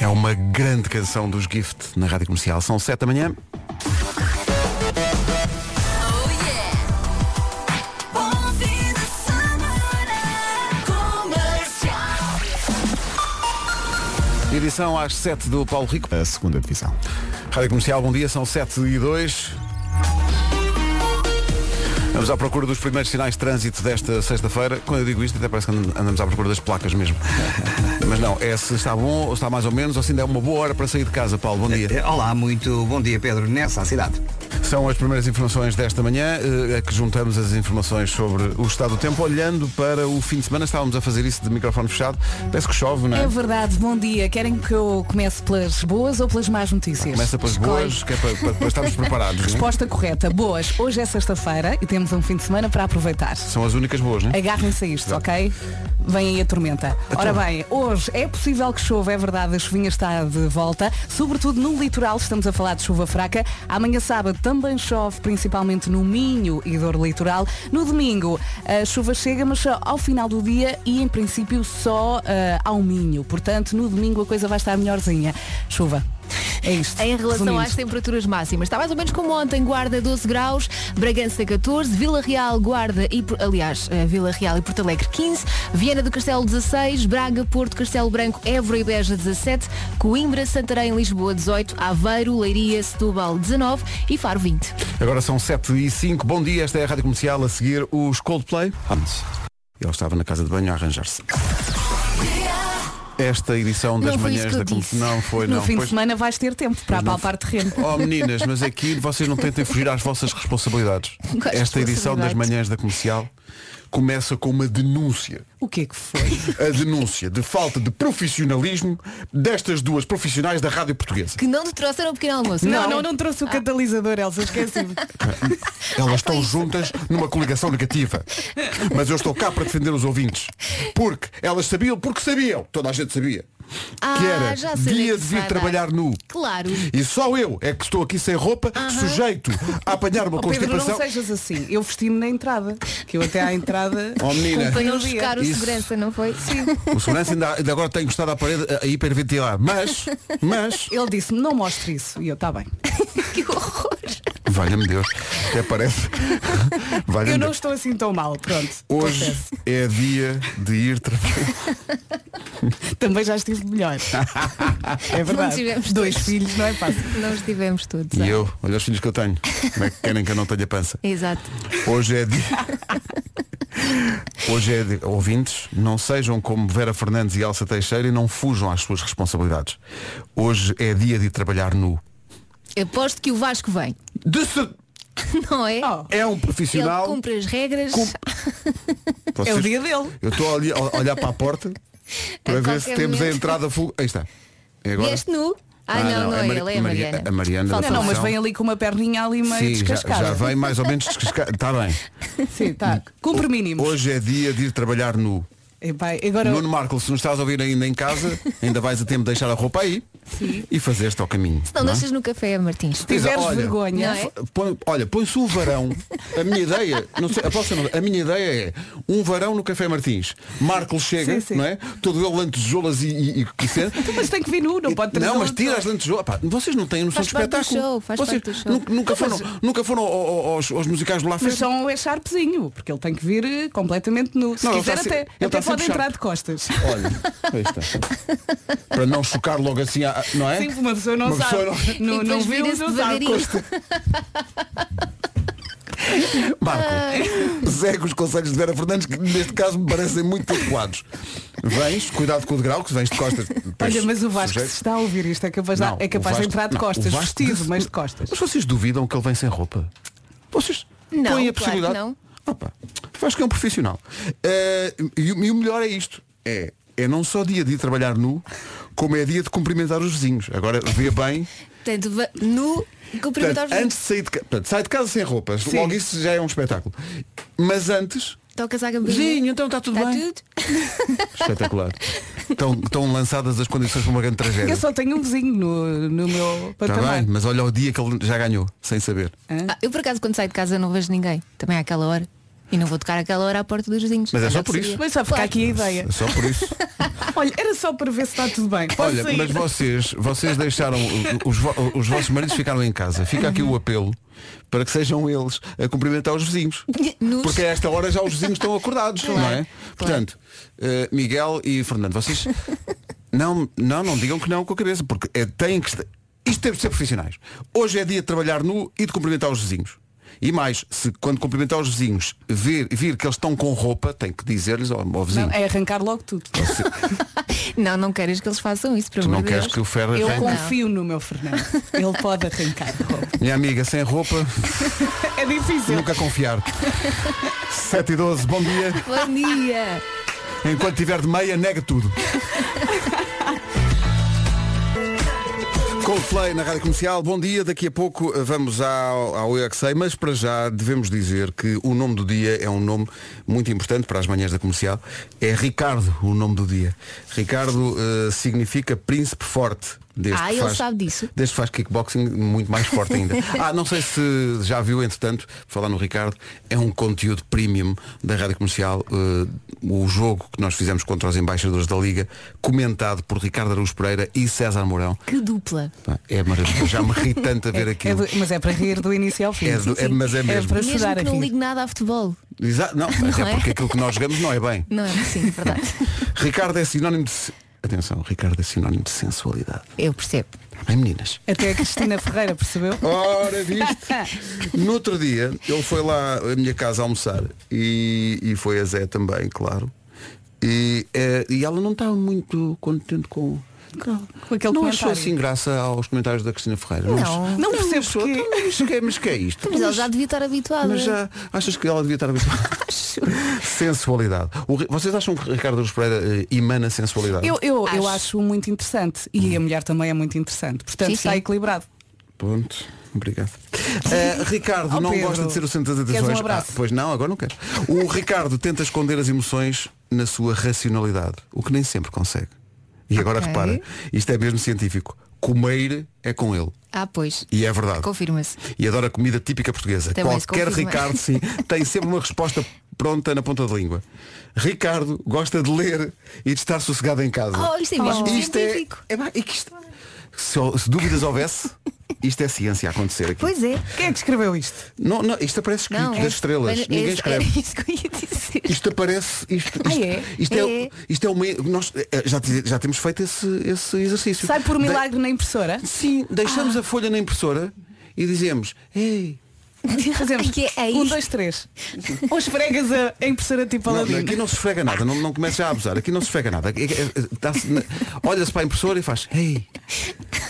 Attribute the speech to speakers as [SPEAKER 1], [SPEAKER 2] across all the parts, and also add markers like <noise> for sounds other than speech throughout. [SPEAKER 1] É uma grande canção dos Gift na Rádio Comercial. São 7 da manhã. Edição às 7 do Paulo Rico.
[SPEAKER 2] A segunda divisão.
[SPEAKER 1] Rádio Comercial, bom dia, são 7 e 2. Vamos à procura dos primeiros sinais de trânsito desta sexta-feira. Quando eu digo isto, até parece que and- andamos à procura das
[SPEAKER 3] <laughs>
[SPEAKER 1] placas mesmo. Mas não, é se está bom, ou está mais ou menos, ou se ainda é uma boa hora para sair de casa, Paulo. Bom dia.
[SPEAKER 3] Eh, Olá, muito bom dia, Pedro. Nessa cidade.
[SPEAKER 1] São as primeiras informações desta manhã, eh, a que juntamos as informações sobre o estado do tempo. Olhando para o fim de semana, estávamos a fazer isso de microfone fechado. Parece que chove, não é?
[SPEAKER 4] É verdade, bom dia. Querem que eu comece pelas boas ou pelas más notícias?
[SPEAKER 1] Começa pelas
[SPEAKER 4] Escolhe.
[SPEAKER 1] boas, que é para, para- para estarmos preparados. não é?
[SPEAKER 4] Resposta correta. Boas. Hoje é sexta-feira e temos um fim de semana para aproveitar.
[SPEAKER 1] São as únicas boas, não é?
[SPEAKER 4] Agarrem-se a isto, ok? Vem aí a tormenta. Ora bem, hoje é possível que chova, é verdade, a chuvinha está de volta, sobretudo no litoral, estamos a falar de chuva fraca. Amanhã sábado também chove, principalmente no Minho e dor litoral. No domingo a chuva chega, mas só ao final do dia e em princípio só ah, ao Minho. Portanto, no domingo a coisa vai estar melhorzinha. Chuva. É isto.
[SPEAKER 5] Em relação
[SPEAKER 4] Resumindo.
[SPEAKER 5] às temperaturas máximas, está mais ou menos como ontem, Guarda 12 graus, Bragança 14, Vila Real, Guarda e, Por- aliás, eh, Vila Real e Porto Alegre 15, Viana do Castelo 16, Braga, Porto, Castelo Branco, Évora e Beja 17, Coimbra, Santarém, Lisboa 18, Aveiro, Leiria, Setúbal 19 e Faro 20.
[SPEAKER 1] Agora são 7 e 5. Bom dia, esta é a Rádio Comercial. A seguir, os Coldplay. Vamos. Ele estava na casa de banho a arranjar-se. Esta edição das
[SPEAKER 5] Não foi
[SPEAKER 1] manhãs
[SPEAKER 5] isso que eu
[SPEAKER 1] da Com-
[SPEAKER 5] disse.
[SPEAKER 1] Não foi,
[SPEAKER 4] No
[SPEAKER 1] não.
[SPEAKER 4] fim
[SPEAKER 1] Pois-
[SPEAKER 4] de semana vais ter tempo para apalpar terreno.
[SPEAKER 1] Oh meninas,
[SPEAKER 4] <laughs>
[SPEAKER 1] mas aqui vocês não tentem fugir às vossas responsabilidades.
[SPEAKER 5] Quais
[SPEAKER 1] Esta edição das
[SPEAKER 5] responsabilidades?
[SPEAKER 1] manhãs da comercial começa com uma denúncia.
[SPEAKER 4] O que é que foi?
[SPEAKER 1] A denúncia de falta de profissionalismo destas duas profissionais da Rádio Portuguesa.
[SPEAKER 5] Que não te trouxeram o pequeno almoço. Ah.
[SPEAKER 4] Não, não, não trouxe o catalisador, Elsa, esqueci-me.
[SPEAKER 5] <laughs>
[SPEAKER 1] Elas estão juntas numa coligação negativa. Mas eu estou cá para defender os ouvintes. Porque elas sabiam, porque sabiam, toda a gente sabia.
[SPEAKER 5] Ah,
[SPEAKER 1] que era
[SPEAKER 5] já sei onde é
[SPEAKER 1] dia
[SPEAKER 5] que
[SPEAKER 1] de
[SPEAKER 5] se
[SPEAKER 1] vir
[SPEAKER 5] vai
[SPEAKER 1] trabalhar
[SPEAKER 5] dar.
[SPEAKER 1] nu.
[SPEAKER 5] Claro.
[SPEAKER 1] E só eu é que estou aqui sem roupa, sujeito a
[SPEAKER 5] <laughs>
[SPEAKER 1] apanhar uma
[SPEAKER 4] Oh, Pedro, não
[SPEAKER 1] constipação.
[SPEAKER 4] sejas assim. Eu vesti-me na entrada. Que eu até à entrada.
[SPEAKER 1] <laughs> Oh, menina.
[SPEAKER 5] Para
[SPEAKER 4] acompanho
[SPEAKER 5] não
[SPEAKER 4] o dia.
[SPEAKER 5] um chocar o
[SPEAKER 1] Isso.
[SPEAKER 5] segurança, não foi? Sim.
[SPEAKER 1] O segurança ainda, ainda agora tem encostado à parede a, a hiperventilar.
[SPEAKER 5] <laughs>
[SPEAKER 1] Mas, mas,
[SPEAKER 4] <laughs> Ele disse-me, não mostre isso. E eu,
[SPEAKER 1] <laughs>
[SPEAKER 4] está bem.
[SPEAKER 5] que horror.
[SPEAKER 1] valha-me Deus, até parece.
[SPEAKER 4] Eu
[SPEAKER 1] Valha-me
[SPEAKER 4] não
[SPEAKER 1] Deus.
[SPEAKER 4] estou assim tão mal. Pronto.
[SPEAKER 1] Hoje
[SPEAKER 4] confesso.
[SPEAKER 1] é dia de
[SPEAKER 5] <laughs>
[SPEAKER 1] ir trabalhar.
[SPEAKER 4] Também já estive melhor. É verdade.
[SPEAKER 5] Não tivemos
[SPEAKER 4] Dois
[SPEAKER 5] dois.
[SPEAKER 4] filhos, não é fácil.
[SPEAKER 5] Não estivemos todos.
[SPEAKER 1] E
[SPEAKER 5] ah.
[SPEAKER 1] eu, olha os filhos que eu tenho. Como é que querem que eu não tenha pança?
[SPEAKER 5] Exato.
[SPEAKER 1] Hoje é dia. <laughs> Hoje é dia. Ouvintes, não sejam como Vera Fernandes e Elsa Teixeira e não fujam às suas responsabilidades. Hoje é dia de ir trabalhar nu.
[SPEAKER 5] Aposto que o Vasco vem,
[SPEAKER 1] De cer-
[SPEAKER 5] <laughs> não é?
[SPEAKER 4] Oh,
[SPEAKER 1] É um
[SPEAKER 5] Ele
[SPEAKER 1] profissional.
[SPEAKER 5] cumpre as regras. Ah,
[SPEAKER 1] Cum-
[SPEAKER 4] é o
[SPEAKER 1] Vocês-
[SPEAKER 4] dia dele.
[SPEAKER 1] Eu estou a olhe- a olhar para a porta para
[SPEAKER 5] A
[SPEAKER 1] ver se
[SPEAKER 5] qualquer
[SPEAKER 1] temos a
[SPEAKER 5] momento.
[SPEAKER 1] entrada full. Aí está. É agora? Ah,
[SPEAKER 5] Vieste nu? Ai não, não, é ele,
[SPEAKER 1] Mari-
[SPEAKER 5] é a
[SPEAKER 1] Mari-
[SPEAKER 5] Mariana.
[SPEAKER 1] A Mariana.
[SPEAKER 4] Não,
[SPEAKER 1] da
[SPEAKER 4] não, mas
[SPEAKER 1] produção.
[SPEAKER 4] vem ali com uma perninha ali meio
[SPEAKER 1] Sim, já,
[SPEAKER 4] descascada.
[SPEAKER 1] já vem mais ou menos Hum. descascada. Está bem.
[SPEAKER 4] <laughs> Sim, tá. Cumpre mínimos.
[SPEAKER 1] Hoje é dia de ir trabalhar nu.
[SPEAKER 4] Epá, agora
[SPEAKER 1] Nuno Marco, se nos estás a ouvir ainda em casa, ainda vais a tempo de deixar a roupa aí e fazer-te ao caminho.
[SPEAKER 5] Não,
[SPEAKER 1] não é?
[SPEAKER 5] deixas no café, Martins.
[SPEAKER 1] Diz,
[SPEAKER 4] tiveres
[SPEAKER 1] olha,
[SPEAKER 4] vergonha.
[SPEAKER 5] Não é?
[SPEAKER 1] Põe- olha, põe-se um varão. A minha ideia, não sei, aposto que não, a minha ideia é um varão no Café Martins. Marco chega,
[SPEAKER 4] Sim, sim.
[SPEAKER 1] não é? Todo ele lantejoulas e, e, e coisa.
[SPEAKER 4] <laughs> Mas tem que vir nu, não pode trazer
[SPEAKER 1] Não, mas
[SPEAKER 4] outro.
[SPEAKER 1] tira as lantejoulas. Pá, Vocês não têm noção
[SPEAKER 5] Faz
[SPEAKER 1] de
[SPEAKER 5] parte do
[SPEAKER 1] espetáculo.
[SPEAKER 5] show, faz
[SPEAKER 1] Vocês
[SPEAKER 5] parte do show.
[SPEAKER 1] nunca, nunca
[SPEAKER 5] Não,
[SPEAKER 1] foram, nunca foram ao- ao- aos, aos musicais do La
[SPEAKER 4] Mas
[SPEAKER 1] Festa.
[SPEAKER 4] são é sharpzinho, porque ele tem que vir eh, completamente nu. Se
[SPEAKER 1] Não, ele
[SPEAKER 4] quiser
[SPEAKER 1] tá se-
[SPEAKER 4] até,
[SPEAKER 1] ele tá
[SPEAKER 4] até
[SPEAKER 1] sempre
[SPEAKER 4] pode entrar
[SPEAKER 1] sharp.
[SPEAKER 4] de costas.
[SPEAKER 1] Olha, aí está.
[SPEAKER 4] <laughs>
[SPEAKER 1] Para não chocar logo assim, à- não é?
[SPEAKER 4] Sim, uma pessoa não
[SPEAKER 1] Uma
[SPEAKER 4] sabe.
[SPEAKER 1] pessoa não-
[SPEAKER 4] Não,
[SPEAKER 5] E
[SPEAKER 4] não
[SPEAKER 5] depois
[SPEAKER 4] viu,
[SPEAKER 5] vira-se
[SPEAKER 4] não sabe.
[SPEAKER 5] devagarinho.
[SPEAKER 4] Ah.
[SPEAKER 1] Marco, segue os conselhos de Vera Fernandes, que neste caso me parecem muito adequados. Vens, cuidado com o degrau, que vens de costas. depois
[SPEAKER 4] Olha, mas o Vasco
[SPEAKER 1] sujeito.
[SPEAKER 4] se está a ouvir isto, é capaz,
[SPEAKER 1] Não,
[SPEAKER 4] de, é
[SPEAKER 1] o
[SPEAKER 4] capaz de
[SPEAKER 1] Vasco-
[SPEAKER 4] entrar de
[SPEAKER 1] não,
[SPEAKER 4] costas,
[SPEAKER 1] o Vasco
[SPEAKER 4] vestido,
[SPEAKER 1] de-
[SPEAKER 4] mas de costas.
[SPEAKER 1] Mas vocês duvidam que ele vem sem roupa? Vocês
[SPEAKER 5] Não,
[SPEAKER 1] põem a
[SPEAKER 5] claro
[SPEAKER 1] possibilidade.
[SPEAKER 5] que não.
[SPEAKER 1] Ah, pá, acho que é um profissional. Eh, e, o- e o melhor é isto. É, é não só dia de ir trabalhar nu, como é dia de cumprimentar os vizinhos. Agora vê bem.
[SPEAKER 5] Portanto, va- nu, cumprimentar
[SPEAKER 1] Portanto,
[SPEAKER 5] os antes...
[SPEAKER 1] antes de sair de casa. Portanto, sai de casa sem roupas.
[SPEAKER 4] Sim.
[SPEAKER 1] Logo isso já é um espetáculo. Mas antes.
[SPEAKER 5] Tocas à gambinha.
[SPEAKER 1] Zinho, então está tudo
[SPEAKER 5] Está
[SPEAKER 1] bem.
[SPEAKER 5] tudo?
[SPEAKER 1] Espetacular. estão, estão lançadas as condições para uma grande tragédia.
[SPEAKER 4] Eu só tenho um vizinho no, no meu
[SPEAKER 1] Está
[SPEAKER 4] patamar.
[SPEAKER 1] bem, mas olha o dia que ele já ganhou, sem saber.
[SPEAKER 5] Ah, eu por acaso quando saio de casa não vejo ninguém. Também àquela hora. E não vou tocar àquela hora à porta dos vizinhos.
[SPEAKER 1] Mas é
[SPEAKER 5] Era
[SPEAKER 1] só
[SPEAKER 5] o que
[SPEAKER 1] por isso.
[SPEAKER 5] seria.
[SPEAKER 4] Mas só fica
[SPEAKER 5] <laughs> Claro.
[SPEAKER 4] aqui a ideia.
[SPEAKER 1] Só É por isso.
[SPEAKER 4] Olha, era só para ver se está tudo bem. <laughs> Posso
[SPEAKER 1] Olha,
[SPEAKER 4] sair?
[SPEAKER 1] mas vocês, vocês deixaram, os, vo- os vossos maridos ficaram em casa. Fica aqui o apelo para que sejam eles a cumprimentar os vizinhos.
[SPEAKER 5] Nos-
[SPEAKER 1] Porque a esta hora já os vizinhos estão acordados, não é? Portanto, eh, Miguel e Fernando, vocês não, não, não digam que não com a cabeça, porque eh, têm que. est- Isto temos de ser profissionais. Hoje é dia de trabalhar nu e de cumprimentar os vizinhos. E mais, se quando cumprimentar os vizinhos vir, vir que eles estão com roupa, tem que dizer-lhes ao, ao vizinho.
[SPEAKER 4] Não, é arrancar logo tudo.
[SPEAKER 5] <laughs> Não, não queres que eles façam isso, por
[SPEAKER 1] Tu
[SPEAKER 5] amor
[SPEAKER 1] não
[SPEAKER 5] de
[SPEAKER 1] queres
[SPEAKER 5] Deus.
[SPEAKER 1] que o ferro
[SPEAKER 4] Eu
[SPEAKER 1] arranque?
[SPEAKER 4] confio no meu Fernando. Ele pode arrancar.
[SPEAKER 1] Minha amiga, sem roupa,
[SPEAKER 4] <laughs> É difícil.
[SPEAKER 1] Nunca
[SPEAKER 4] <laughs>
[SPEAKER 1] confiar. 7 e 12, bom dia.
[SPEAKER 5] Bom dia!
[SPEAKER 1] Enquanto tiver de meia, nega tudo. Coldplay na Rádio Comercial, bom dia. Daqui a pouco eh, vamos ao, ao Eu É Que Sei, mas para já devemos dizer que o nome do dia é um nome muito importante para as manhãs da comercial. É Ricardo o nome do dia. Ricardo eh, significa príncipe forte. Desde
[SPEAKER 5] Ah,
[SPEAKER 1] que
[SPEAKER 5] ele sabe disso.
[SPEAKER 1] Desde que faz kickboxing muito mais forte
[SPEAKER 4] <laughs>
[SPEAKER 1] ainda. ah, não sei se já viu, entretanto, por falar no Ricardo, é um conteúdo premium da Rádio Comercial, eh, o jogo que nós fizemos contra os embaixadores da Liga, comentado por Ricardo Araújo Pereira e César Mourão.
[SPEAKER 5] Que dupla!
[SPEAKER 1] Pá, É maravilhoso, já me ri tanto a ver
[SPEAKER 4] <laughs> É
[SPEAKER 1] aquilo.
[SPEAKER 4] do- mas é para rir do início ao fim.
[SPEAKER 1] É do- é- mas é mesmo.
[SPEAKER 4] para
[SPEAKER 5] Mesmo
[SPEAKER 4] chorar
[SPEAKER 5] que não
[SPEAKER 4] aqui.
[SPEAKER 5] ligue nada a futebol.
[SPEAKER 1] Exato,
[SPEAKER 4] <laughs>
[SPEAKER 1] não, até
[SPEAKER 5] é?
[SPEAKER 1] porque aquilo que nós jogamos não é bem.
[SPEAKER 5] Não é? Sim, verdade.
[SPEAKER 1] Ricardo é sinónimo de. se- Atenção, Ricardo é sinónimo de sensualidade. é
[SPEAKER 5] Eu percebo.
[SPEAKER 1] Está Bem, meninas.
[SPEAKER 4] Até a Cristina Ferreira, percebeu?
[SPEAKER 1] Ora,
[SPEAKER 4] <laughs>
[SPEAKER 1] viste? Tá. No outro dia, ele foi lá à minha casa almoçar e, e foi a Zé também, claro. E, eh, e ela <laughs> não estava muito contente com.
[SPEAKER 4] com aquele
[SPEAKER 1] não achou
[SPEAKER 4] comentário.
[SPEAKER 1] assim graça aos comentários da Cristina Ferreira.
[SPEAKER 5] Não.
[SPEAKER 1] achou?
[SPEAKER 4] Não percebo
[SPEAKER 1] achou.
[SPEAKER 4] porquê.
[SPEAKER 1] Então, Mas que, mas que é isto?
[SPEAKER 5] Mas ela já devia estar habituada.
[SPEAKER 1] Mas já achas que ela devia
[SPEAKER 4] <laughs>
[SPEAKER 1] estar habituada? sensualidade. O Ri- vocês acham que Ricardo dos Pereira eh, emana sensualidade?
[SPEAKER 4] Eu, eu, eu
[SPEAKER 5] Acho.
[SPEAKER 4] acho muito interessante. E a mulher também é muito interessante. Portanto,
[SPEAKER 5] Sim,
[SPEAKER 4] está
[SPEAKER 5] sim.
[SPEAKER 4] equilibrado.
[SPEAKER 1] Ponto. Obrigado. Eh, Ricardo
[SPEAKER 4] Oh,
[SPEAKER 1] não
[SPEAKER 4] Pedro.
[SPEAKER 1] gosta de ser o centro das
[SPEAKER 4] Queres um
[SPEAKER 1] atenções. Ah,
[SPEAKER 4] abraço?
[SPEAKER 1] pois não, agora não quero. O Ricardo tenta esconder as emoções na sua racionalidade, o que nem sempre consegue. E agora
[SPEAKER 5] Ok.
[SPEAKER 1] repara, isto é mesmo científico. Comer é com ele.
[SPEAKER 5] Ah, pois.
[SPEAKER 1] E é verdade.
[SPEAKER 5] Confirma-se.
[SPEAKER 1] E adora comida típica portuguesa.
[SPEAKER 5] Também se
[SPEAKER 1] Qualquer
[SPEAKER 5] confirma.
[SPEAKER 1] Ricardo, sim, tem sempre uma resposta pronta na ponta da língua. Ricardo gosta de ler e de estar sossegado em casa.
[SPEAKER 5] Oh, isto é mesmo
[SPEAKER 1] Isto é,
[SPEAKER 5] científico.
[SPEAKER 1] é pá, e que isto- se, se dúvidas houvesse, isto é ciência a acontecer aqui.
[SPEAKER 5] Pois é.
[SPEAKER 4] Quem é que escreveu isto?
[SPEAKER 1] Não, não, isto aparece escrito
[SPEAKER 5] Não,
[SPEAKER 1] das
[SPEAKER 5] é-
[SPEAKER 1] estrelas.
[SPEAKER 5] era-
[SPEAKER 1] Ninguém
[SPEAKER 5] era-
[SPEAKER 1] escreve.
[SPEAKER 5] Era isso que eu ia dizer.
[SPEAKER 1] Isto aparece, isto,
[SPEAKER 5] Ah,
[SPEAKER 1] isto,
[SPEAKER 5] é?
[SPEAKER 1] isto é,
[SPEAKER 5] É.
[SPEAKER 1] isto é uma. Nós eh, já, te- já temos feito esse, esse exercício.
[SPEAKER 4] Sai por
[SPEAKER 1] De-
[SPEAKER 4] milagre na impressora?
[SPEAKER 1] sim, deixamos a folha na impressora e dizemos, ei,
[SPEAKER 4] <laughs> Fazemos
[SPEAKER 5] Ai, que é
[SPEAKER 4] um,
[SPEAKER 5] isto?
[SPEAKER 4] dois, três. Ou esfregas a, a impressora tipo
[SPEAKER 1] Não,
[SPEAKER 4] Aladino.
[SPEAKER 1] aqui não se esfrega nada, não, não comece já a abusar, aqui não se esfrega nada. Aqui- é- é- dá-se na- Olha-se para a impressora e faz, ei,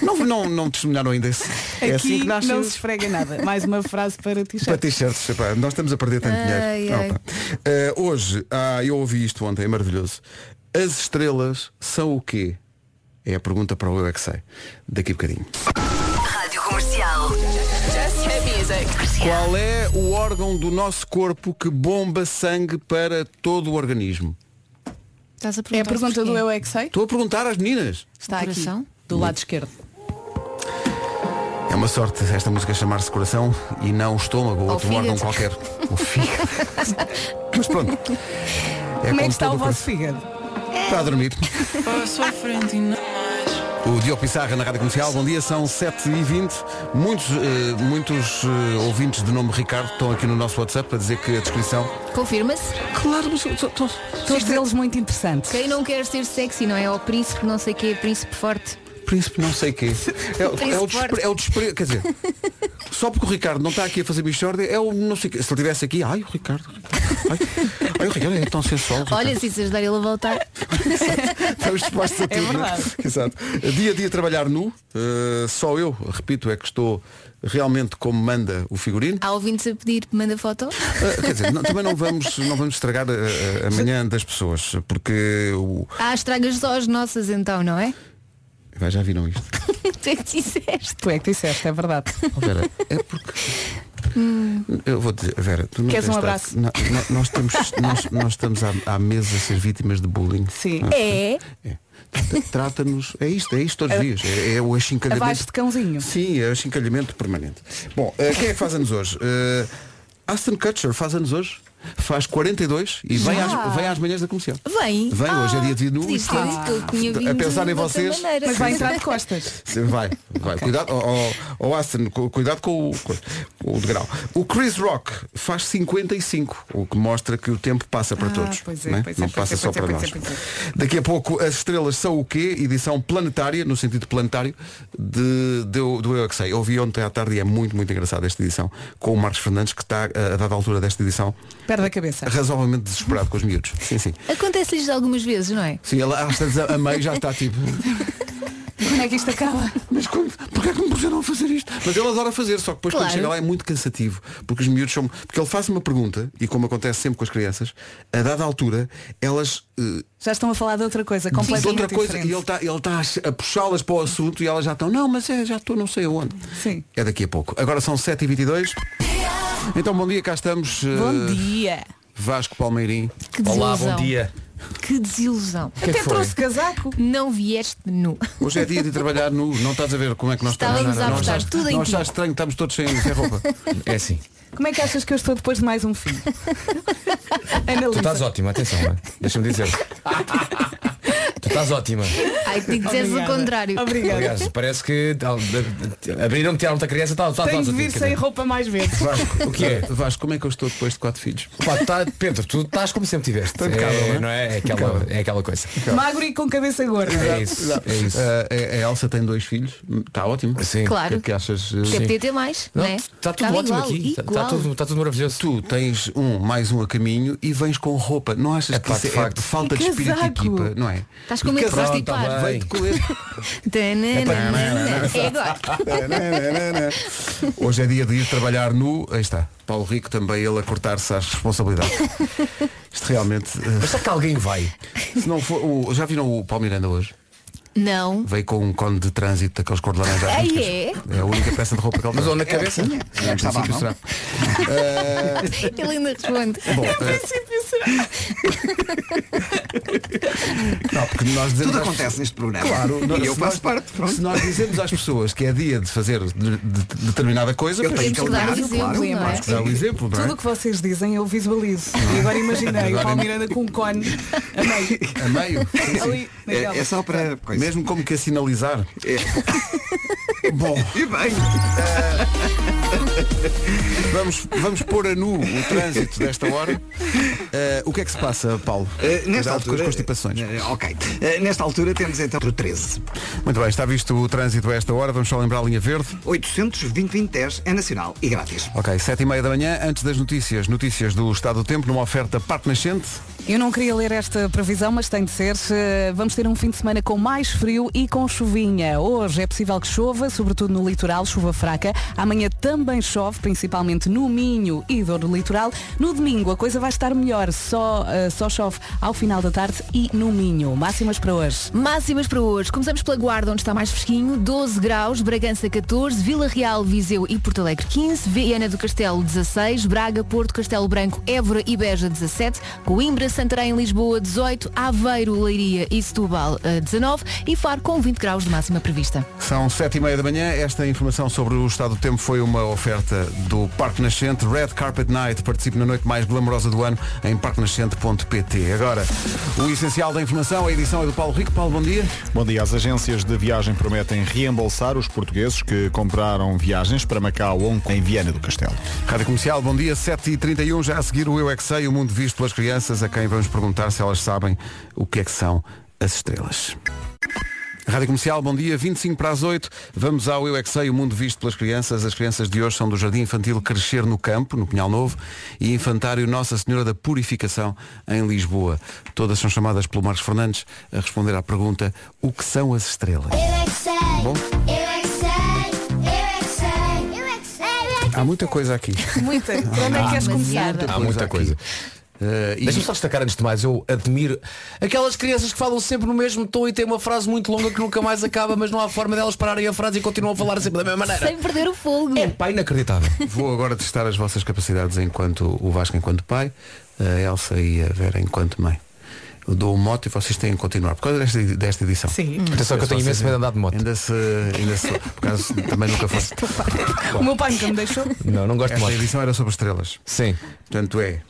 [SPEAKER 1] não, não, não testemunharam ainda esse.
[SPEAKER 4] Aqui
[SPEAKER 1] é assim que nasce
[SPEAKER 4] não se esfrega nada. Mais uma frase para ti.
[SPEAKER 1] para t-shirts, epá, nós estamos a perder tanto
[SPEAKER 5] Ai,
[SPEAKER 1] dinheiro.
[SPEAKER 5] ai.
[SPEAKER 1] Opa. Eh, hoje, ah, eu ouvi isto ontem, é maravilhoso. As estrelas são o quê? É a pergunta para o Eu é que sei. Daqui a bocadinho.
[SPEAKER 2] Rádio Comercial. Just hit music.
[SPEAKER 1] Qual é o órgão do nosso corpo que bomba sangue para todo o organismo?
[SPEAKER 5] Estás a perguntar
[SPEAKER 4] É a pergunta do
[SPEAKER 5] porquê?
[SPEAKER 4] Eu é que sei?
[SPEAKER 1] Estou a perguntar às meninas.
[SPEAKER 4] Está aqui.
[SPEAKER 5] coração?
[SPEAKER 4] <laughs> Do lado esquerdo.
[SPEAKER 1] É uma sorte esta música chamar-se coração e não o estômago ou
[SPEAKER 5] Ou
[SPEAKER 1] outro
[SPEAKER 5] fígado.
[SPEAKER 1] órgão qualquer.
[SPEAKER 4] <laughs>
[SPEAKER 1] O fígado. Mas pronto.
[SPEAKER 4] Como é
[SPEAKER 1] com
[SPEAKER 4] que está
[SPEAKER 1] todo coração.
[SPEAKER 4] o vosso fígado?
[SPEAKER 1] Está a dormir. O Diogo Pissarra na Rádio Comercial, bom dia, são 7h20. Muitos, eh, muitos eh, ouvintes de nome Ricardo estão aqui no nosso WhatsApp para dizer que a descrição.
[SPEAKER 5] Confirma-se.
[SPEAKER 1] Claro, mas estão.
[SPEAKER 4] Todos eles muito é interessantes.
[SPEAKER 5] Quem não quer ser sexy, não é? Ou príncipe não sei quê, príncipe forte.
[SPEAKER 1] Príncipe não sei quê. É, o- é o
[SPEAKER 5] Príncipe forte.
[SPEAKER 1] despre, é o despre- Quer dizer, só porque o Ricardo não está aqui a fazer bichorda, é o não sei quê. Se ele estivesse aqui, ai o Ricardo. Ai, ai, o Ricardo é tão
[SPEAKER 5] <laughs>
[SPEAKER 1] sensual. o Ricardo.
[SPEAKER 5] Olha, se isso ajudar ele a
[SPEAKER 1] <laughs>
[SPEAKER 5] voltar.
[SPEAKER 1] Estamos dispostos a tudo. não
[SPEAKER 4] É verdade.
[SPEAKER 1] Exato. Dia a dia trabalhar nu, eh, só eu, repito, é que estou realmente como manda o figurino.
[SPEAKER 5] Há ouvintes a pedir, manda foto.
[SPEAKER 1] Eh, quer dizer, não- também não vamos, não vamos estragar eh, a, manhã das pessoas, porque o.
[SPEAKER 5] Ah, estragas só as nossas então, não é? <laughs>
[SPEAKER 1] Vai, já viram isto.
[SPEAKER 5] tu é que disseste.
[SPEAKER 4] Tu é que disseste, é verdade.
[SPEAKER 1] Oh, Vera, é porque.
[SPEAKER 5] Hum.
[SPEAKER 1] Eu vou dizer, Vera, tu não
[SPEAKER 4] Queres
[SPEAKER 1] tens
[SPEAKER 4] um
[SPEAKER 1] de estar-
[SPEAKER 4] abraço?
[SPEAKER 1] Não, não, nós estamos, nós, nós estamos à, à mesa a ser vítimas de bullying.
[SPEAKER 4] Sim.
[SPEAKER 5] É.
[SPEAKER 1] É. Tra- Trata-nos. É isto, é isto todos os dias. É, é o achincalhamento.
[SPEAKER 4] Abaixo de cãozinho.
[SPEAKER 1] Sim, é achincalhamento permanente. Bom, eh, quem é que faz anos hoje? Eh, Aston Kutcher faz anos hoje? faz 42 e vem às, vem às manhãs da comercial.
[SPEAKER 6] Vem.
[SPEAKER 1] Vem, hoje é dia de vir nu.
[SPEAKER 6] Podia ter dito que eu tinha vindo
[SPEAKER 1] A pensar em
[SPEAKER 6] de outra
[SPEAKER 1] vocês.
[SPEAKER 6] maneira.
[SPEAKER 4] Mas vai entrar de costas.
[SPEAKER 1] Sim, Vai, vai. Cuidado, ó, ó, ó, Aston, cu- cuidado com o, com o degrau. O Chris Rock faz 55, o que mostra que o tempo passa para
[SPEAKER 4] Ah,
[SPEAKER 1] todos.
[SPEAKER 4] pois é,
[SPEAKER 1] né?
[SPEAKER 4] pois é,
[SPEAKER 1] Não
[SPEAKER 4] pois
[SPEAKER 1] passa
[SPEAKER 4] é,
[SPEAKER 1] só
[SPEAKER 4] pois é,
[SPEAKER 1] para
[SPEAKER 4] pois é,
[SPEAKER 1] nós.
[SPEAKER 4] pois
[SPEAKER 1] Daqui a pouco, as estrelas são o quê? Edição planetária, no sentido planetário, de, do, do Eu É Que Sei. Eu vi ontem à tarde e é muito, muito engraçado esta edição, com o Marcos Fernandes, que está, eh, a dada altura desta edição,
[SPEAKER 4] Perde a cabeça.
[SPEAKER 1] razoavelmente desesperado com os miúdos. Sim, sim.
[SPEAKER 5] Acontece-lhes algumas vezes, não é?
[SPEAKER 1] Sim, ela às vezes a a meio já está tipo.
[SPEAKER 4] Quando é que
[SPEAKER 5] <laughs>
[SPEAKER 4] isto acaba?
[SPEAKER 1] Mas como, porquê é que me puseram a fazer isto? Mas ele adora fazer, só que depois
[SPEAKER 5] Claro.
[SPEAKER 1] quando chega lá é muito cansativo. Porque os miúdos são. Porque ele faz uma pergunta, e como acontece sempre com as crianças, a dada altura, elas. eh,
[SPEAKER 4] <laughs> Já estão a falar de outra coisa, completamente
[SPEAKER 1] de outra coisa,
[SPEAKER 4] diferente.
[SPEAKER 1] e ele está ele tá a ch- a puxá-las para o assunto e elas já estão, não, mas é, já estou não sei aonde.
[SPEAKER 4] Sim.
[SPEAKER 1] É daqui a pouco. Agora são 7h22. Então bom dia, cá estamos. eh,
[SPEAKER 4] Bom dia.
[SPEAKER 1] Vasco Palmeirim.
[SPEAKER 5] Que desilusão.
[SPEAKER 7] Olá, bom dia.
[SPEAKER 5] Que desilusão.
[SPEAKER 1] que
[SPEAKER 4] Até
[SPEAKER 1] foi?
[SPEAKER 4] trouxe casaco.
[SPEAKER 5] Não vieste nu.
[SPEAKER 1] Hoje é dia de trabalhar nu, não estás a ver como é que nós
[SPEAKER 5] Estávamos
[SPEAKER 1] estamos.
[SPEAKER 5] a
[SPEAKER 1] Nós
[SPEAKER 5] apostar
[SPEAKER 1] já-
[SPEAKER 5] tudo em
[SPEAKER 1] Nós
[SPEAKER 5] ti.
[SPEAKER 1] já estranho, estamos todos sem, sem roupa.
[SPEAKER 7] É assim.
[SPEAKER 4] Como é que achas que eu estou depois de mais um fim?
[SPEAKER 7] Tu
[SPEAKER 4] Analisa.
[SPEAKER 7] estás ótima, atenção, não é? deixa-me dizer. Tu estás ótima.
[SPEAKER 5] Ai, que dizes o
[SPEAKER 4] Obrigada.
[SPEAKER 5] contrário.
[SPEAKER 4] Obrigada.
[SPEAKER 7] Aliás, parece que tal, de- de- abriram-me, tiraram-me da criança, tal, tal,
[SPEAKER 4] Tenho
[SPEAKER 7] tal.
[SPEAKER 4] de vir sem roupa mais vezes.
[SPEAKER 7] O que é?
[SPEAKER 1] Vasco, como é que eu estou depois de quatro filhos?
[SPEAKER 7] Pá, tá, Pedro, tu estás como sempre tiveste.
[SPEAKER 1] impecável, não é?
[SPEAKER 7] é, não é? É aquela, é aquela coisa.
[SPEAKER 4] Magro e com cabeça gorda.
[SPEAKER 7] É isso. É isso.
[SPEAKER 1] Ah, a- a Elsa tem dois filhos, está ótimo.
[SPEAKER 7] Sim.
[SPEAKER 1] O que é
[SPEAKER 5] Claro.
[SPEAKER 1] que achas?
[SPEAKER 5] Até
[SPEAKER 1] Sim.
[SPEAKER 5] podia ter mais, não, é?
[SPEAKER 1] tá
[SPEAKER 7] Está tudo
[SPEAKER 5] Estava
[SPEAKER 7] ótimo
[SPEAKER 5] igual,
[SPEAKER 7] aqui. Está
[SPEAKER 5] igual.
[SPEAKER 7] tudo, tá tudo maravilhoso.
[SPEAKER 1] Tu tens um, mais um a caminho e vens com roupa. Não achas
[SPEAKER 7] É
[SPEAKER 1] que
[SPEAKER 7] pá,
[SPEAKER 1] isso
[SPEAKER 7] de
[SPEAKER 1] é
[SPEAKER 7] facto.
[SPEAKER 1] de falta de
[SPEAKER 4] E
[SPEAKER 1] espírito de
[SPEAKER 4] casaco.
[SPEAKER 1] equipa, não é?
[SPEAKER 5] Estás com medo de
[SPEAKER 7] Pronto,
[SPEAKER 5] constipar.
[SPEAKER 7] tá
[SPEAKER 1] Veio de colete.
[SPEAKER 5] <laughs> Tananana. É agora.
[SPEAKER 1] Hoje é dia de ir trabalhar nu. Aí está. Paulo Rico também ele a cortar-se às responsabilidades. Isto realmente. eh,
[SPEAKER 7] Mas será que alguém vai?
[SPEAKER 1] se não for, o- já viram o Paulo Miranda hoje?
[SPEAKER 5] Não.
[SPEAKER 1] Veio com um cone de trânsito daqueles cor de laranja.
[SPEAKER 5] Ai,
[SPEAKER 1] Riscas.
[SPEAKER 5] é?
[SPEAKER 1] é a única peça de roupa que ele
[SPEAKER 7] Mas
[SPEAKER 1] tem. É
[SPEAKER 7] ou na cabeça?
[SPEAKER 1] Em
[SPEAKER 3] estava à
[SPEAKER 1] um princípio
[SPEAKER 3] mão.
[SPEAKER 5] <laughs>
[SPEAKER 1] será.
[SPEAKER 5] Ele ainda responde.
[SPEAKER 1] Bom, eh, não, porque nós dizemos
[SPEAKER 3] Tudo
[SPEAKER 1] às
[SPEAKER 3] acontece neste programa.
[SPEAKER 1] Claro, nós-
[SPEAKER 3] e eu
[SPEAKER 1] se
[SPEAKER 3] faço
[SPEAKER 1] nós-
[SPEAKER 3] parte. Pronto.
[SPEAKER 1] Se nós dizemos às pessoas que é dia de fazer de- de- determinada coisa, é
[SPEAKER 3] Eu
[SPEAKER 1] pois,
[SPEAKER 3] tenho
[SPEAKER 5] Temos que
[SPEAKER 4] um
[SPEAKER 5] dar o exemplo, não é?
[SPEAKER 1] dá o exemplo, não
[SPEAKER 4] Tudo o
[SPEAKER 1] é?
[SPEAKER 4] que vocês dizem eu visualizo. E agora imaginei o Paulo Miranda com um cone a meio.
[SPEAKER 1] A meio.
[SPEAKER 4] Ali,
[SPEAKER 3] É,
[SPEAKER 4] naquela.
[SPEAKER 3] é só para coisa. É.
[SPEAKER 1] Mesmo como que a sinalizar. <laughs> Bom,
[SPEAKER 3] E bem,
[SPEAKER 1] vamos, vamos pôr a nu o trânsito desta hora. Eh, o que é que se passa, Paulo?
[SPEAKER 3] eh,
[SPEAKER 1] Cuidado
[SPEAKER 3] nesta altura.
[SPEAKER 1] com as constipações.
[SPEAKER 3] eh, ok. Eh, nesta altura temos então o 13.
[SPEAKER 1] Muito bem, está visto o trânsito a esta hora, vamos só lembrar a linha verde.
[SPEAKER 3] 820-2010 é nacional e grátis.
[SPEAKER 1] Ok, sete e meia da manhã, antes das notícias, notícias do Estado do Tempo, numa oferta Parque Nascente.
[SPEAKER 4] Eu não queria ler esta previsão, mas tem de ser. Eh, Vamos ter um fim de semana com mais frio e com chuvinha. Hoje é possível que chova, sobretudo no litoral, chuva fraca. Amanhã também chove, principalmente no Minho e dor do litoral. No domingo a coisa vai estar melhor, só, eh, só chove ao final da tarde e no Minho. Máximas para hoje. <laughs>
[SPEAKER 5] Máximas para hoje. Começamos pela Guarda, onde está mais fresquinho, 12 graus, Bragança 14, Vila Real, Viseu e Porto Alegre 15, Viana do Castelo 16, Braga, Porto, Castelo Branco, Évora e Beja 17, Coimbra, Santarém, Lisboa 18, Aveiro, Leiria e Setúbal eh, 19 e Faro com 20 graus de máxima prevista.
[SPEAKER 1] São sete e meia da manhã. Esta informação sobre o estado do tempo foi uma oferta do Parque Nascente. Red Carpet Night. Participe na noite mais glamourosa do ano em parquenascente.pt. Agora, o essencial da informação, a edição é do Paulo Rico. Paulo, bom dia.
[SPEAKER 8] Bom dia. As agências de viagem prometem reembolsar os portugueses que compraram viagens para Macau, Hong Kong, em Viana do Castelo.
[SPEAKER 1] Rádio Comercial, bom dia. 7h31, já a seguir o Eu É Que Sei, o mundo visto pelas crianças, a quem vamos perguntar se elas sabem o que é que são as estrelas. Rádio Comercial, bom dia, 25 para as 8. Vamos ao Eu É Que Sei, o mundo visto pelas crianças. As crianças de hoje são do Jardim Infantil Crescer no Campo, no Pinhal Novo, e Infantário Nossa Senhora da Purificação, em Lisboa. Todas são chamadas pelo Marcos Fernandes a responder à pergunta O que são as estrelas?
[SPEAKER 9] Eu é que sei,
[SPEAKER 1] Bom.
[SPEAKER 9] eu é que sei, eu é que sei, eu é que sei, eu é que
[SPEAKER 1] Há muita coisa aqui.
[SPEAKER 5] Muita.
[SPEAKER 1] Ah,
[SPEAKER 4] Onde é que queres começar?
[SPEAKER 5] Demasiada.
[SPEAKER 7] Há muita
[SPEAKER 1] aqui.
[SPEAKER 7] coisa.
[SPEAKER 1] Eh, e-
[SPEAKER 7] Deixa-me só destacar antes de mais, eu admiro aquelas crianças que falam sempre no mesmo tom e têm uma frase muito longa que nunca mais acaba, mas não há forma delas pararem a frase e continuam a falar sempre da mesma maneira.
[SPEAKER 5] Sem perder o fogo.
[SPEAKER 7] É pá, inacreditável.
[SPEAKER 1] <laughs> Vou agora testar as vossas capacidades enquanto o Vasco enquanto pai, a Elsa e a Vera enquanto mãe. Eu dou o mote e vocês têm que continuar. Por causa desta, desta edição.
[SPEAKER 4] Sim.
[SPEAKER 7] Atenção que eu tenho imenso medo de andar de moto.
[SPEAKER 1] Ainda se. Ainda se por
[SPEAKER 7] <laughs>
[SPEAKER 1] causa também nunca fosse.
[SPEAKER 4] O meu pai nunca me deixou.
[SPEAKER 7] Não, não gosto de
[SPEAKER 1] Esta
[SPEAKER 7] moto.
[SPEAKER 1] edição era sobre estrelas.
[SPEAKER 7] Sim.
[SPEAKER 1] Portanto é.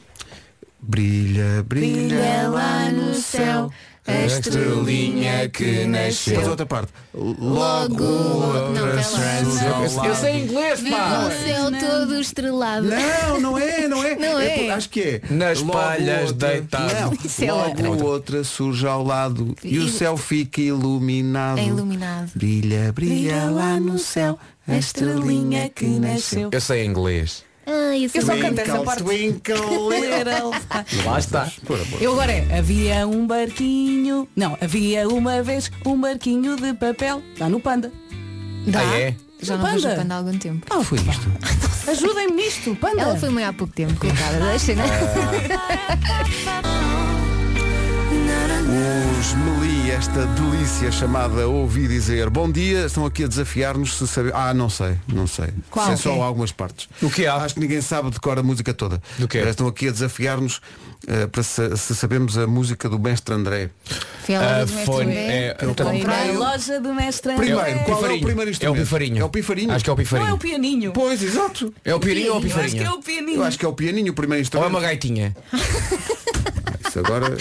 [SPEAKER 1] Brilha, brilha.
[SPEAKER 5] Brilha lá no céu a estrelinha que
[SPEAKER 1] Depois
[SPEAKER 5] nasceu.
[SPEAKER 1] outra parte.
[SPEAKER 5] Logo, logo- não, pela
[SPEAKER 7] Eu, eu sei inglês,
[SPEAKER 5] Viva
[SPEAKER 7] pá!
[SPEAKER 5] o céu todo estrelado.
[SPEAKER 1] Não, não é, não é.
[SPEAKER 5] Não é.
[SPEAKER 1] por- Acho que é.
[SPEAKER 7] Nas palhas
[SPEAKER 1] outra-
[SPEAKER 7] deitado.
[SPEAKER 5] Isso é
[SPEAKER 1] Não,
[SPEAKER 5] outra.
[SPEAKER 1] logo outra surge ao lado e o
[SPEAKER 5] E-
[SPEAKER 1] céu fica iluminado.
[SPEAKER 5] É iluminado.
[SPEAKER 1] Brilha, brilha lá no céu a estrelinha que nasceu.
[SPEAKER 7] Eu sei inglês.
[SPEAKER 5] Ah, isso
[SPEAKER 4] Eu só
[SPEAKER 5] é
[SPEAKER 4] canto essa parte.
[SPEAKER 1] twinkle,
[SPEAKER 4] Little star.
[SPEAKER 7] Lá está.
[SPEAKER 4] <laughs> Eu agora é, havia um barquinho. Não, havia uma vez um barquinho de papel. Dá no panda.
[SPEAKER 5] Dá.
[SPEAKER 7] Ah, é?
[SPEAKER 5] Já
[SPEAKER 4] No
[SPEAKER 5] não vejo
[SPEAKER 4] Panda.
[SPEAKER 5] o panda há algum tempo.
[SPEAKER 4] Ah, foi isto. Ajudem-me nisto, panda.
[SPEAKER 5] Ela foi mãe há pouco tempo, coitada. Deixa, né?
[SPEAKER 1] Os Meli, esta delícia chamada ouvi dizer Bom dia, estão aqui a desafiar-nos se saber Ah, não sei, não sei
[SPEAKER 4] Qual?
[SPEAKER 1] Sei só
[SPEAKER 4] Ok.
[SPEAKER 1] algumas partes
[SPEAKER 7] O que há?
[SPEAKER 1] Acho que ninguém sabe de cor a música toda
[SPEAKER 7] Do é? quê?
[SPEAKER 1] Estão aqui a desafiar-nos eh, para se, se sabemos a música do mestre André
[SPEAKER 5] Fui à loja
[SPEAKER 7] Ah,
[SPEAKER 5] do mestre
[SPEAKER 7] foi-
[SPEAKER 5] André
[SPEAKER 7] é,
[SPEAKER 5] para
[SPEAKER 7] portanto,
[SPEAKER 4] Foi
[SPEAKER 5] comprar.
[SPEAKER 4] na loja do mestre André.
[SPEAKER 1] então, Primeiro, qual
[SPEAKER 7] É o
[SPEAKER 1] é o
[SPEAKER 7] pifarinho.
[SPEAKER 1] primeiro
[SPEAKER 7] É o
[SPEAKER 1] instrumento?
[SPEAKER 7] pifarinho.
[SPEAKER 1] É o pifarinho?
[SPEAKER 7] Acho que é o
[SPEAKER 4] Não
[SPEAKER 7] pifarinho.
[SPEAKER 4] é o pianinho.
[SPEAKER 1] Pois, exato
[SPEAKER 7] É o pianinho ou o
[SPEAKER 4] Eu acho que é
[SPEAKER 7] pifarinho?
[SPEAKER 4] o pianinho.
[SPEAKER 1] Eu acho que é o pianinho o primeiro
[SPEAKER 7] Ou é
[SPEAKER 1] instrumento
[SPEAKER 7] uma gaitinha?
[SPEAKER 1] <laughs> Isso agora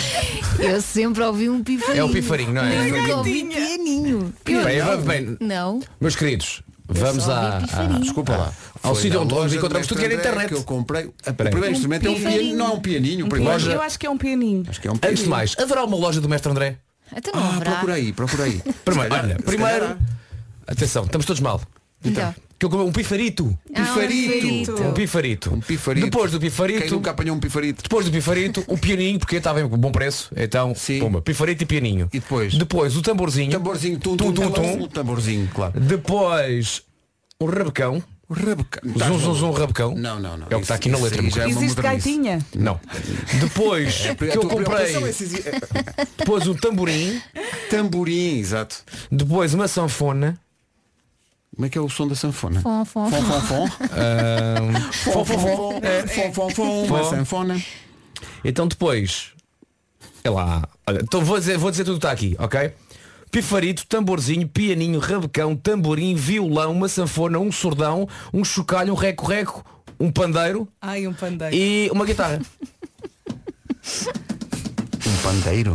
[SPEAKER 5] Eu sempre ouvi um pifarinho.
[SPEAKER 7] É o pifarinho, não é?
[SPEAKER 5] Nunca ouvi pianinho.
[SPEAKER 7] Bem, vamos bem,
[SPEAKER 5] Não.
[SPEAKER 7] meus queridos, vamos
[SPEAKER 5] só ouvi
[SPEAKER 7] à,
[SPEAKER 5] pifarinho.
[SPEAKER 7] à- Desculpa lá. Ao
[SPEAKER 1] Ah, Foi
[SPEAKER 7] sítio
[SPEAKER 1] na
[SPEAKER 7] onde onde
[SPEAKER 1] loja do
[SPEAKER 7] encontramos tudo que
[SPEAKER 1] mestre
[SPEAKER 7] era
[SPEAKER 1] André
[SPEAKER 7] internet.
[SPEAKER 1] que eu comprei O
[SPEAKER 7] Peraí.
[SPEAKER 1] primeiro
[SPEAKER 7] Um
[SPEAKER 1] instrumento é um
[SPEAKER 4] pifarinho.
[SPEAKER 1] pianinho Não é um pianinho o
[SPEAKER 4] Eu,
[SPEAKER 1] primeiro.
[SPEAKER 7] Loja-
[SPEAKER 4] acho que é um pianinho.
[SPEAKER 1] Acho que é um pianinho
[SPEAKER 7] Antes de mais, haverá uma loja do mestre André?
[SPEAKER 5] Até não
[SPEAKER 1] Ah,
[SPEAKER 5] haverá.
[SPEAKER 1] procura aí, procura aí
[SPEAKER 7] <laughs> Primeiro,
[SPEAKER 1] Se
[SPEAKER 7] olha,
[SPEAKER 1] calhar- se
[SPEAKER 7] primeiro.
[SPEAKER 1] calhar
[SPEAKER 7] Atenção, estamos todos mal.
[SPEAKER 5] Então.
[SPEAKER 7] Que eu comi um pifarito.
[SPEAKER 5] Ah, um
[SPEAKER 1] Pifarito.
[SPEAKER 7] Um pifarito.
[SPEAKER 1] Um pifarito.
[SPEAKER 7] Depois do pifarito.
[SPEAKER 1] Quem nunca apanhou um pifarito?
[SPEAKER 7] Depois do pifarito, o pianinho, porque estava em bom preço, então,
[SPEAKER 1] Sim.
[SPEAKER 7] pumba, pifarito e pianinho.
[SPEAKER 1] E depois?
[SPEAKER 7] Depois o
[SPEAKER 5] <laughs>
[SPEAKER 7] tamborzinho.
[SPEAKER 1] Tamborzinho, tum,
[SPEAKER 7] Tum,
[SPEAKER 1] tum,
[SPEAKER 7] tum,
[SPEAKER 1] tum,
[SPEAKER 7] tum.
[SPEAKER 1] O tamborzinho, claro.
[SPEAKER 7] Depois o rabecão.
[SPEAKER 1] O rabecão. Estás
[SPEAKER 7] Zum, zum,
[SPEAKER 1] maluco?
[SPEAKER 7] zum, um rabecão.
[SPEAKER 1] Não, não, não.
[SPEAKER 7] É o que está
[SPEAKER 1] Isso-
[SPEAKER 7] aqui na
[SPEAKER 1] isso
[SPEAKER 7] letra,
[SPEAKER 1] aí
[SPEAKER 7] meu
[SPEAKER 1] já é uma
[SPEAKER 4] Existe
[SPEAKER 1] modernice.
[SPEAKER 4] gaitinha.
[SPEAKER 7] Não. Depois
[SPEAKER 1] é, A
[SPEAKER 7] que
[SPEAKER 1] tua
[SPEAKER 7] eu comprei,
[SPEAKER 1] preocupação é se exi- é-
[SPEAKER 7] depois um tamborim,
[SPEAKER 1] Tamborim, exato.
[SPEAKER 7] depois uma sanfona.
[SPEAKER 1] Como é que é o som da sanfona?
[SPEAKER 5] Fom, fom,
[SPEAKER 1] Fom,
[SPEAKER 5] fom.
[SPEAKER 1] fom, fom. Fom, fom, fom. Fom, fom, fom. Uma
[SPEAKER 7] Fom.
[SPEAKER 1] sanfona.
[SPEAKER 7] Então depois, é lá, olha, então vou dizer, vou dizer tudo que está aqui, ok? Pifarito, tamborzinho, pianinho, rabecão, tamborim, violão, uma sanfona, um sordão, um chocalho, um reco-reco, um pandeiro
[SPEAKER 4] Ai, um pandeiro.
[SPEAKER 7] e uma guitarra.
[SPEAKER 1] Um pandeiro.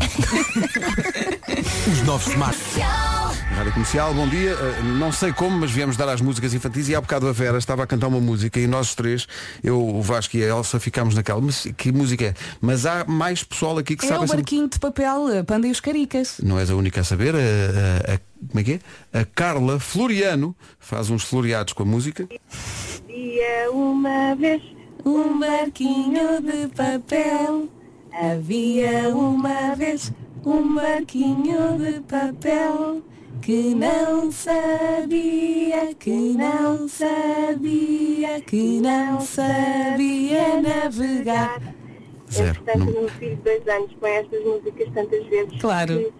[SPEAKER 1] Os novos smarts. Rádio Comercial, bom dia. Uh, não sei como, mas viemos dar às músicas infantis e há bocado a Vera estava a cantar uma música e nós os três, eu, o Vasco e a Elsa, ficámos naquela. Mas que música é? Mas há mais pessoal aqui que
[SPEAKER 4] É
[SPEAKER 1] sabe
[SPEAKER 4] o
[SPEAKER 1] essa mu-
[SPEAKER 4] barquinho de papel, a panda e os caricas.
[SPEAKER 1] Não és a única a saber. A, a- a- como é que é? A Carla Floriano faz uns floreados com a música.
[SPEAKER 6] Havia uma vez
[SPEAKER 4] Um barquinho de papel. Havia uma vez um barquinho de papel que não sabia, que não sabia, que não sabia navegar.
[SPEAKER 1] Zero.
[SPEAKER 6] tanto
[SPEAKER 1] Não-
[SPEAKER 6] meu um filho de dois anos põe estas músicas tantas vezes.
[SPEAKER 4] Claro.
[SPEAKER 6] que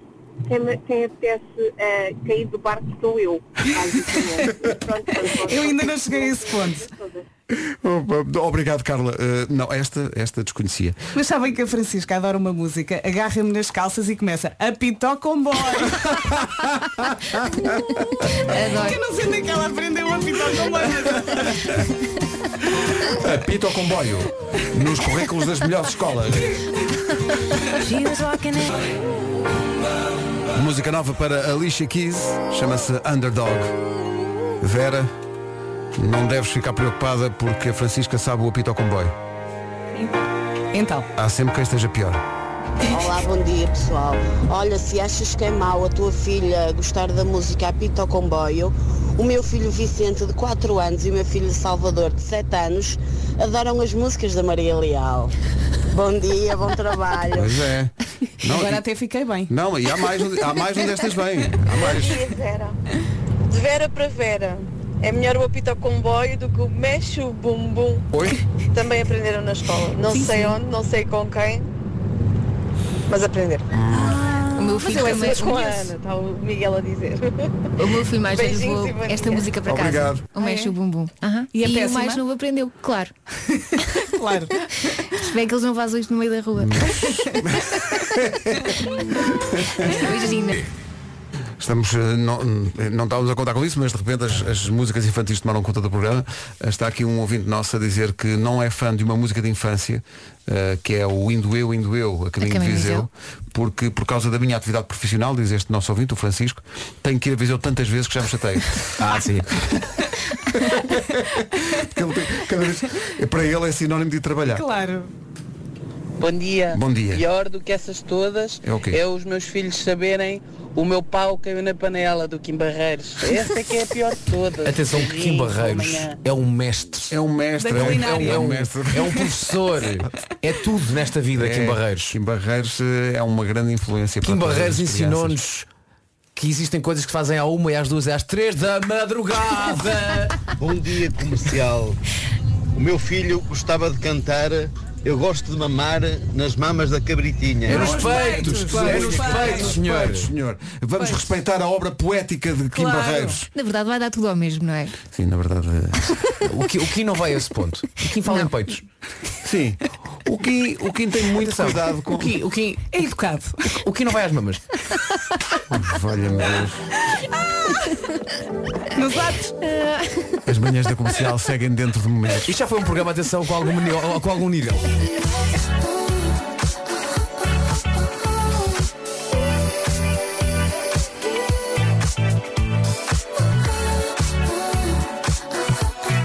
[SPEAKER 6] Quem, quem apetece eh, cair do barco sou eu, basicamente.
[SPEAKER 4] <laughs>
[SPEAKER 6] Pronto, pronto, pronto.
[SPEAKER 4] Eu ainda não cheguei a esse ponto.
[SPEAKER 1] Obrigado, Carla. Uh, não, esta, esta desconhecia.
[SPEAKER 4] Mas sabem que a Francisca adora uma música, agarra-me nas calças e começa a pitó
[SPEAKER 1] <laughs>
[SPEAKER 4] <laughs> comboio.
[SPEAKER 5] Adoro.
[SPEAKER 4] Eu não sei onde é que ela aprendeu a pitó comboio.
[SPEAKER 1] Apito ao comboio. Nos currículos das melhores escolas. Música nova para Alicia Keys, chama-se Underdog. Vera, não deves ficar preocupada porque a Francisca sabe o apito ao comboio.
[SPEAKER 4] Então,
[SPEAKER 1] Há sempre quem esteja pior.
[SPEAKER 10] Olá, bom dia pessoal. Olha, se achas que é mau a tua filha gostar da música Apita ao Comboio, o meu filho Vicente de 4 anos e o meu filho Salvador de 7 anos adoram as músicas da Maria Leal. Bom dia, bom trabalho.
[SPEAKER 1] Pois é. Não,
[SPEAKER 4] agora
[SPEAKER 1] e,
[SPEAKER 4] até fiquei bem.
[SPEAKER 1] não, e há mais, onde- há mais onde estas vêm. Há mais.
[SPEAKER 6] Vera. De Vera para Vera. É melhor o apito ao comboio do que o mexe o bumbum.
[SPEAKER 1] Oi?
[SPEAKER 6] Também aprenderam na escola. Não sei onde, não sei com quem, mas aprenderam.
[SPEAKER 1] Ah.
[SPEAKER 5] Ah, O meu
[SPEAKER 6] Mas
[SPEAKER 5] filho
[SPEAKER 6] eu é
[SPEAKER 5] também.
[SPEAKER 6] mesmo com a Ana, está o Miguel a dizer.
[SPEAKER 5] O meu filho mais velho
[SPEAKER 6] Beijinhos
[SPEAKER 5] levou
[SPEAKER 6] e bom
[SPEAKER 5] esta
[SPEAKER 6] dia.
[SPEAKER 5] música para
[SPEAKER 1] Obrigado.
[SPEAKER 5] casa. O mexe o bumbum. Ah, é? Aham.
[SPEAKER 4] E a
[SPEAKER 5] E o
[SPEAKER 4] péssima?
[SPEAKER 5] mais novo aprendeu, claro.
[SPEAKER 4] Claro.
[SPEAKER 5] Espero que eles não vazam isto no meio da rua. Beijinho.
[SPEAKER 1] Estamos, eh, não, não estávamos a contar com isso, mas de repente as, as músicas infantis tomaram conta do programa. Está aqui um ouvinte nosso a dizer que não é fã de uma música de infância, eh, que é o Indo Eu, Indo Eu, a caminho,
[SPEAKER 5] A
[SPEAKER 1] de
[SPEAKER 5] caminho de
[SPEAKER 1] Viseu,
[SPEAKER 5] Viseu.
[SPEAKER 1] porque por causa da minha atividade profissional, diz este nosso ouvinte, o Francisco, tenho que ir a Viseu tantas vezes que já me chatei. <laughs>
[SPEAKER 7] Ah, sim.
[SPEAKER 1] <laughs> Cada vez- para ele é sinónimo de ir trabalhar.
[SPEAKER 4] Claro.
[SPEAKER 6] Bom dia.
[SPEAKER 1] Bom dia.
[SPEAKER 6] Pior do que essas todas
[SPEAKER 1] É o quê?
[SPEAKER 6] os meus filhos saberem o meu pau caiu na panela do Kim Barreiros. Essa é que é a pior de todas.
[SPEAKER 7] Atenção, que Kim
[SPEAKER 6] Beijinhos,
[SPEAKER 7] Barreiros
[SPEAKER 6] amanhã.
[SPEAKER 7] é um mestre.
[SPEAKER 1] É um mestre,
[SPEAKER 4] Da
[SPEAKER 1] é um,
[SPEAKER 7] É um,
[SPEAKER 4] culinária.
[SPEAKER 1] é um mestre. É.
[SPEAKER 7] é
[SPEAKER 1] <laughs>
[SPEAKER 7] um professor. É tudo nesta vida, Kim Barreiros.
[SPEAKER 1] Kim Barreiros eh, é uma grande influência
[SPEAKER 7] Kim
[SPEAKER 1] para todas
[SPEAKER 7] Barreiros
[SPEAKER 1] as crianças.
[SPEAKER 7] ensinou-nos que existem coisas que se fazem à uma e às duas e às três da madrugada.
[SPEAKER 11] Bom dia comercial. O meu filho gostava de cantar Eu gosto de mamar nas mamas da cabritinha.
[SPEAKER 7] É nos peitos, é nos peitos, senhor.
[SPEAKER 1] Pois, senhor. Vamos respeitar a obra poética <laughs> de Kim
[SPEAKER 4] Claro.
[SPEAKER 1] Barreiros.
[SPEAKER 5] Na verdade vai dar tudo ao mesmo, não é?
[SPEAKER 1] Sim, na verdade. eh,
[SPEAKER 7] O Kim, o Kim não vai a esse ponto. O Kim fala em peitos.
[SPEAKER 1] Sim. O Kim, o Kim tem muito
[SPEAKER 7] Atenção.
[SPEAKER 1] cuidado com.
[SPEAKER 7] O Kim, o Kim,
[SPEAKER 4] É educado.
[SPEAKER 7] o Kim não vai às mamas.
[SPEAKER 1] Valha-me Deus.
[SPEAKER 4] Ah! Nos atos.
[SPEAKER 1] As manhãs da comercial seguem dentro de momentos.
[SPEAKER 7] Isto já foi um programa, atenção, com algum, nível- com algum nível.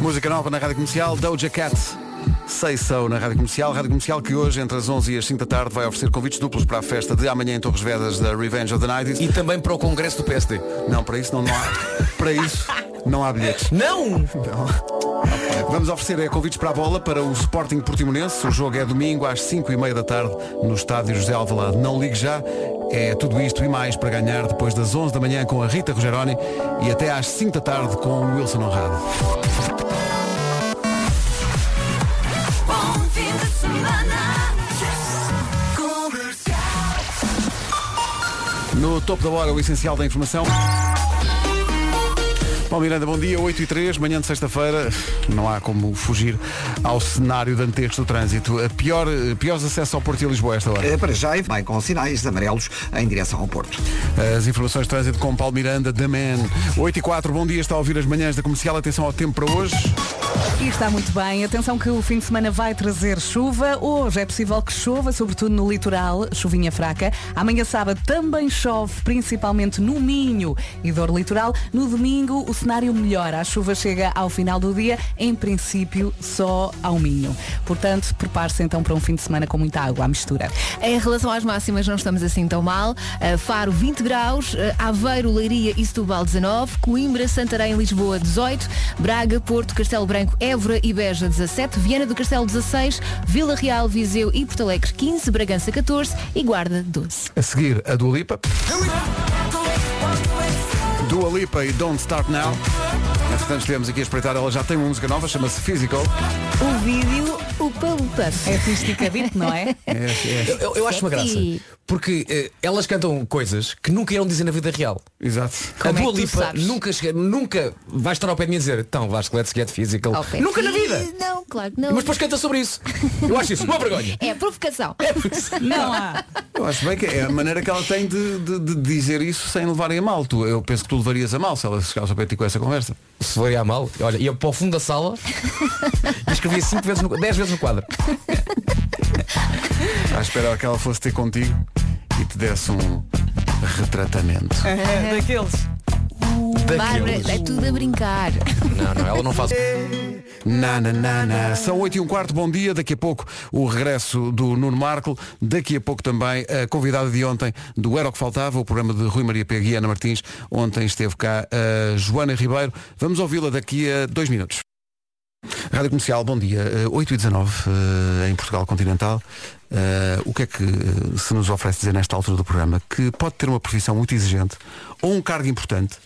[SPEAKER 1] Música nova na Rádio Comercial, Doja Cat. Sei So na Rádio Comercial. Rádio Comercial que hoje, entre as 11 e as 5 da tarde, vai oferecer convites duplos para a festa de amanhã em Torres Vedras da Revenge of the Night.
[SPEAKER 7] E também para o Congresso do PSD.
[SPEAKER 1] Não, para isso não, não há.
[SPEAKER 7] <laughs>
[SPEAKER 1] Para isso não há bilhetes.
[SPEAKER 7] Não!
[SPEAKER 1] Vamos oferecer eh, convites para a bola para o Sporting Portimonense. O jogo é domingo às 5 e meia da tarde no estádio José Alvalade. Não ligue já. É tudo isto e mais para ganhar depois das 11 da manhã com a Rita Rogeroni e até às 5 da tarde com o Wilson Honrado. No topo da hora, o essencial da informação. Paulo Miranda, bom dia, 8 e 3, manhã de sexta-feira, não há como fugir ao cenário dantesco do trânsito. A pior, eh, piores acessos ao Porto e a Lisboa a esta hora.
[SPEAKER 3] Eh, Para já, e vai com sinais amarelos em direção ao Porto.
[SPEAKER 1] As informações de trânsito com Paulo Miranda, da Man. 8 e 4, bom dia, está a ouvir as manhãs da comercial, atenção ao tempo para hoje.
[SPEAKER 4] E está muito bem. Atenção que o fim de semana vai trazer chuva. Hoje é possível que chova, sobretudo no litoral, chuvinha fraca. Amanhã sábado também chove, principalmente no Minho e dor litoral. No domingo o cenário melhora. A chuva chega ao final do dia, em princípio só ao Minho. Portanto, prepare-se então para um fim de semana com muita água à mistura.
[SPEAKER 5] É Em relação às máximas não estamos assim tão mal. Uh, Faro 20 graus, uh, Aveiro, Leiria e Setúbal 19, Coimbra, Santarém, Lisboa 18, Braga, Porto, Castelo Branco, Évora e Beja 17, Viana do Castelo 16, Vila Real, Viseu e Porto Alegre 15, Bragança 14 e Guarda 12.
[SPEAKER 1] A seguir, a Dua Lipa. Dua Lipa e Don't Start Now. Entretanto, estivemos aqui a espreitar, ela já tem uma música nova, chama-se Physical.
[SPEAKER 5] O vídeo, o palupa.
[SPEAKER 4] É assim esticadito, não é?
[SPEAKER 1] É, é,
[SPEAKER 7] Eu, eu- eu acho uma graça.
[SPEAKER 5] Sexy.
[SPEAKER 7] Porque eh, elas cantam coisas que nunca irão dizer na vida real.
[SPEAKER 1] exato.
[SPEAKER 5] Como
[SPEAKER 7] a
[SPEAKER 5] é
[SPEAKER 7] Dua
[SPEAKER 5] que tu
[SPEAKER 7] Lipa
[SPEAKER 5] sabes?
[SPEAKER 7] nunca, chega- nunca vai estar ao pé de mim a dizer Então, Vasco, let's get physical
[SPEAKER 5] Ao pé.
[SPEAKER 7] <laughs> Nunca na vida!
[SPEAKER 5] Ih, Não, claro que não.
[SPEAKER 7] Mas depois canta sobre isso Eu acho isso uma vergonha
[SPEAKER 5] É provocação.
[SPEAKER 4] Não há.
[SPEAKER 1] Eu acho bem que é a maneira que ela tem de, de- de dizer isso sem levarem a mal. Tu, eu penso que tu levarias a mal se ela chegasse ao pé de ti com essa conversa.
[SPEAKER 7] Se for a mal, olha, ia para o fundo da
[SPEAKER 1] <laughs>
[SPEAKER 7] sala E escrevia 5 vezes, 10 vezes no quadro
[SPEAKER 1] À espera que ela fosse ter contigo e te desse um retratamento.
[SPEAKER 4] daqueles.
[SPEAKER 5] Bárbara,
[SPEAKER 7] Daqueles.
[SPEAKER 5] é tudo a brincar.
[SPEAKER 7] Não, não, ela não <laughs> faz
[SPEAKER 1] Na, na, na, na. São 8 e um quarto, bom dia. Daqui a pouco o regresso do Nuno Marco. Daqui a pouco também a convidada de ontem do Era o que Faltava, o programa de Rui Maria Pega e Ana Martins. Ontem esteve cá a Joana Ribeiro. Vamos ouvi-la daqui a dois minutos. Rádio Comercial, bom dia. Eh, 8 e 19 eh, em Portugal Continental. Eh, o que é que eh, se nos oferece dizer nesta altura do programa? Que pode ter uma profissão muito exigente ou um cargo importante,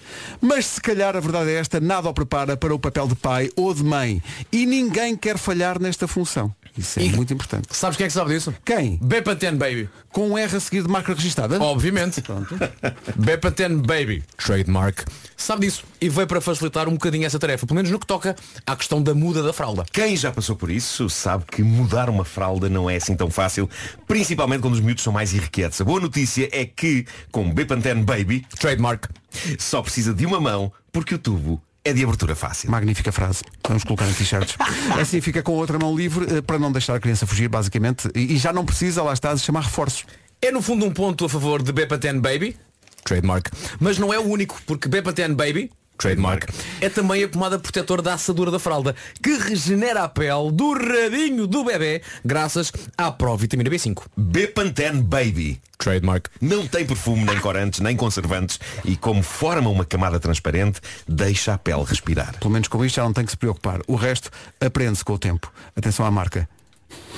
[SPEAKER 1] mas se calhar a verdade é esta, nada o prepara para o papel de pai ou de mãe. E ninguém quer falhar nesta função. Isso é
[SPEAKER 7] E-
[SPEAKER 1] muito importante.
[SPEAKER 7] Sabes quem é que sabe disso?
[SPEAKER 1] Quem?
[SPEAKER 7] Bepa 10 Baby
[SPEAKER 1] Com um R a seguir de marca registada?
[SPEAKER 7] Obviamente <laughs> Bepa 10 Baby Trademark Sabe disso E veio para facilitar um bocadinho essa tarefa Pelo menos no que toca à questão da muda da
[SPEAKER 12] da fralda. Quem já passou por isso sabe que mudar uma fralda não é assim tão fácil, principalmente quando os miúdos são mais irrequietos. A boa notícia é que, com o Bepanten Baby, trademark, só precisa de uma mão porque o tubo é de abertura fácil.
[SPEAKER 1] Magnífica frase. Vamos colocar em
[SPEAKER 12] <laughs>
[SPEAKER 1] t-shirts. Assim fica com a outra mão livre eh, para não deixar a criança fugir, basicamente. E e já não precisa, lá está, de chamar reforços.
[SPEAKER 7] É no fundo um ponto a favor de Bepaten Baby, trademark, mas não é o único, porque Bepaten Baby, trademark, é também a pomada protetora da assadura da fralda, que regenera a pele do rabinho do bebê graças à provitamina B5.
[SPEAKER 12] Bepanten Baby.
[SPEAKER 7] Trademark.
[SPEAKER 12] Não tem perfume, nem corantes, nem conservantes e como forma uma camada transparente, deixa a pele respirar.
[SPEAKER 1] Pelo menos com isto já não tem que se preocupar. O resto aprende-se com o tempo. Atenção à marca.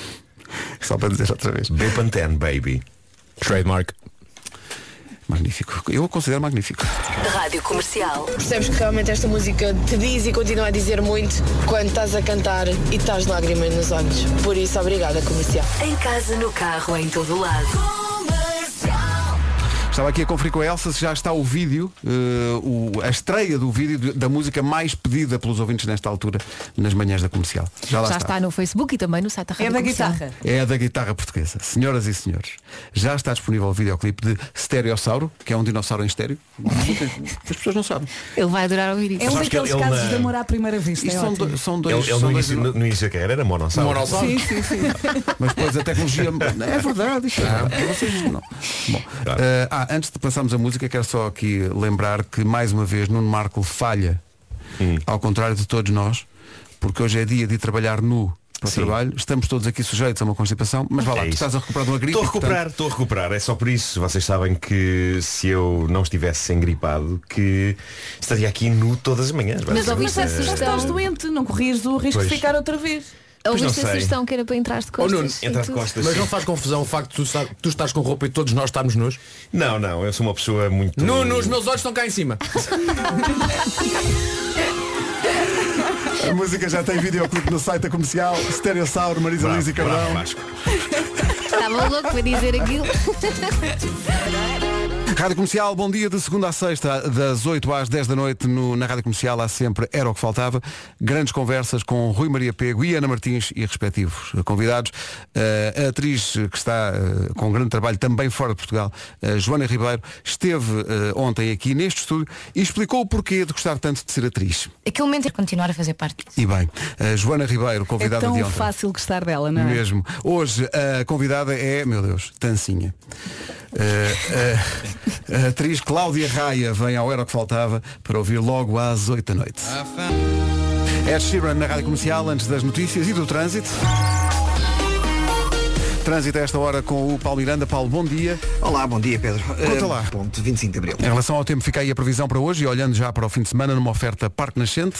[SPEAKER 1] <laughs> Só para dizer outra vez.
[SPEAKER 12] Bepanten Baby.
[SPEAKER 7] Trademark.
[SPEAKER 1] Magnífico. Eu o considero magnífico.
[SPEAKER 2] Rádio Comercial.
[SPEAKER 13] Percebes que realmente esta música te diz e continua a dizer muito quando estás a cantar e estás lágrimas nos olhos. Por isso, obrigada, comercial.
[SPEAKER 2] Em casa, no carro, em todo lado.
[SPEAKER 1] Estava aqui a conferir com a Elsa se já está o vídeo, eh, o- a estreia do vídeo de- da música mais pedida pelos ouvintes nesta altura, nas manhãs da comercial. Já lá
[SPEAKER 5] Já
[SPEAKER 1] está.
[SPEAKER 5] está no Facebook e também no site da Rádio Comercial.
[SPEAKER 1] É a da guitarra portuguesa. Senhoras e senhores, já está disponível o videoclipe de Stereossauro, que é um dinossauro em estéreo. As pessoas não sabem.
[SPEAKER 5] Ele vai adorar ouvir isso.
[SPEAKER 4] É um
[SPEAKER 12] Sabes que
[SPEAKER 4] daqueles
[SPEAKER 12] ele- ele
[SPEAKER 4] casos
[SPEAKER 12] na-
[SPEAKER 4] de amor à primeira vista.
[SPEAKER 1] Isto
[SPEAKER 4] é
[SPEAKER 1] são
[SPEAKER 4] ótimo.
[SPEAKER 1] dois- são
[SPEAKER 12] Ele,
[SPEAKER 1] Um, dois-
[SPEAKER 12] ele
[SPEAKER 1] são
[SPEAKER 12] no,
[SPEAKER 1] dois
[SPEAKER 12] início, no, no início da carreira era monossauro.
[SPEAKER 1] Monossauro. Sim, sim, sim. Mas depois a
[SPEAKER 12] <laughs>
[SPEAKER 1] tecnologia. É verdade, isto é. Vocês não. Bom, eh, ah, antes de passarmos a música, quero só aqui lembrar que mais uma vez Nuno Marco falha,
[SPEAKER 12] Hum.
[SPEAKER 1] ao contrário de todos nós, porque hoje é dia de ir trabalhar nu para o trabalho, estamos todos aqui sujeitos a uma constipação, mas vá lá,
[SPEAKER 12] É
[SPEAKER 1] tu
[SPEAKER 12] isso.
[SPEAKER 1] estás a recuperar de uma gripe.
[SPEAKER 12] Estou a recuperar, estou a recuperar. É só por isso. Vocês sabem que se eu não estivesse engripado, que estaria aqui nu todas as manhãs.
[SPEAKER 4] Mas
[SPEAKER 12] basicamente.
[SPEAKER 4] ouviste a
[SPEAKER 1] é-
[SPEAKER 12] Eh,
[SPEAKER 4] sugestão. Estás doente, não corrias o risco
[SPEAKER 12] Pois.
[SPEAKER 4] de ficar outra vez.
[SPEAKER 12] Pois não sei.
[SPEAKER 5] que era para entrar de
[SPEAKER 12] Oh, Nuno, entrar de costas,
[SPEAKER 7] Mas
[SPEAKER 12] sim.
[SPEAKER 7] não faz confusão o facto de tu, estar- tu estás com roupa e todos nós estamos nus?
[SPEAKER 12] Não, não, eu sou uma pessoa muito.
[SPEAKER 7] Nuno, os meus olhos estão cá em cima.
[SPEAKER 1] A música já tem videoclipe no site da comercial, Stereossauro, Marisa Liz e Carlão.
[SPEAKER 5] Estava louco para dizer aquilo. <laughs>
[SPEAKER 1] Rádio Comercial, bom dia de segunda a sexta, das 8 às 10 da noite no- na Rádio Comercial, há sempre Era o que Faltava. Grandes conversas com Rui Maria Pego e Ana Martins e respectivos eh, convidados. Eh, a atriz eh, que está eh, com grande trabalho também fora de Portugal, eh, Joana Ribeiro, esteve eh, ontem aqui neste estúdio e explicou o porquê de gostar tanto de ser atriz.
[SPEAKER 14] Aquele momento é continuar a fazer parte.
[SPEAKER 1] E bem, eh, Joana Ribeiro,
[SPEAKER 4] É
[SPEAKER 1] convidada de
[SPEAKER 4] tão
[SPEAKER 1] ontem.
[SPEAKER 4] fácil gostar dela, não é?
[SPEAKER 1] Mesmo. Hoje a convidada é, meu Deus, Tancinha. Eh, eh, a atriz Cláudia Raia vem ao Era o que Faltava para ouvir logo às 8 da noite. Ed Sheeran na Rádio Comercial, antes das notícias e do trânsito. Trânsito a esta hora com o Paulo Miranda. Paulo, bom dia.
[SPEAKER 3] Olá, bom dia, Pedro. Eh,
[SPEAKER 1] Conta lá.
[SPEAKER 3] Ponto 25 de Abril.
[SPEAKER 1] Em relação ao tempo, fica aí a previsão para hoje e olhando já para o fim de semana numa oferta Parque Nascente.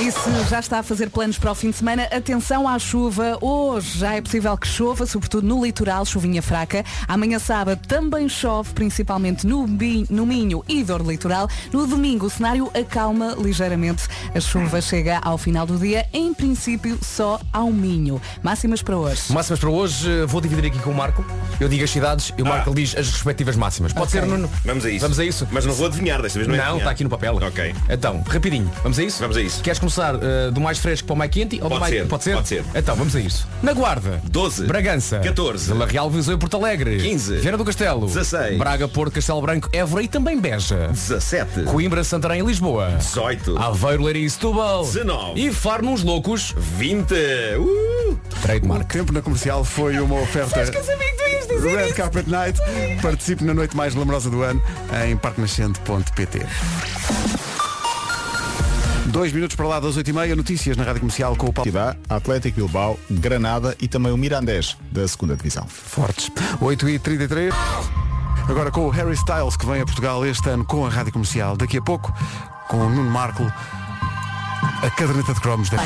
[SPEAKER 4] E se já está a fazer planos para o fim de semana, atenção à chuva. Hoje já é possível que chova, sobretudo no litoral, chuvinha fraca. Amanhã sábado também chove, principalmente no, Bi- no Minho e dor litoral. No domingo o cenário acalma ligeiramente. A chuva chega ao final do dia, em princípio só ao Minho. Máximas para hoje.
[SPEAKER 7] Máximas para hoje, eh, vou dividir aqui com o Marco. Eu digo as cidades e o Marco diz as respectivas máximas. Pode
[SPEAKER 12] Ah. Ok.
[SPEAKER 7] ser, Nuno?
[SPEAKER 12] Vamos a isso.
[SPEAKER 7] Vamos a isso.
[SPEAKER 12] Mas não vou adivinhar desta vez, não é
[SPEAKER 7] Não,
[SPEAKER 12] adivinhar.
[SPEAKER 7] está aqui no papel. Ok. Então, rapidinho, vamos a isso? Vamos a isso. Queres começar eh, do mais fresco para o mais quente? Ou do
[SPEAKER 12] Pode
[SPEAKER 7] mais...
[SPEAKER 12] ser,
[SPEAKER 7] Pode ser?
[SPEAKER 12] pode ser.
[SPEAKER 7] Então, vamos a isso. Na Guarda.
[SPEAKER 12] 12.
[SPEAKER 7] Bragança.
[SPEAKER 12] 14.
[SPEAKER 7] Vila Real, Viseu e Porto Alegre.
[SPEAKER 12] 15.
[SPEAKER 7] Viana do Castelo.
[SPEAKER 12] 16.
[SPEAKER 7] Braga, Porto, Castelo Branco, Évora e também Beja.
[SPEAKER 12] 17.
[SPEAKER 7] Coimbra, Santarém e Lisboa.
[SPEAKER 12] 18.
[SPEAKER 7] Aveiro, Leiria e Setúbal.
[SPEAKER 12] 19.
[SPEAKER 7] E Faro nos Loucos.
[SPEAKER 12] 20. Uh!
[SPEAKER 1] O tempo na comercial foi uma oferta. Red Carpet Night. Participe na noite mais glamourosa do ano em parquenascente.pt. Dois minutos para lá das oito e meia, notícias na Rádio Comercial com o Paulo.
[SPEAKER 8] Tirá, Atlético Bilbao, Granada e também o Mirandés da segunda divisão.
[SPEAKER 1] Fortes. 8 e 33 Agora com o Harry Styles que vem a Portugal este ano com a Rádio Comercial. Daqui a pouco, com o Nuno Marco, a caderneta de cromos da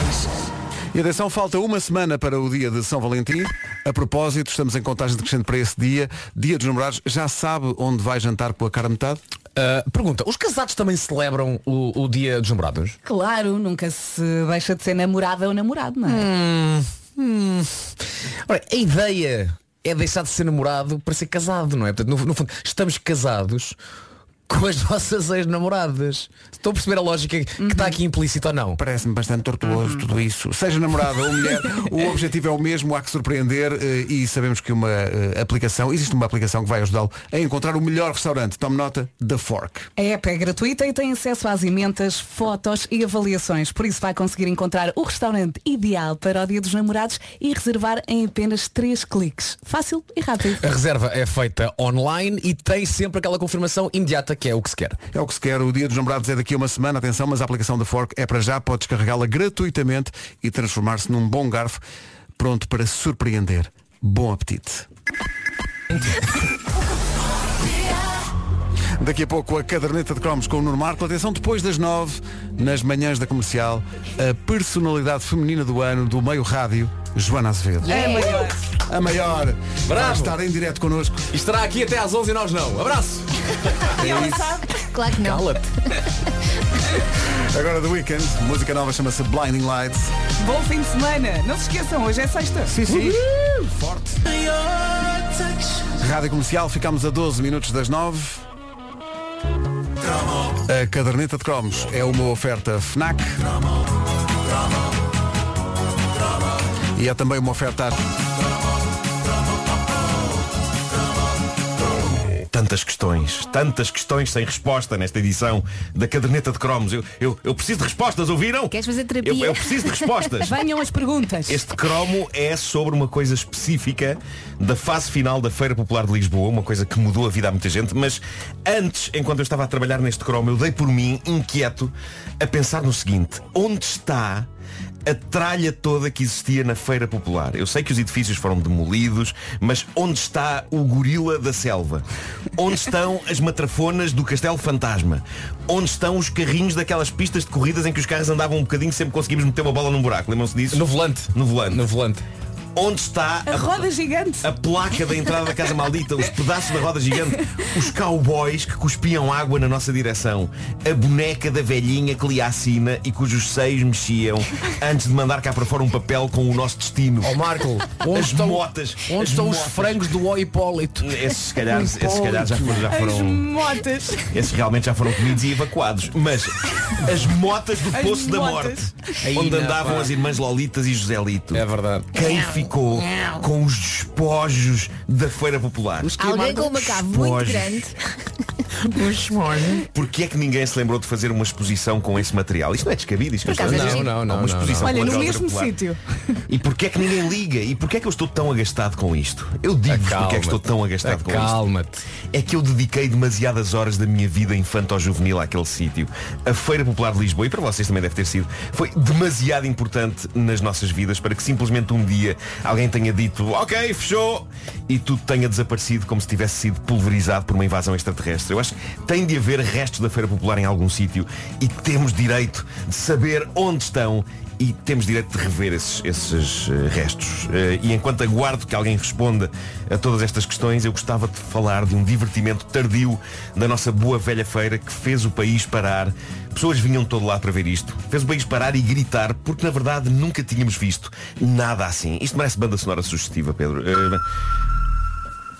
[SPEAKER 1] E atenção, falta uma semana para o dia de São Valentim. A propósito, estamos em contagem decrescente para esse dia. Dia dos namorados, já sabe onde vai jantar com a cara metade? Ah,
[SPEAKER 7] pergunta, os casados também celebram o, o dia dos namorados?
[SPEAKER 4] Claro, nunca se deixa de ser namorada ou namorado, não é?
[SPEAKER 1] Hum.
[SPEAKER 4] Hum.
[SPEAKER 7] Ora, a ideia é deixar de ser namorado para ser casado, não é? Portanto, no, no fundo, estamos casados com as <laughs> nossas ex-namoradas. Estão a perceber a lógica que está aqui implícita ou não?
[SPEAKER 1] Uhum.
[SPEAKER 7] Uhum.
[SPEAKER 1] Parece-me bastante tortuoso tudo isso. Seja namorada ou
[SPEAKER 7] <laughs>
[SPEAKER 1] mulher, <laughs> o objetivo é o mesmo, há que surpreender eh, e sabemos que uma eh, aplicação, existe uma aplicação que vai ajudá-lo a encontrar o melhor restaurante. Tome nota, The Fork.
[SPEAKER 4] A app é gratuita e tem acesso às emendas, fotos e avaliações. Por isso vai conseguir encontrar o restaurante ideal para o Dia dos Namorados e reservar em apenas 3 cliques. Fácil e rápido.
[SPEAKER 7] A reserva é feita online e tem sempre aquela confirmação imediata que é o que se quer.
[SPEAKER 1] É o que se quer, o Dia dos Namorados é daqui a uma semana, atenção, mas a aplicação da Fork é para já, pode descarregá-la gratuitamente e transformar-se num bom garfo pronto para surpreender. Bom apetite. Daqui a pouco a caderneta de cromos com o Nuno Marco. Atenção, depois das nove, nas manhãs da comercial, a personalidade feminina do ano do meio rádio, Joana Azevedo.
[SPEAKER 7] É a maior.
[SPEAKER 1] A maior. Vai
[SPEAKER 7] Bravo.
[SPEAKER 1] estar em direto connosco.
[SPEAKER 7] E estará aqui até às 11 e nós não. Abraço!
[SPEAKER 1] É isso.
[SPEAKER 14] Claro que não.
[SPEAKER 7] Cala-te.
[SPEAKER 1] Agora do Weekend, música nova chama-se Blinding Lights.
[SPEAKER 4] Bom fim de semana. Não se esqueçam, hoje é sexta.
[SPEAKER 1] Sim, sim. Forte. Rádio Comercial, ficamos a 12 minutos das 9. A caderneta de cromos é uma oferta FNAC. E é também uma oferta...
[SPEAKER 12] Tantas questões, tantas questões sem resposta nesta edição da caderneta de cromos. Eu, eu, eu preciso de respostas, ouviram?
[SPEAKER 5] Queres fazer terapia?
[SPEAKER 12] Eu, eu preciso
[SPEAKER 5] <laughs>
[SPEAKER 12] de respostas.
[SPEAKER 4] <laughs> Venham as perguntas.
[SPEAKER 12] Este cromo é sobre uma coisa específica da fase final da Feira Popular de Lisboa, uma coisa que mudou a vida a muita gente, mas antes, enquanto eu estava a trabalhar neste cromo, eu dei por mim, inquieto, a pensar no seguinte, onde está a tralha toda que existia na Feira Popular? Eu sei que os edifícios foram demolidos, mas onde está o gorila da selva? Onde estão as matrafonas do Castelo Fantasma? Onde estão os carrinhos daquelas pistas de corridas em que os carros andavam um bocadinho sempre conseguimos meter uma bola num buraco? Lembram-se disso? No volante. No volante. No
[SPEAKER 7] volante.
[SPEAKER 12] Onde está
[SPEAKER 4] A roda gigante.
[SPEAKER 12] a placa da entrada da casa maldita, os pedaços da roda gigante, os cowboys que cuspiam água na nossa direção, a boneca da velhinha que lia a sina e cujos seios mexiam antes de mandar cá para fora um papel com o nosso destino. Ó
[SPEAKER 7] Oh, Marco, onde
[SPEAKER 12] as
[SPEAKER 7] estão-
[SPEAKER 12] motas,
[SPEAKER 7] onde
[SPEAKER 12] as
[SPEAKER 7] estão os
[SPEAKER 12] motas.
[SPEAKER 7] frangos do O Hipólito?
[SPEAKER 12] Esses se calhar, esses, se calhar já foram, já foram
[SPEAKER 4] motas.
[SPEAKER 12] esses realmente já foram comidos e evacuados. Mas as motas do
[SPEAKER 7] As
[SPEAKER 12] Poço da
[SPEAKER 7] motas.
[SPEAKER 12] Morte,
[SPEAKER 7] Aí
[SPEAKER 12] onde
[SPEAKER 7] não,
[SPEAKER 12] andavam
[SPEAKER 7] pá.
[SPEAKER 12] as irmãs Lolitas e José Lito. É
[SPEAKER 7] verdade.
[SPEAKER 12] Quem ficou com os despojos da Feira Popular?
[SPEAKER 5] Alguém com uma cave muito
[SPEAKER 12] Despojos.
[SPEAKER 5] grande.
[SPEAKER 12] Porquê é que ninguém se lembrou de fazer uma exposição com esse material? Isto não é descabido, isto
[SPEAKER 4] Por acaso é giro.
[SPEAKER 12] Há Uma exposição
[SPEAKER 4] Olha,
[SPEAKER 12] com
[SPEAKER 4] no
[SPEAKER 12] material
[SPEAKER 4] mesmo
[SPEAKER 12] popular.
[SPEAKER 4] sítio.
[SPEAKER 12] <laughs> E porquê é que ninguém liga? E porquê é que eu estou tão agastado com isto? Eu digo-vos porque é que estou tão agastado com isto.
[SPEAKER 7] Acalma-te.
[SPEAKER 12] É que eu dediquei demasiadas horas da minha vida infanto-juvenil àquele sítio. A Feira Popular de Lisboa, e para vocês também deve ter sido, foi demasiado importante nas nossas vidas para que simplesmente um dia alguém tenha dito ok, fechou, e tudo tenha desaparecido como se tivesse sido pulverizado por uma invasão extraterrestre. Eu acho que tem de haver restos da Feira Popular em algum sítio e temos direito de saber onde estão e temos direito de rever esses, esses, eh, restos. Eh, e enquanto aguardo que alguém responda a todas estas questões, eu gostava de falar de um divertimento tardio da nossa boa velha feira que fez o país parar. Pessoas vinham de todo lá para ver isto. Fez o país parar e gritar, porque na verdade nunca tínhamos visto nada assim. Isto merece banda sonora sugestiva, Pedro. Eh,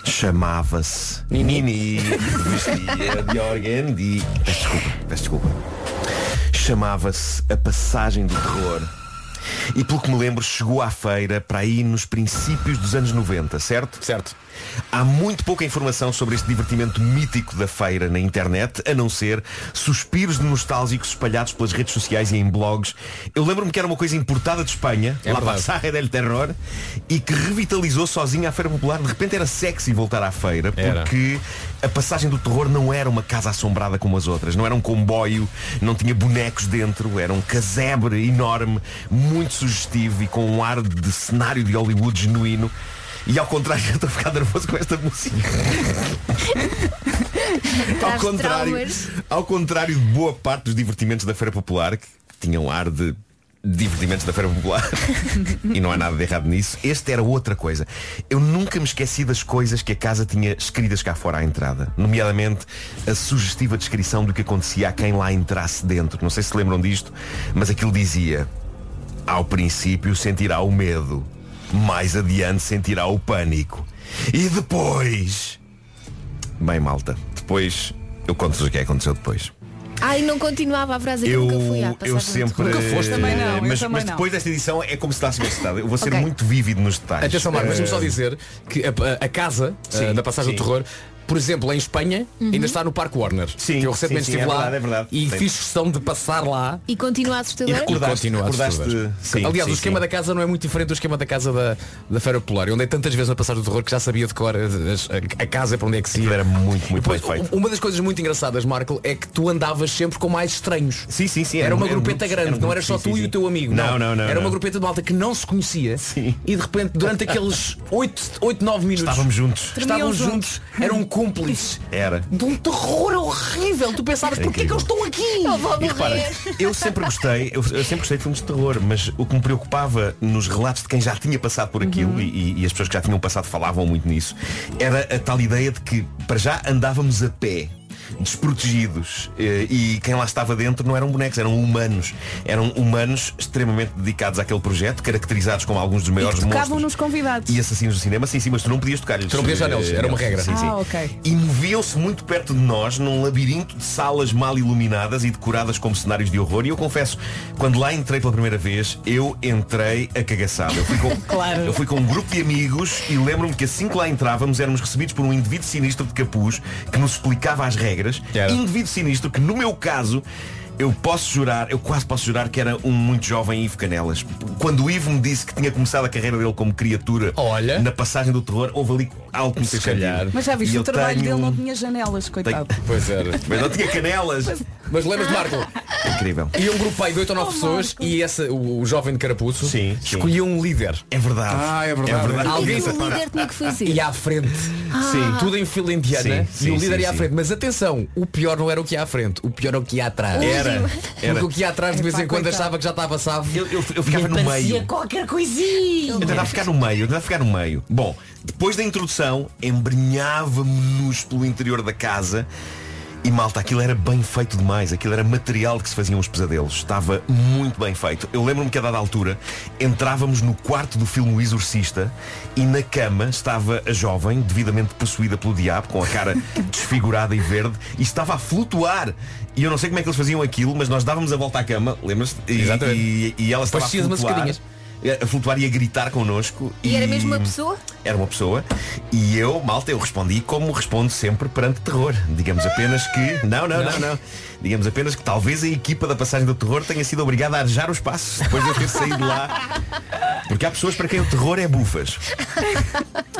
[SPEAKER 12] Chamava-se Nini. Vestia de Organ de... Peço desculpa, peço desculpa. Chamava-se A Passagem do Terror. E pelo que me lembro, chegou à feira para aí nos princípios dos anos 90, certo?
[SPEAKER 7] Certo.
[SPEAKER 12] Há muito pouca informação sobre este divertimento mítico da feira na internet, a não ser suspiros de nostálgicos espalhados pelas redes sociais e em blogs. Eu lembro-me que era uma coisa importada de Espanha,
[SPEAKER 7] É
[SPEAKER 12] La
[SPEAKER 7] verdade.
[SPEAKER 12] Passagem del Terror, e que revitalizou sozinha a Feira Popular. De repente era sexy voltar à feira,
[SPEAKER 7] Era.
[SPEAKER 12] porque que a passagem do terror não era uma casa assombrada como as outras, não era um comboio, não tinha bonecos dentro, era um casebre enorme, muito sugestivo e com um ar de cenário de Hollywood genuíno. E ao contrário, <laughs> eu estou a ficar nervoso com esta música. ao, <laughs>
[SPEAKER 9] Traz
[SPEAKER 12] contrário,
[SPEAKER 9] traumas.
[SPEAKER 12] ao contrário de boa parte dos divertimentos da Feira Popular, que tinham um ar de divertimentos da Feira Popular, <laughs> e não há nada de errado nisso, este era outra coisa. Eu nunca me esqueci das coisas que a casa tinha escritas cá fora à entrada, nomeadamente a sugestiva descrição do que acontecia a quem lá entrasse dentro. Não sei se se lembram disto, mas aquilo dizia ao princípio sentirá o medo, mais adiante sentirá o pânico. E depois Bem, malta, depois Eu conto-vos o que é que aconteceu depois.
[SPEAKER 5] Ai, não continuava a frase que
[SPEAKER 12] Eu,
[SPEAKER 5] nunca fui à
[SPEAKER 12] eu sempre.
[SPEAKER 5] Também não, eu
[SPEAKER 12] mas,
[SPEAKER 5] também
[SPEAKER 12] mas
[SPEAKER 5] não.
[SPEAKER 12] depois desta edição é como se estivesse estado. Eu vou ser
[SPEAKER 5] Ok.
[SPEAKER 12] muito vívido nos detalhes.
[SPEAKER 7] Atenção, Marco, mas
[SPEAKER 12] Eh,
[SPEAKER 7] deixa-me só dizer que a, a- a casa ah,
[SPEAKER 12] Sim,
[SPEAKER 7] da passagem
[SPEAKER 12] sim.
[SPEAKER 7] do terror, por exemplo, em Espanha,
[SPEAKER 5] Uhum.
[SPEAKER 7] ainda está no Parque Warner. Sim, que eu recentemente
[SPEAKER 12] sim, sim,
[SPEAKER 7] estive
[SPEAKER 12] é
[SPEAKER 7] lá
[SPEAKER 12] verdade, é verdade.
[SPEAKER 7] e
[SPEAKER 12] Tem-
[SPEAKER 7] fiz questão de passar lá.
[SPEAKER 5] E continua assustadora?
[SPEAKER 7] e continua a
[SPEAKER 12] recordaste-
[SPEAKER 7] assustador.
[SPEAKER 12] sim,
[SPEAKER 7] Aliás,
[SPEAKER 12] sim,
[SPEAKER 7] o esquema
[SPEAKER 12] sim.
[SPEAKER 7] da casa não é muito diferente do esquema da casa da, da Feira Polar. Eu andei tantas vezes na passagem do terror que já sabia de cor eh, as- a, a casa para onde é que se ia. Era
[SPEAKER 12] muito, muito
[SPEAKER 7] bem feito. Uma das coisas muito engraçadas, Marco, é que tu andavas sempre com mais estranhos.
[SPEAKER 12] Sim, sim, sim.
[SPEAKER 7] Era
[SPEAKER 12] eram-
[SPEAKER 7] uma
[SPEAKER 12] eram
[SPEAKER 7] grupeta
[SPEAKER 12] grupos-
[SPEAKER 7] grande,
[SPEAKER 12] eram
[SPEAKER 7] não era
[SPEAKER 12] grupos,
[SPEAKER 7] só
[SPEAKER 12] sim,
[SPEAKER 7] tu
[SPEAKER 12] sim,
[SPEAKER 7] e o
[SPEAKER 12] sim.
[SPEAKER 7] teu amigo.
[SPEAKER 12] Não, não, não,
[SPEAKER 7] Era uma
[SPEAKER 12] não.
[SPEAKER 7] grupeta de malta que não
[SPEAKER 12] <laughs>
[SPEAKER 7] se conhecia e de repente durante aqueles 8, 8 9 minutos
[SPEAKER 12] Estávamos juntos. um
[SPEAKER 7] Estavam juntos, eram cúmplices
[SPEAKER 12] Era.
[SPEAKER 7] de um terror horrível. Tu pensavas,
[SPEAKER 12] Era
[SPEAKER 7] porquê é que eu estou aqui? Eu vou
[SPEAKER 12] E repara, eu sempre gostei, eu, eu sempre gostei de filmes de terror, mas o que me preocupava nos relatos de quem já tinha passado por aquilo, e, e as pessoas que já tinham passado falavam muito nisso, era a tal ideia de que para já andávamos a pé. Desprotegidos eh, e quem lá estava dentro não eram bonecos, eram humanos. Eram humanos extremamente dedicados àquele projeto, caracterizados como alguns dos maiores
[SPEAKER 4] Tocavam
[SPEAKER 12] monstros
[SPEAKER 4] nos convidados.
[SPEAKER 12] e assassinos do cinema. Sim, sim, mas tu não podias tocar-lhes.
[SPEAKER 7] Tu não podias tocar neles,
[SPEAKER 12] eh,
[SPEAKER 7] era uma regra.
[SPEAKER 12] Sim, sim
[SPEAKER 4] Ah, ok.
[SPEAKER 12] e moviam-se muito perto de nós num labirinto de salas mal iluminadas e decoradas como cenários de horror. E eu confesso, quando lá entrei pela primeira vez, eu entrei a cagaçado. Eu fui com, eu fui com um grupo de amigos e lembro-me que assim que lá entrávamos éramos recebidos por um indivíduo sinistro de capuz que nos explicava as regras. Indivíduo sinistro que, no meu caso, eu posso jurar, eu quase posso jurar que era um muito jovem Ivo Canelas. Quando o Ivo me disse que tinha começado a carreira dele como criatura Olha. na passagem do terror, houve ali algo que me
[SPEAKER 7] Se
[SPEAKER 12] fez sentido.
[SPEAKER 7] calhar.
[SPEAKER 4] Mas já viste,
[SPEAKER 12] E
[SPEAKER 4] o
[SPEAKER 12] eu
[SPEAKER 4] trabalho
[SPEAKER 12] tenho- um
[SPEAKER 4] dele não tinha janelas, coitado. Ah.
[SPEAKER 7] Pois era.
[SPEAKER 12] Mas não tinha canelas.
[SPEAKER 7] Mas lembras de Marco?
[SPEAKER 12] Incrível.
[SPEAKER 7] E um grupo aí de 8 ou 9 pessoas e esse, o, o jovem de carapuço escolhia um líder.
[SPEAKER 12] É verdade.
[SPEAKER 1] Ah, é verdade.
[SPEAKER 7] Alguém
[SPEAKER 5] E o líder tinha que fazer. Ah.
[SPEAKER 7] E à frente.
[SPEAKER 5] Sim.
[SPEAKER 7] Tudo em fila indiana.
[SPEAKER 12] Sim, sim,
[SPEAKER 7] e o líder
[SPEAKER 12] sim,
[SPEAKER 7] ia à
[SPEAKER 12] sim.
[SPEAKER 7] frente. Mas atenção, o pior não era o que ia à frente. O pior era o que ia atrás.
[SPEAKER 12] Era, era.
[SPEAKER 7] Porque o que ia atrás de vez em quando achava que já estava salvo.
[SPEAKER 12] Eu, ficava no
[SPEAKER 4] É
[SPEAKER 12] meio.
[SPEAKER 7] qualquer coisinha.
[SPEAKER 12] Eu tentava ficar no meio, eu tentava ficar no meio. Bom, depois da introdução, embrenhava-me-nos pelo interior da casa e malta, aquilo era bem feito demais, aquilo era material de que se faziam os pesadelos. Estava muito bem feito. Eu lembro-me que a dada altura entrávamos no quarto do filme O Exorcista e na cama estava a jovem, devidamente possuída pelo diabo, com a cara desfigurada e verde, e estava a flutuar. E eu não sei como é que eles faziam aquilo, mas nós dávamos a volta à cama, lembras-te? E, e, e ela estava a
[SPEAKER 7] Parecia umas
[SPEAKER 12] flutuar,
[SPEAKER 7] carinhas.
[SPEAKER 12] Eh, a flutuar e a gritar connosco.
[SPEAKER 5] E era mesmo uma
[SPEAKER 12] <laughs>
[SPEAKER 5] pessoa?
[SPEAKER 12] Era uma pessoa e eu, malta, eu respondi como respondo sempre perante terror. Digamos apenas que. Não, não, não,
[SPEAKER 7] Não.
[SPEAKER 12] não. Digamos apenas que talvez a equipa da passagem do terror tenha sido obrigada a arejar os passos depois de eu ter saído lá. Porque há pessoas para quem o terror é bufas.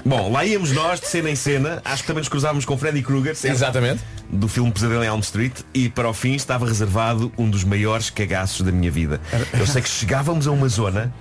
[SPEAKER 12] Bom, lá íamos nós, de cena em cena, acho que também nos cruzávamos com Freddy Krueger, certo?
[SPEAKER 7] Exatamente.
[SPEAKER 12] Do filme Pesadelo em Elm Street e para o fim estava reservado um dos maiores cagaços da minha vida. Eu sei que chegávamos a uma zona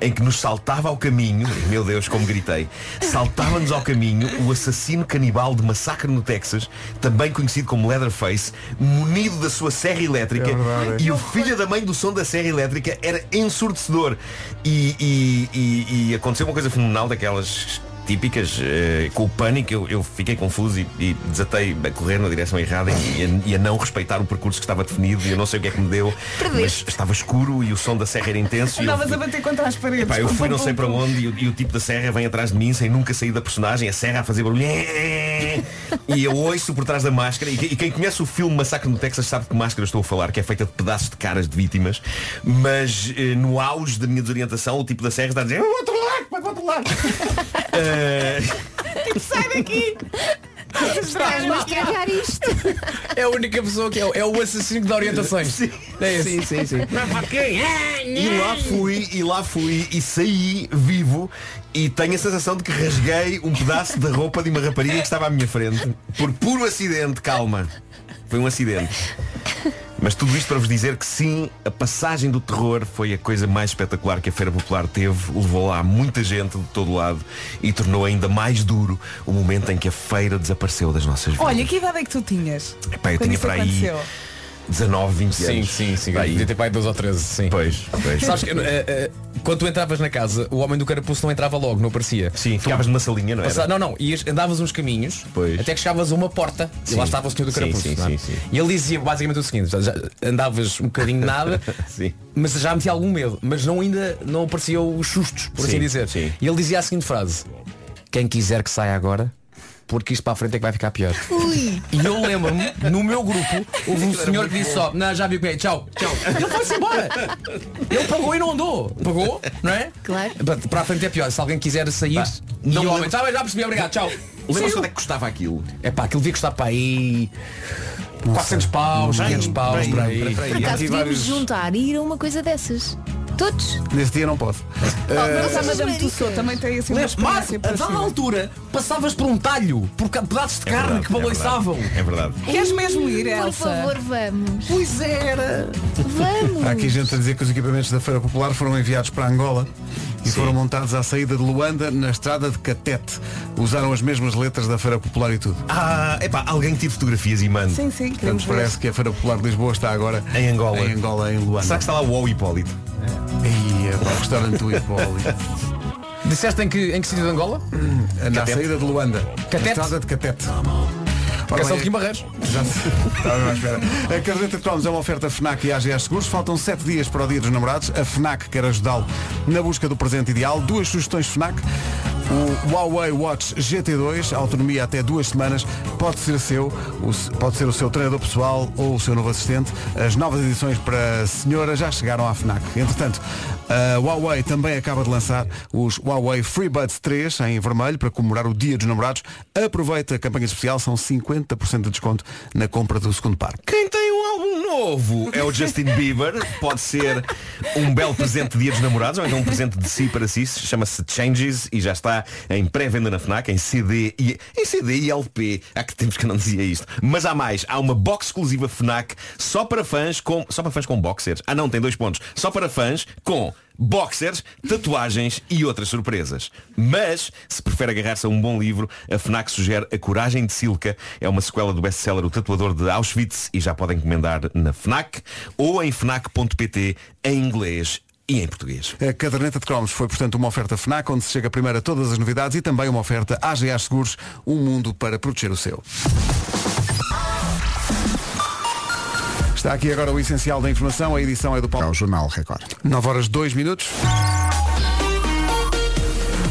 [SPEAKER 12] em que nos saltava ao caminho, <laughs> meu Deus, como gritei, saltava-nos ao caminho o assassino canibal de massacre no Texas, também conhecido como Leatherface, munido da sua serra elétrica
[SPEAKER 1] É verdade.
[SPEAKER 12] e o filho da mãe do som da serra elétrica era ensurdecedor. E, e- e- e aconteceu uma coisa fenomenal daquelas típicas, eh, com o pânico eu, eu fiquei confuso e, e desatei a correr na direção errada e, a, e a não respeitar o percurso que estava definido e eu não sei o que é que me deu, mas estava escuro e o som da serra era intenso e eu,
[SPEAKER 4] Andavas a bater contra as paredes.
[SPEAKER 12] Epá, eu fui não sei para onde e o, e o tipo da serra vem atrás de mim sem nunca sair da personagem, a serra a fazer barulho. é, E eu ouço por trás da máscara e, que- e quem conhece o filme Massacre no Texas sabe de que máscara eu estou a falar, que é feita de pedaços de caras de vítimas, mas eh, no auge da minha desorientação o tipo da serra está a dizer "Eu outro lado, para o outro lado. Eh,
[SPEAKER 9] Sai daqui!
[SPEAKER 5] Estás-me a estragar isto.
[SPEAKER 7] É a única pessoa que é, o- é o assassino que dá orientações. É esse.
[SPEAKER 12] <laughs> Sim, sim, sim.
[SPEAKER 5] é?
[SPEAKER 12] E lá fui, e lá fui, e saí vivo e tenho a sensação de que rasguei um pedaço da roupa de uma rapariga que estava à minha frente. Por puro acidente, calma. Foi um acidente. Mas tudo isto para vos dizer que sim, a passagem do terror foi a coisa mais espetacular que a Feira Popular teve, levou lá muita gente de todo lado e tornou ainda mais duro o momento em que a feira desapareceu das nossas vidas.
[SPEAKER 4] Olha, que idade é que tu tinhas?
[SPEAKER 12] Epá, eu
[SPEAKER 4] quando
[SPEAKER 12] tinha
[SPEAKER 4] isso
[SPEAKER 12] para aí
[SPEAKER 4] aconteceu?
[SPEAKER 12] 19, 20
[SPEAKER 7] Sim,
[SPEAKER 12] anos.
[SPEAKER 7] sim, sim.
[SPEAKER 12] Para aí.
[SPEAKER 7] Devia ter pai 12 ou 13, sim.
[SPEAKER 12] Pois, pois.
[SPEAKER 7] Sabes que, eh, eh, quando tu entravas na casa, o homem do carapuço não entrava logo, não aparecia.
[SPEAKER 12] Sim, ficavas numa salinha, não era?
[SPEAKER 7] Passa- Não, não, ias, andavas uns caminhos até que chegavas a uma porta e
[SPEAKER 12] Sim.
[SPEAKER 7] lá estava o senhor do
[SPEAKER 12] Sim,
[SPEAKER 7] carapuço.
[SPEAKER 12] sim,
[SPEAKER 7] não é?
[SPEAKER 12] sim, sim.
[SPEAKER 7] E ele dizia basicamente o seguinte, já- já andavas um bocadinho de
[SPEAKER 12] <laughs>
[SPEAKER 7] nada, mas já metia algum medo, mas não ainda não apareciam os sustos, por
[SPEAKER 12] Sim,
[SPEAKER 7] assim dizer. E ele dizia a seguinte frase, quem quiser que saia agora, porque isto para a frente é que vai ficar pior.
[SPEAKER 5] Ui.
[SPEAKER 7] E eu lembro-me, no meu grupo, houve um senhor que disse só, não, já vi como é, tchau, tchau. Ele foi-se embora. Ele pagou e não andou. Pagou, não é?
[SPEAKER 5] Claro.
[SPEAKER 7] Para a frente é pior. Se alguém quiser sair, não e o homem, tá bem, já percebi, obrigado, tchau.
[SPEAKER 12] Lembra-se
[SPEAKER 7] Saiu.
[SPEAKER 12] quanto é que custava aquilo?
[SPEAKER 7] É pá, aquilo devia custar para aí 400 paus,
[SPEAKER 12] Bem,
[SPEAKER 7] 500 paus,
[SPEAKER 12] bem,
[SPEAKER 7] por aí.
[SPEAKER 12] bem, bem.
[SPEAKER 5] Por acaso devíamos juntar e ir a uma coisa dessas. Todos.
[SPEAKER 1] Nesse dia não Eh, posso.
[SPEAKER 5] mas
[SPEAKER 4] Mas a Madame
[SPEAKER 5] Maricas.
[SPEAKER 4] Tussauds também tem assim uma
[SPEAKER 7] Lembra- Mas,
[SPEAKER 4] experiência
[SPEAKER 7] a
[SPEAKER 4] parecida.
[SPEAKER 7] dada altura, passavas por um talho, por ca- pedaços de carne que balançavam.
[SPEAKER 12] É verdade.
[SPEAKER 4] Queres mesmo ir,
[SPEAKER 5] Por
[SPEAKER 4] Elsa?
[SPEAKER 5] favor, vamos.
[SPEAKER 4] Pois era.
[SPEAKER 5] Vamos.
[SPEAKER 1] Há aqui gente a dizer que os equipamentos da Feira Popular foram enviados para Angola e foram montados à saída de Luanda na estrada de Catete. Usaram as mesmas letras da Feira Popular e tudo.
[SPEAKER 12] Ah, epá, alguém que tire fotografias e manda.
[SPEAKER 4] Sim, sim, queremos
[SPEAKER 1] Portanto,
[SPEAKER 4] ver.
[SPEAKER 1] parece que a Feira Popular de Lisboa está agora
[SPEAKER 12] Em Angola.
[SPEAKER 1] em Angola, em Luanda.
[SPEAKER 12] Será que está lá o Uau Hipólito?
[SPEAKER 1] Aí, é pá, o restaurante do Hipólito.
[SPEAKER 12] <laughs>
[SPEAKER 7] Disseste em que, em que sítio de Angola?
[SPEAKER 12] Hum,
[SPEAKER 1] Na saída de Luanda.
[SPEAKER 7] Catete?
[SPEAKER 1] Na estrada de Catete.
[SPEAKER 7] Canção
[SPEAKER 1] bem,
[SPEAKER 7] de Kim Barreiros.
[SPEAKER 1] Já se... Estava mesmo à espera. A caderneta de cromos é uma oferta FNAC e AGS Seguros. Faltam sete dias para o Dia dos Namorados. A FNAC quer ajudá-lo na busca do presente ideal. Duas sugestões FNAC. O Huawei Watch GT2, autonomia até duas semanas, pode ser seu, o se- pode ser o seu treinador pessoal ou o seu novo assistente. As novas edições para a senhora já chegaram à FNAC. Entretanto, a Huawei também acaba de lançar os Huawei FreeBuds 3 em vermelho para comemorar o Dia dos Namorados. Aproveita a campanha especial, são 50% de desconto na compra do segundo par.
[SPEAKER 12] Quem tem um álbum novo é o Justin Bieber. Pode ser um belo presente de dia dos namorados ou então um presente de si para si. Chama-se Changes e já está em pré-venda na FNAC, em CD e em CD e LP. Há que temos que eu não dizia isto. Mas há mais. Há uma box exclusiva FNAC só para fãs com. Só para fãs com boxers. Ah não, tem dois pontos. Só para fãs com boxers, tatuagens e outras surpresas. Mas, se prefere agarrar-se a um bom livro, a FNAC sugere A Coragem de Silca. É uma sequela do best-seller O Tatuador de Auschwitz e já podem encomendar na FNAC ou em FNAC.pt em inglês e em português.
[SPEAKER 1] A caderneta de cromos foi, portanto, uma oferta FNAC, onde se chega primeiro a todas as novidades e também uma oferta AGA Seguros, um mundo para proteger o seu. Está aqui agora o essencial da informação, a edição é do Paulo. É o Jornal Record. 9 horas 2 minutos.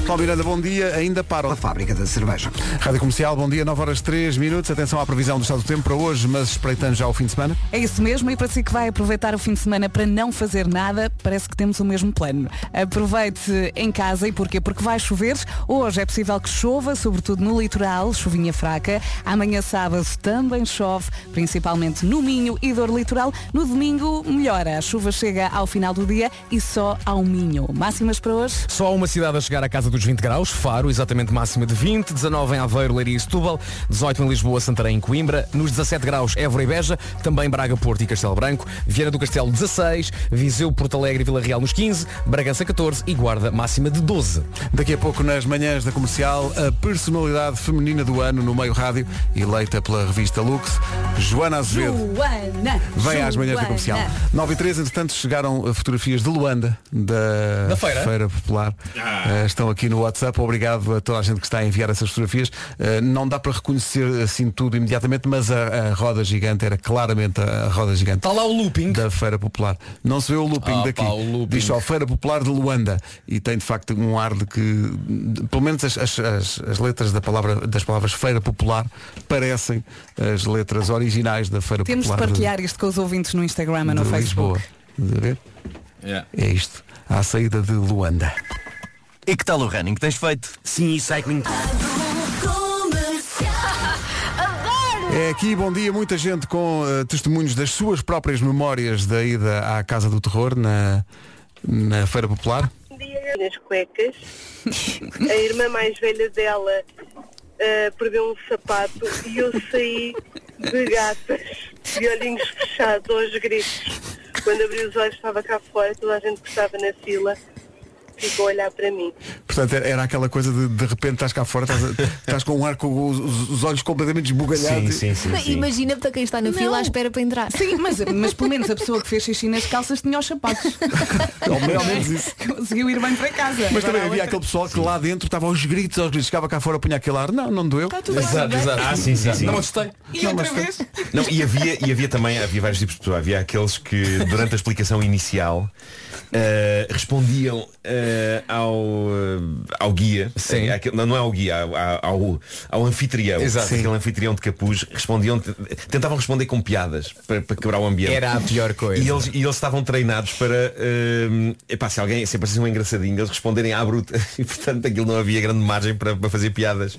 [SPEAKER 1] Paulo Miranda, bom dia. Ainda para a
[SPEAKER 3] fábrica da cerveja.
[SPEAKER 1] Rádio Comercial, bom dia. 9 horas 3 minutos. Atenção à previsão do estado do tempo para hoje, mas espreitando já o fim de semana.
[SPEAKER 4] É isso mesmo, e para si que vai aproveitar o fim de semana para não fazer nada, parece que temos o mesmo plano. Aproveite em casa, e porquê? Porque vai chover. Hoje é possível que chova, sobretudo no litoral, chuvinha fraca. Amanhã sábado também chove, principalmente no Minho e dor litoral. No domingo melhora, a chuva chega ao final do dia e só ao Minho. Máximas para hoje?
[SPEAKER 7] Só há uma cidade a chegar à casa dos 20 graus, Faro, exatamente máxima de 20, 19 em Aveiro, Leiria e Setúbal, 18 em Lisboa, Santarém e Coimbra, nos 17 graus Évora e Beja, também Braga, Porto e Castelo Branco, Vieira do Castelo 16, Viseu, Porto Alegre e Vila Real nos 15, Bragança 14 e Guarda máxima de 12.
[SPEAKER 1] Daqui a pouco nas manhãs da comercial, a personalidade feminina do ano no meio rádio, eleita pela revista Lux, Joana Azevedo.
[SPEAKER 4] Joana!
[SPEAKER 1] Vem às manhãs da
[SPEAKER 4] Joana.
[SPEAKER 1] <laughs> comercial. 9 e 3, entretanto, chegaram eh, fotografias de Luanda, da,
[SPEAKER 7] Da feira.
[SPEAKER 1] Popular. Eh, estão aqui no WhatsApp. Obrigado a toda a gente que está a enviar essas fotografias. Eh, não dá para reconhecer assim tudo imediatamente, mas a, a roda gigante era claramente a, a roda gigante. Está
[SPEAKER 7] Tá lá o looping.
[SPEAKER 1] Da Feira Popular. Não se vê o looping
[SPEAKER 7] Ah, pá,
[SPEAKER 1] daqui.
[SPEAKER 7] o looping.
[SPEAKER 1] Diz só Feira Popular de Luanda. E tem de facto um ar de que, de- pelo menos as, as- as- as letras da palavra, das palavras Feira Popular parecem as letras originais da Feira
[SPEAKER 4] Temos de
[SPEAKER 1] Popular. de-
[SPEAKER 4] partilhar isto com os ouvintes no Instagram e no
[SPEAKER 1] de
[SPEAKER 4] Facebook.
[SPEAKER 1] Lisboa. Estás a ver? É isto. À saída de Luanda.
[SPEAKER 15] E que tal o running que tens feito? Sim, cycling.
[SPEAKER 1] É aqui, bom dia, muita gente com eh, testemunhos das suas próprias memórias da ida à Casa do Terror na, na Feira Popular.
[SPEAKER 6] Um nas cuecas. A irmã mais velha dela ah, perdeu um sapato e eu saí de gatas, de olhinhos fechados, aos gritos. Quando abri os olhos estava cá fora, toda a gente que estava na fila ficou a olhar para mim.
[SPEAKER 1] Portanto, era, era aquela coisa de de repente estás cá fora, estás, <laughs> a- estás com um ar com os, os- os olhos completamente esbugalhados.
[SPEAKER 12] Sim, sim,
[SPEAKER 5] Imagina para quem está na fila à espera para entrar.
[SPEAKER 4] Sim, mas, mas pelo menos a pessoa que fez xixi nas calças tinha os sapatos.
[SPEAKER 12] É
[SPEAKER 1] Ao menos- <laughs> ao menos isso.
[SPEAKER 4] Conseguiu ir bem para casa.
[SPEAKER 1] Mas
[SPEAKER 4] Agora
[SPEAKER 1] também
[SPEAKER 4] há
[SPEAKER 1] havia
[SPEAKER 4] outra-
[SPEAKER 1] aquele pessoal que lá dentro estava aos gritos, aos gritos, chegava cá fora, punha aquele ar, não, não doeu.
[SPEAKER 4] tudo bem, Exato, tudo bem. exato.
[SPEAKER 12] Ah, sim, sim, sim.
[SPEAKER 7] Não assustei.
[SPEAKER 4] E outra vez?
[SPEAKER 12] Não, e havia, e havia também, havia vários tipos de pessoas. Havia aqueles que durante a explicação inicial eh, respondiam eh, ao eh, ao guia, Sim. não não é ao guia, ao, ao, ao anfitrião.
[SPEAKER 7] Exato. Sim.
[SPEAKER 12] Aquele anfitrião de capuz respondiam, tentavam responder com piadas para, para quebrar o ambiente.
[SPEAKER 7] Era a pior coisa.
[SPEAKER 12] E eles, e eles estavam treinados para hum, epá, se alguém se aparecesse um engraçadinho, eles responderem à bruta. <laughs> E portanto aquilo não havia grande margem para, para fazer piadas.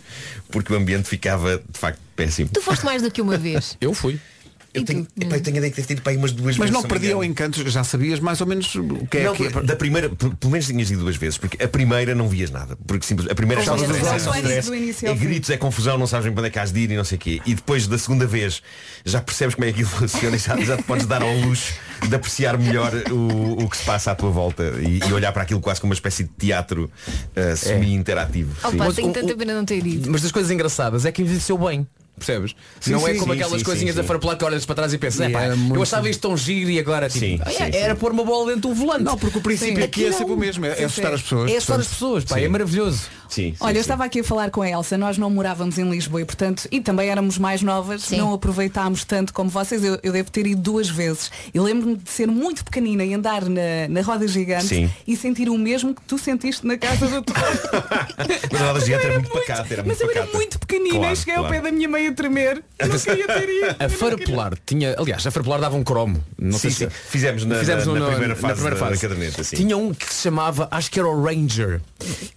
[SPEAKER 12] Porque o ambiente ficava de facto péssimo.
[SPEAKER 5] Tu foste mais do que uma vez.
[SPEAKER 7] Eu fui.
[SPEAKER 12] <laughs> Eu tenho, epá, eu tenho a ideia que deve ter ido para aí umas duas
[SPEAKER 1] Mas
[SPEAKER 12] vezes.
[SPEAKER 1] não
[SPEAKER 12] se me
[SPEAKER 1] perdiam encantos, já sabias mais ou menos o que é
[SPEAKER 12] Não,
[SPEAKER 1] que é.
[SPEAKER 12] da primeira, p- pelo menos tinhas ido duas vezes, porque a primeira não vias nada, porque simples, a primeira
[SPEAKER 1] Ou
[SPEAKER 12] estavas
[SPEAKER 1] seja,
[SPEAKER 12] no
[SPEAKER 1] não
[SPEAKER 12] stress,
[SPEAKER 1] sabes
[SPEAKER 12] é
[SPEAKER 1] do
[SPEAKER 12] stress,
[SPEAKER 1] início
[SPEAKER 12] é
[SPEAKER 1] ao fim.
[SPEAKER 12] gritos, é confusão, não sabes bem quando é que has de ir e não sei o quê. E depois da segunda vez já percebes como é que aquilo <laughs> funciona e já, já te podes dar ao luxo de apreciar melhor o, o que se passa à tua volta e, e olhar para aquilo quase como uma espécie de teatro
[SPEAKER 1] É.
[SPEAKER 12] uh, semi-interativo.
[SPEAKER 5] Oh,
[SPEAKER 12] Sim.
[SPEAKER 5] pá, tenho tanta pena não ter ido.
[SPEAKER 7] Mas das coisas engraçadas é que envelheceu bem. Percebes?
[SPEAKER 12] Sim,
[SPEAKER 7] não é
[SPEAKER 12] sim,
[SPEAKER 7] como
[SPEAKER 12] sim,
[SPEAKER 7] aquelas
[SPEAKER 12] sim,
[SPEAKER 7] coisinhas
[SPEAKER 12] sim,
[SPEAKER 7] da
[SPEAKER 12] sim.
[SPEAKER 7] farplar que olhas para trás e pensas,
[SPEAKER 12] E
[SPEAKER 7] "Epá,
[SPEAKER 12] era muito-
[SPEAKER 7] eu achava isto tão giro e agora tipo,
[SPEAKER 12] Sim,
[SPEAKER 7] "Ah,
[SPEAKER 12] sim,
[SPEAKER 7] era
[SPEAKER 12] sim.
[SPEAKER 7] pôr uma bola dentro do volante.
[SPEAKER 1] Não, porque o princípio
[SPEAKER 7] Sim.
[SPEAKER 1] aqui é
[SPEAKER 7] Aqui
[SPEAKER 1] sempre
[SPEAKER 7] não.
[SPEAKER 1] o mesmo, é
[SPEAKER 7] Sim,
[SPEAKER 1] assustar
[SPEAKER 7] sim.
[SPEAKER 1] as pessoas.
[SPEAKER 7] É assustar as pessoas, pá, é maravilhoso.
[SPEAKER 12] Sim,
[SPEAKER 4] Olha, eu estava aqui a falar com a Elsa, nós não morávamos em Lisboa e portanto, e também éramos mais novas, não aproveitámos tanto como vocês, eu, eu devo ter ido duas vezes. E lembro-me de ser muito pequenina e andar na, na roda gigante
[SPEAKER 12] Sim.
[SPEAKER 4] e sentir o mesmo que tu sentiste na casa do
[SPEAKER 12] <laughs>
[SPEAKER 4] teu
[SPEAKER 12] Mas a roda gigante era muito pacata, era muito
[SPEAKER 4] Mas eu era
[SPEAKER 12] pacata.
[SPEAKER 4] muito pequenina
[SPEAKER 12] Claro,
[SPEAKER 4] e cheguei ao
[SPEAKER 12] claro.
[SPEAKER 4] pé da minha mãe a tremer. Eu não queria ter ido.
[SPEAKER 7] A Fara Polar tinha, aliás, a Fara Polar dava um cromo. Não
[SPEAKER 12] Sim,
[SPEAKER 7] sei
[SPEAKER 12] sim.
[SPEAKER 7] se
[SPEAKER 12] Fizemos na- na-
[SPEAKER 7] no-
[SPEAKER 12] na primeira fase
[SPEAKER 7] primeira
[SPEAKER 12] da- da caderneta, sim.
[SPEAKER 7] Tinha um que se chamava, acho que era o Ranger,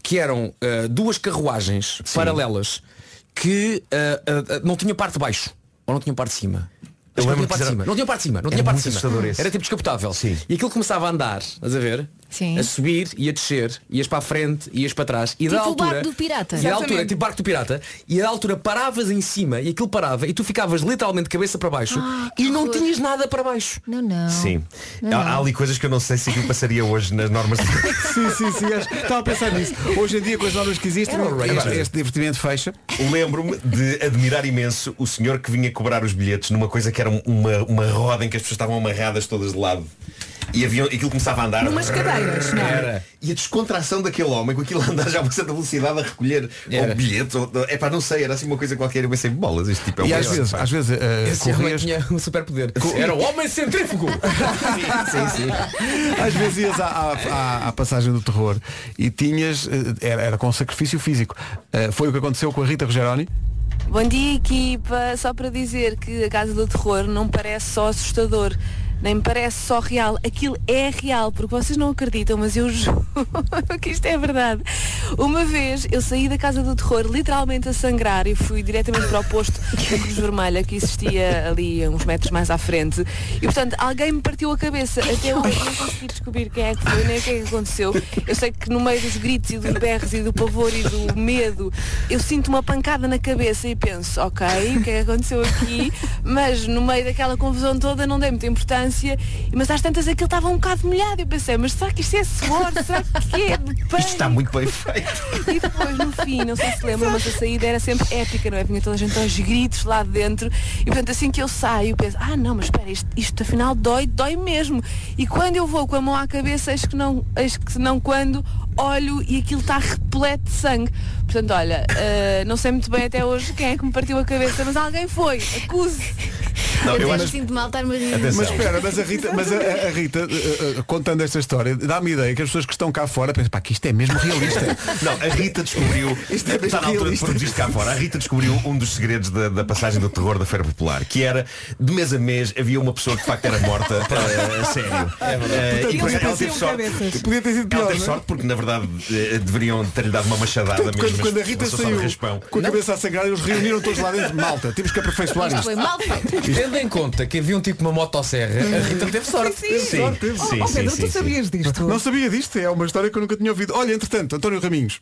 [SPEAKER 7] que eram ah, duas carruagens paralelas que ah, ah, ah, não tinha parte de baixo ou não tinha parte de cima.
[SPEAKER 12] Eu
[SPEAKER 7] Acho que
[SPEAKER 12] lembro
[SPEAKER 7] não tinha parte
[SPEAKER 12] que
[SPEAKER 7] de
[SPEAKER 12] era-
[SPEAKER 7] cima. Não tinha parte de cima, não
[SPEAKER 12] era
[SPEAKER 7] tinha parte
[SPEAKER 12] muito
[SPEAKER 7] de cima.
[SPEAKER 12] assustador esse.
[SPEAKER 7] Era tipo descapotável. E aquilo começava a andar, estás a ver?
[SPEAKER 5] Sim.
[SPEAKER 7] A subir, e a descer, ias para a frente, ias para trás. E
[SPEAKER 5] Tipo
[SPEAKER 7] da
[SPEAKER 5] o
[SPEAKER 7] altura,
[SPEAKER 5] barco do pirata.
[SPEAKER 7] E da altura,
[SPEAKER 5] Exatamente.
[SPEAKER 7] tipo barco do pirata. E da altura paravas em cima e aquilo parava e tu ficavas literalmente cabeça para baixo e não tinhas nada para baixo.
[SPEAKER 5] Não, não.
[SPEAKER 12] Sim.
[SPEAKER 5] Ah,
[SPEAKER 1] Hum.
[SPEAKER 5] Não,
[SPEAKER 12] Há,
[SPEAKER 5] não.
[SPEAKER 12] há ali coisas que eu não sei se aquilo passaria hoje nas normas de
[SPEAKER 1] Sim, sim, sim. acho- Estava a pensar nisso. Hoje em dia, com as normas que
[SPEAKER 12] É
[SPEAKER 1] existem,
[SPEAKER 12] um
[SPEAKER 1] não- este, este divertimento fecha.
[SPEAKER 12] Lembro-me de admirar imenso o senhor que vinha cobrar os bilhetes numa coisa que era um- uma, uma roda em que as pessoas estavam amarradas todas de lado. E aviam, aquilo começava a andar.
[SPEAKER 4] Numas cadeiras, não é?
[SPEAKER 12] Era. E a descontração daquele homem com aquilo a andar já a uma certa velocidade a recolher ou bilhetes. Ou, é pá, não sei, era assim uma coisa qualquer. Eu pensei, bolas, este tipo é um
[SPEAKER 1] E às
[SPEAKER 12] maior,
[SPEAKER 1] vezes,
[SPEAKER 12] pá.
[SPEAKER 1] às vezes uh,
[SPEAKER 7] Esse homem
[SPEAKER 1] corrias-
[SPEAKER 7] tinha um superpoder. Era o homem
[SPEAKER 12] <laughs>
[SPEAKER 7] centrífugo.
[SPEAKER 1] Às vezes ias à, à- à- à passagem do terror e tinhas, eh, era, era com sacrifício físico. Eh, foi o que aconteceu com a Rita Rogeroni.
[SPEAKER 16] Bom dia equipa, só para dizer que a Casa do Terror não parece só assustador, nem me parece só real, aquilo é real, porque vocês não acreditam, mas eu <laughs> juro que isto é verdade. Uma vez eu saí da Casa do Terror literalmente a sangrar e fui diretamente para o posto da Cruz Vermelha que existia ali a uns metros mais à frente e portanto alguém me partiu a cabeça, até hoje não consegui descobrir quem é que foi nem o que é que aconteceu. Eu sei que no meio dos gritos e dos berros e do pavor e do medo eu sinto uma pancada na cabeça e penso, ok, o que é que aconteceu aqui? Mas no meio daquela confusão toda não dei muita importância, mas às tantas aquilo estava um bocado molhado. Eu pensei, mas será que isto é suor? Será que é de
[SPEAKER 12] Isto está muito bem feito.
[SPEAKER 16] e depois no fim, não sei se lembram, mas a saída era sempre épica, não é? Vinha toda a gente aos gritos lá de dentro e portanto assim que eu saio penso, ah não, mas espera, isto, isto afinal dói, dói mesmo. E quando eu vou com a mão à cabeça, eis que não, eis que não quando olho e aquilo está repleto de sangue. Portanto, olha, ah, não sei muito bem até hoje quem é que me partiu a cabeça, mas alguém foi, acuse.
[SPEAKER 12] Não,
[SPEAKER 5] eu
[SPEAKER 12] eu
[SPEAKER 5] até me
[SPEAKER 12] acho-
[SPEAKER 5] sinto mal estar-me a rir.
[SPEAKER 1] Mas espera, mas a Rita, mas a, a- a Rita eh, eh, contando esta história, dá-me ideia que as pessoas que estão cá fora pensam, pá, que isto é mesmo realista.
[SPEAKER 12] Não, a Rita descobriu.
[SPEAKER 1] <laughs> Isto é mesmo
[SPEAKER 12] está na altura de
[SPEAKER 1] realista.
[SPEAKER 12] produzir cá fora. A Rita descobriu um dos segredos da, da passagem do terror da Feira Popular, que era, de mês a mês, havia uma pessoa que de facto era
[SPEAKER 1] <laughs>
[SPEAKER 12] morta. eh, a sério. Eh,
[SPEAKER 1] É Portanto,
[SPEAKER 12] e por
[SPEAKER 1] eles
[SPEAKER 12] acaso ela teve
[SPEAKER 1] pareciam
[SPEAKER 12] sorte.
[SPEAKER 1] cabeças. Podia ter sido
[SPEAKER 12] Ela
[SPEAKER 1] pior,
[SPEAKER 12] teve
[SPEAKER 1] não é?
[SPEAKER 12] sorte porque na verdade eh, deveriam ter-lhe dado uma machadada
[SPEAKER 1] Portanto,
[SPEAKER 12] mesmo.
[SPEAKER 1] quando,
[SPEAKER 12] mas
[SPEAKER 1] quando a Rita
[SPEAKER 12] passou só de
[SPEAKER 1] saiu
[SPEAKER 12] raspão.
[SPEAKER 1] com a cabeça a sangrar, eles reuniram todos lá dentro. Malta, temos que aperfeiçoar
[SPEAKER 5] Isto
[SPEAKER 1] isto.
[SPEAKER 5] foi mal feito.
[SPEAKER 7] Tendo em conta que havia um tipo uma motosserra, a
[SPEAKER 12] Hum.
[SPEAKER 7] Rita teve sorte.
[SPEAKER 1] É. Teve sorte, teve Oh, sorte. Não sabia disto, é uma história que eu nunca tinha ouvido. Olha, entretanto, António Raminhos,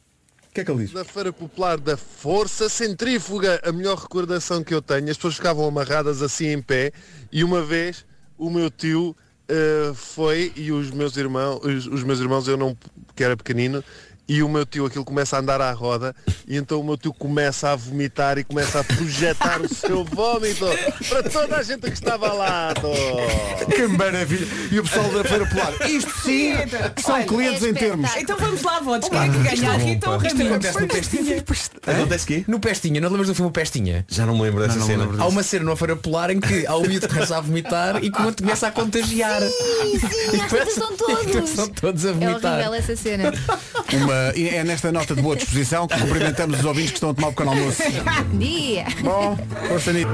[SPEAKER 1] o que é que ele diz?
[SPEAKER 17] Na Feira Popular da Força Centrífuga, a melhor recordação que eu tenho, as pessoas ficavam amarradas assim em pé e uma vez o meu tio eh, foi e os meus irmãos, os, os meus irmãos eu não, que era pequenino, e o meu tio aquilo começa a andar à roda e então o meu tio começa a vomitar e começa a projetar o seu vómito para toda a gente que estava lá. dó.
[SPEAKER 1] Que maravilha! E o pessoal da Feira Polar, isto sim são
[SPEAKER 4] Olha,
[SPEAKER 1] clientes
[SPEAKER 4] é
[SPEAKER 1] em termos.
[SPEAKER 4] Então vamos lá, votos. Quem é que ganha? A Rita ou o
[SPEAKER 7] Isto
[SPEAKER 4] Raminhos?
[SPEAKER 7] acontece no Pestinha. <laughs>
[SPEAKER 12] Acontece quê?
[SPEAKER 7] No Pestinha, não te lembras do filme O Pestinha?
[SPEAKER 12] Já não me lembro dessa
[SPEAKER 7] Não, não
[SPEAKER 12] cena.
[SPEAKER 7] lembro disso. Há uma cena numa feira polar em que há um miúdo que começa a vomitar e que o outro começa a contagiar.
[SPEAKER 5] Sim, sim,
[SPEAKER 7] E
[SPEAKER 5] às
[SPEAKER 7] começa-
[SPEAKER 5] tantas são
[SPEAKER 7] e
[SPEAKER 5] todos.
[SPEAKER 7] são todos a
[SPEAKER 5] É
[SPEAKER 7] vomitar.
[SPEAKER 5] horrível essa cena.
[SPEAKER 1] Uma eh, e é nesta nota de boa disposição que cumprimentamos os ouvintes que estão a tomar o pequeno
[SPEAKER 5] <laughs>
[SPEAKER 1] almoço.
[SPEAKER 5] Dia.
[SPEAKER 1] Bom, Tá força nisso.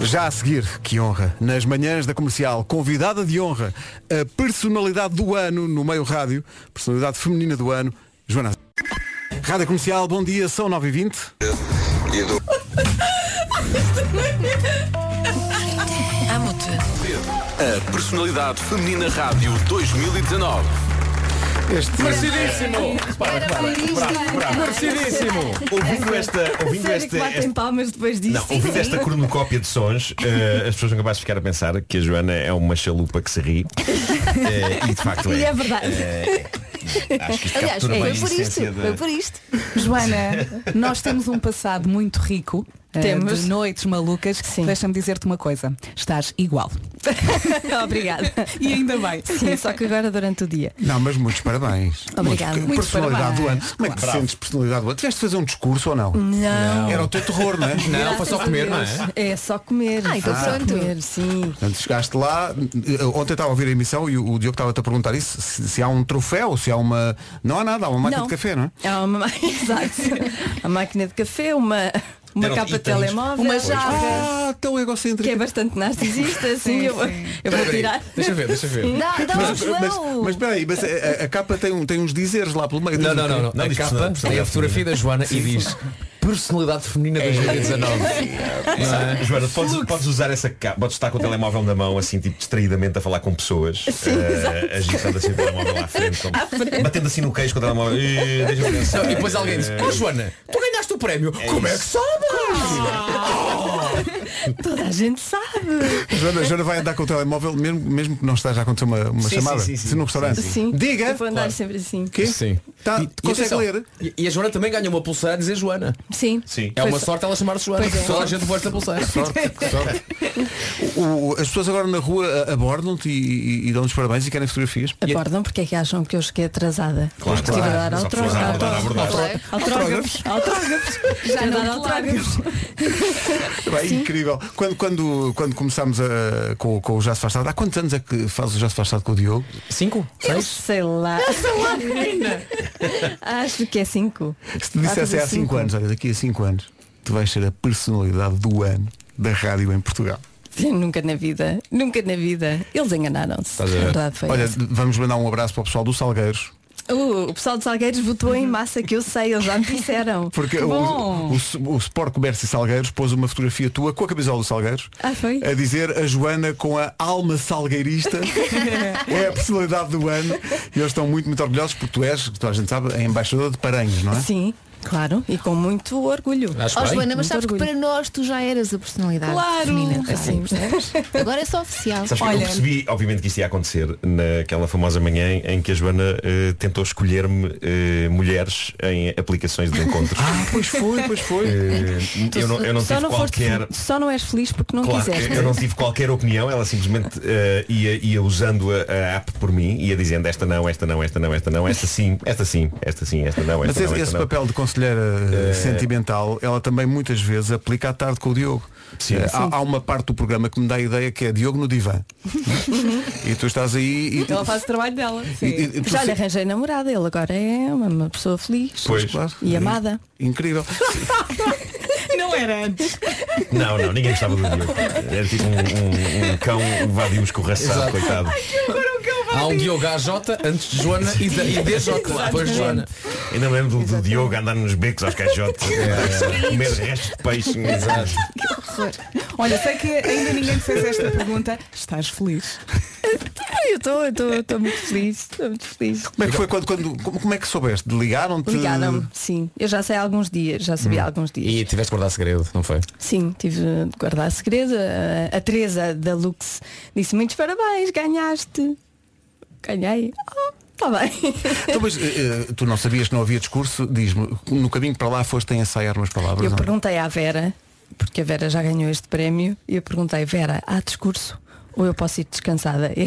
[SPEAKER 1] Já a seguir, que honra, nas manhãs da comercial, convidada de honra, a personalidade do ano no meio rádio, personalidade feminina do ano, Joana. Rádio Comercial, bom dia, são 9 e 20
[SPEAKER 18] Amo-te. A personalidade feminina rádio 2019.
[SPEAKER 1] Este
[SPEAKER 18] Merecidíssimo!
[SPEAKER 12] Repara, repara, bravo, bravo. Ouvindo esta, ouvindo
[SPEAKER 19] Sério que
[SPEAKER 12] esta,
[SPEAKER 19] batem palmas depois disso.
[SPEAKER 12] Não, ouvindo esta cronocópia de sons, eh, as pessoas são capazes de ficar a pensar que a Joana é uma chalupa que se ri. Eh, e de facto é.
[SPEAKER 19] E é verdade.
[SPEAKER 12] Eh, acho que isto
[SPEAKER 4] Aliás,
[SPEAKER 12] captura
[SPEAKER 4] é,
[SPEAKER 12] bem a
[SPEAKER 4] foi por
[SPEAKER 12] essência
[SPEAKER 4] isto,
[SPEAKER 12] da-
[SPEAKER 4] foi por isto. Joana, nós temos um passado muito rico. eh,
[SPEAKER 19] Temos.
[SPEAKER 4] De noites malucas. Deixa-me dizer-te uma coisa. Estás igual.
[SPEAKER 19] <laughs> Obrigada.
[SPEAKER 4] E ainda bem.
[SPEAKER 19] Sim, só que agora durante o dia.
[SPEAKER 1] Não, mas muitos parabéns.
[SPEAKER 19] Obrigada.
[SPEAKER 1] Muito-
[SPEAKER 19] Muitos
[SPEAKER 1] é personalidade do ano.
[SPEAKER 19] parabéns.
[SPEAKER 1] Como é que te
[SPEAKER 19] Bravo.
[SPEAKER 1] sentes personalidade do ano? Tiveste de fazer um discurso ou não?
[SPEAKER 19] Não.
[SPEAKER 1] Era o teu terror, não é?
[SPEAKER 19] Graças a Deus. É só comer. Ah,
[SPEAKER 1] então pronto.
[SPEAKER 19] Comer, sim.
[SPEAKER 1] Portanto, chegaste lá, eh, ontem estava a ouvir a emissão e o o Diogo estava-te a perguntar isso, se, se há um troféu, se há uma. Não há nada, há uma máquina
[SPEAKER 19] Não.
[SPEAKER 1] de café, não é?
[SPEAKER 19] Há uma, ma- <laughs> Exato. A máquina de café, uma, uma
[SPEAKER 1] Deram-te
[SPEAKER 19] capa de
[SPEAKER 1] itens.
[SPEAKER 19] telemóvel.
[SPEAKER 1] Uma jarra. Ah, tão egocêntrica.
[SPEAKER 19] Que é bastante narcisista, assim. eu, eu vou tirar. um Sim.
[SPEAKER 1] mas, mas, mas peraí, mas a, a- a capa tem, um- tem uns dizeres lá pelo meio. um
[SPEAKER 7] Não, não, não, não. A capa tem a fotografia da Joana e diz personalidade feminina
[SPEAKER 12] <laughs>
[SPEAKER 7] <laughs> 2019. é?
[SPEAKER 12] Sabe, é? Joana, podes, podes usar essa capa, podes estar com o telemóvel na mão, assim, tipo, distraidamente a falar com pessoas,
[SPEAKER 19] Sim,
[SPEAKER 12] eh,
[SPEAKER 19] exato.
[SPEAKER 12] agitando assim o telemóvel à frente, como- batendo assim no queixo com o telemóvel. "Ih, deixa-me pensar."
[SPEAKER 7] E depois alguém diz,
[SPEAKER 12] Eh,
[SPEAKER 7] "Oh, Joana, tu ganhaste o prémio. Como é que
[SPEAKER 12] isso.
[SPEAKER 7] sabes?
[SPEAKER 19] Toda a gente sabe.
[SPEAKER 1] Joana, Joana vai andar com o telemóvel mesmo, mesmo que não esteja a acontecer uma, uma
[SPEAKER 19] Sim,
[SPEAKER 1] chamada.
[SPEAKER 19] sim, sim, sim.
[SPEAKER 1] se num restaurante.
[SPEAKER 19] Sim.
[SPEAKER 1] Diga!
[SPEAKER 19] Eu vou andar sempre assim.
[SPEAKER 1] Quê?
[SPEAKER 7] Sim.
[SPEAKER 1] Tá, consegue
[SPEAKER 7] atenção,
[SPEAKER 1] ler?
[SPEAKER 7] E, e a Joana também ganha uma pulseira a dizer Joana.
[SPEAKER 19] Sim.
[SPEAKER 7] É uma
[SPEAKER 19] Pois-
[SPEAKER 7] sorte ela chamar-se Joana.
[SPEAKER 19] Pois é.
[SPEAKER 7] Toda a gente gosta da pulseira.
[SPEAKER 1] Sorte,
[SPEAKER 19] <laughs>
[SPEAKER 1] sorte. O- o- as pessoas agora na rua a- abordam-te e, e- e dão-nos parabéns e querem fotografias. <laughs>
[SPEAKER 19] Acordam porque é que acham que eu cheguei atrasada.
[SPEAKER 1] Claro,
[SPEAKER 12] Ah,
[SPEAKER 19] Estive
[SPEAKER 1] claro.
[SPEAKER 19] a dar
[SPEAKER 1] Só pessoas a abordar, a abordar.
[SPEAKER 12] é
[SPEAKER 19] autógrafos. Autógrafos. Autógrafos.
[SPEAKER 5] Já
[SPEAKER 19] Estive a
[SPEAKER 5] não
[SPEAKER 19] dar autógrafos.
[SPEAKER 1] Bem, é incrível. Quando, quando, quando começámos a- com, com o Já se faz tarde, há quantos anos é que fazes o Já se faz tarde com o Diogo?
[SPEAKER 7] Cinco?
[SPEAKER 19] Eu sei lá.
[SPEAKER 5] Eu sei lá, menina.
[SPEAKER 19] <laughs> Acho que é cinco. é
[SPEAKER 1] Se te dissesse é há
[SPEAKER 19] assim
[SPEAKER 1] cinco anos, olha, daqui a cinco anos, tu vais ser a personalidade do ano da rádio em Portugal.
[SPEAKER 19] <laughs> Nunca na vida. Nunca na vida. Eles enganaram-se. A
[SPEAKER 1] Estás a ver?
[SPEAKER 19] verdade foi
[SPEAKER 1] Olha,
[SPEAKER 19] essa.
[SPEAKER 1] vamos mandar um abraço para o pessoal dos Salgueiros.
[SPEAKER 19] Uh, o pessoal de Salgueiros votou em massa que eu sei, eles já me disseram.
[SPEAKER 1] <laughs> Porque
[SPEAKER 19] Que
[SPEAKER 1] o,
[SPEAKER 19] bom.
[SPEAKER 1] o, o Sport Comércio e Salgueiros pôs uma fotografia tua com a camisola dos Salgueiros
[SPEAKER 19] Ah,
[SPEAKER 1] <laughs>
[SPEAKER 19] foi?
[SPEAKER 1] a dizer a Joana com a
[SPEAKER 19] <laughs>
[SPEAKER 1] alma salgueirista é a personalidade do ano e eles estão muito, muito orgulhosos porque tu és, toda a gente sabe, a embaixadora de Paranhos, não é?
[SPEAKER 19] Sim, claro, e com muito orgulho.
[SPEAKER 1] Acho
[SPEAKER 5] Ó
[SPEAKER 1] bem.
[SPEAKER 5] Joana,
[SPEAKER 1] Muito
[SPEAKER 5] mas sabes que para nós tu já eras a personalidade
[SPEAKER 19] Claro.
[SPEAKER 5] feminina. de
[SPEAKER 19] Assim,
[SPEAKER 5] rádio, percebes? Agora é só oficial.
[SPEAKER 12] Sabes que eu percebi, obviamente, que isto ia acontecer naquela famosa manhã em que a Joana eh, tentou escolher-me eh, mulheres em aplicações de encontros. Eh,
[SPEAKER 1] Ah, pois foi, pois foi.
[SPEAKER 12] eu não, eu não
[SPEAKER 19] só,
[SPEAKER 12] tive
[SPEAKER 19] não foste-
[SPEAKER 12] qualquer.
[SPEAKER 19] só não és feliz porque não
[SPEAKER 12] Claro,
[SPEAKER 19] quiseste.
[SPEAKER 12] eu não tive qualquer opinião, ela simplesmente eh, ia, ia usando a, a app por mim, ia dizendo esta não, esta não, esta não, esta não, esta sim, esta sim, esta sim, esta não,
[SPEAKER 1] Mas
[SPEAKER 12] esta não,
[SPEAKER 1] esse,
[SPEAKER 12] esta
[SPEAKER 1] esse
[SPEAKER 12] não.
[SPEAKER 1] papel de conselheira
[SPEAKER 7] É.
[SPEAKER 12] Eh,
[SPEAKER 1] sentimental, ela também muitas vezes aplica à tarde com o Diogo. Eh, Há, há uma parte do programa que me dá a ideia que é Diogo
[SPEAKER 19] <laughs>
[SPEAKER 1] no divã. e tu estás aí e
[SPEAKER 19] Ela faz o trabalho dela.
[SPEAKER 1] e- e-
[SPEAKER 19] Já lhe arranjei namorada, ele agora é uma, uma pessoa feliz
[SPEAKER 12] Pois, claro.
[SPEAKER 19] e amada.
[SPEAKER 1] Incrível.
[SPEAKER 19] <laughs> não era antes.
[SPEAKER 12] Não, não, ninguém gostava do Diogo. Era tipo um, um, um cão vadio escorraçado,
[SPEAKER 7] Exato.
[SPEAKER 12] coitado.
[SPEAKER 7] Há um Diogo AJ antes de Joana e, da, e DJ depois de Joana.
[SPEAKER 12] Ainda me lembro do- do, Diogo andar nos becos aos caixotes,
[SPEAKER 7] é, é.
[SPEAKER 12] comer restos de peixe.
[SPEAKER 7] Exato.
[SPEAKER 4] Olha, sei que ainda ninguém te fez esta pergunta. Estás feliz?
[SPEAKER 19] Eu estou- eu estou- eu estou muito feliz. Estou muito feliz.
[SPEAKER 1] Como é que foi quando, quando como, como é que soubeste? Ligaram-te? Hum.
[SPEAKER 19] Ligaram-me, sim. Eu já sei há alguns dias, já sabia há alguns dias.
[SPEAKER 7] E tiveste de guardar Ah, segredo, não foi?
[SPEAKER 19] Sim, tive de guardar segredo. A- A Teresa da Lux disse muitos parabéns, ganhaste. Ganhei. Está bem. <laughs>
[SPEAKER 1] Então, mas, eh, eh, tu não sabias que não havia discurso? Diz-me, no caminho para lá foste a ensaiar umas palavras?
[SPEAKER 19] Eu
[SPEAKER 1] não? é?
[SPEAKER 19] perguntei à Vera, porque a Vera já ganhou este prémio, e eu perguntei, Vera, há discurso? ou eu posso ir descansada. <laughs>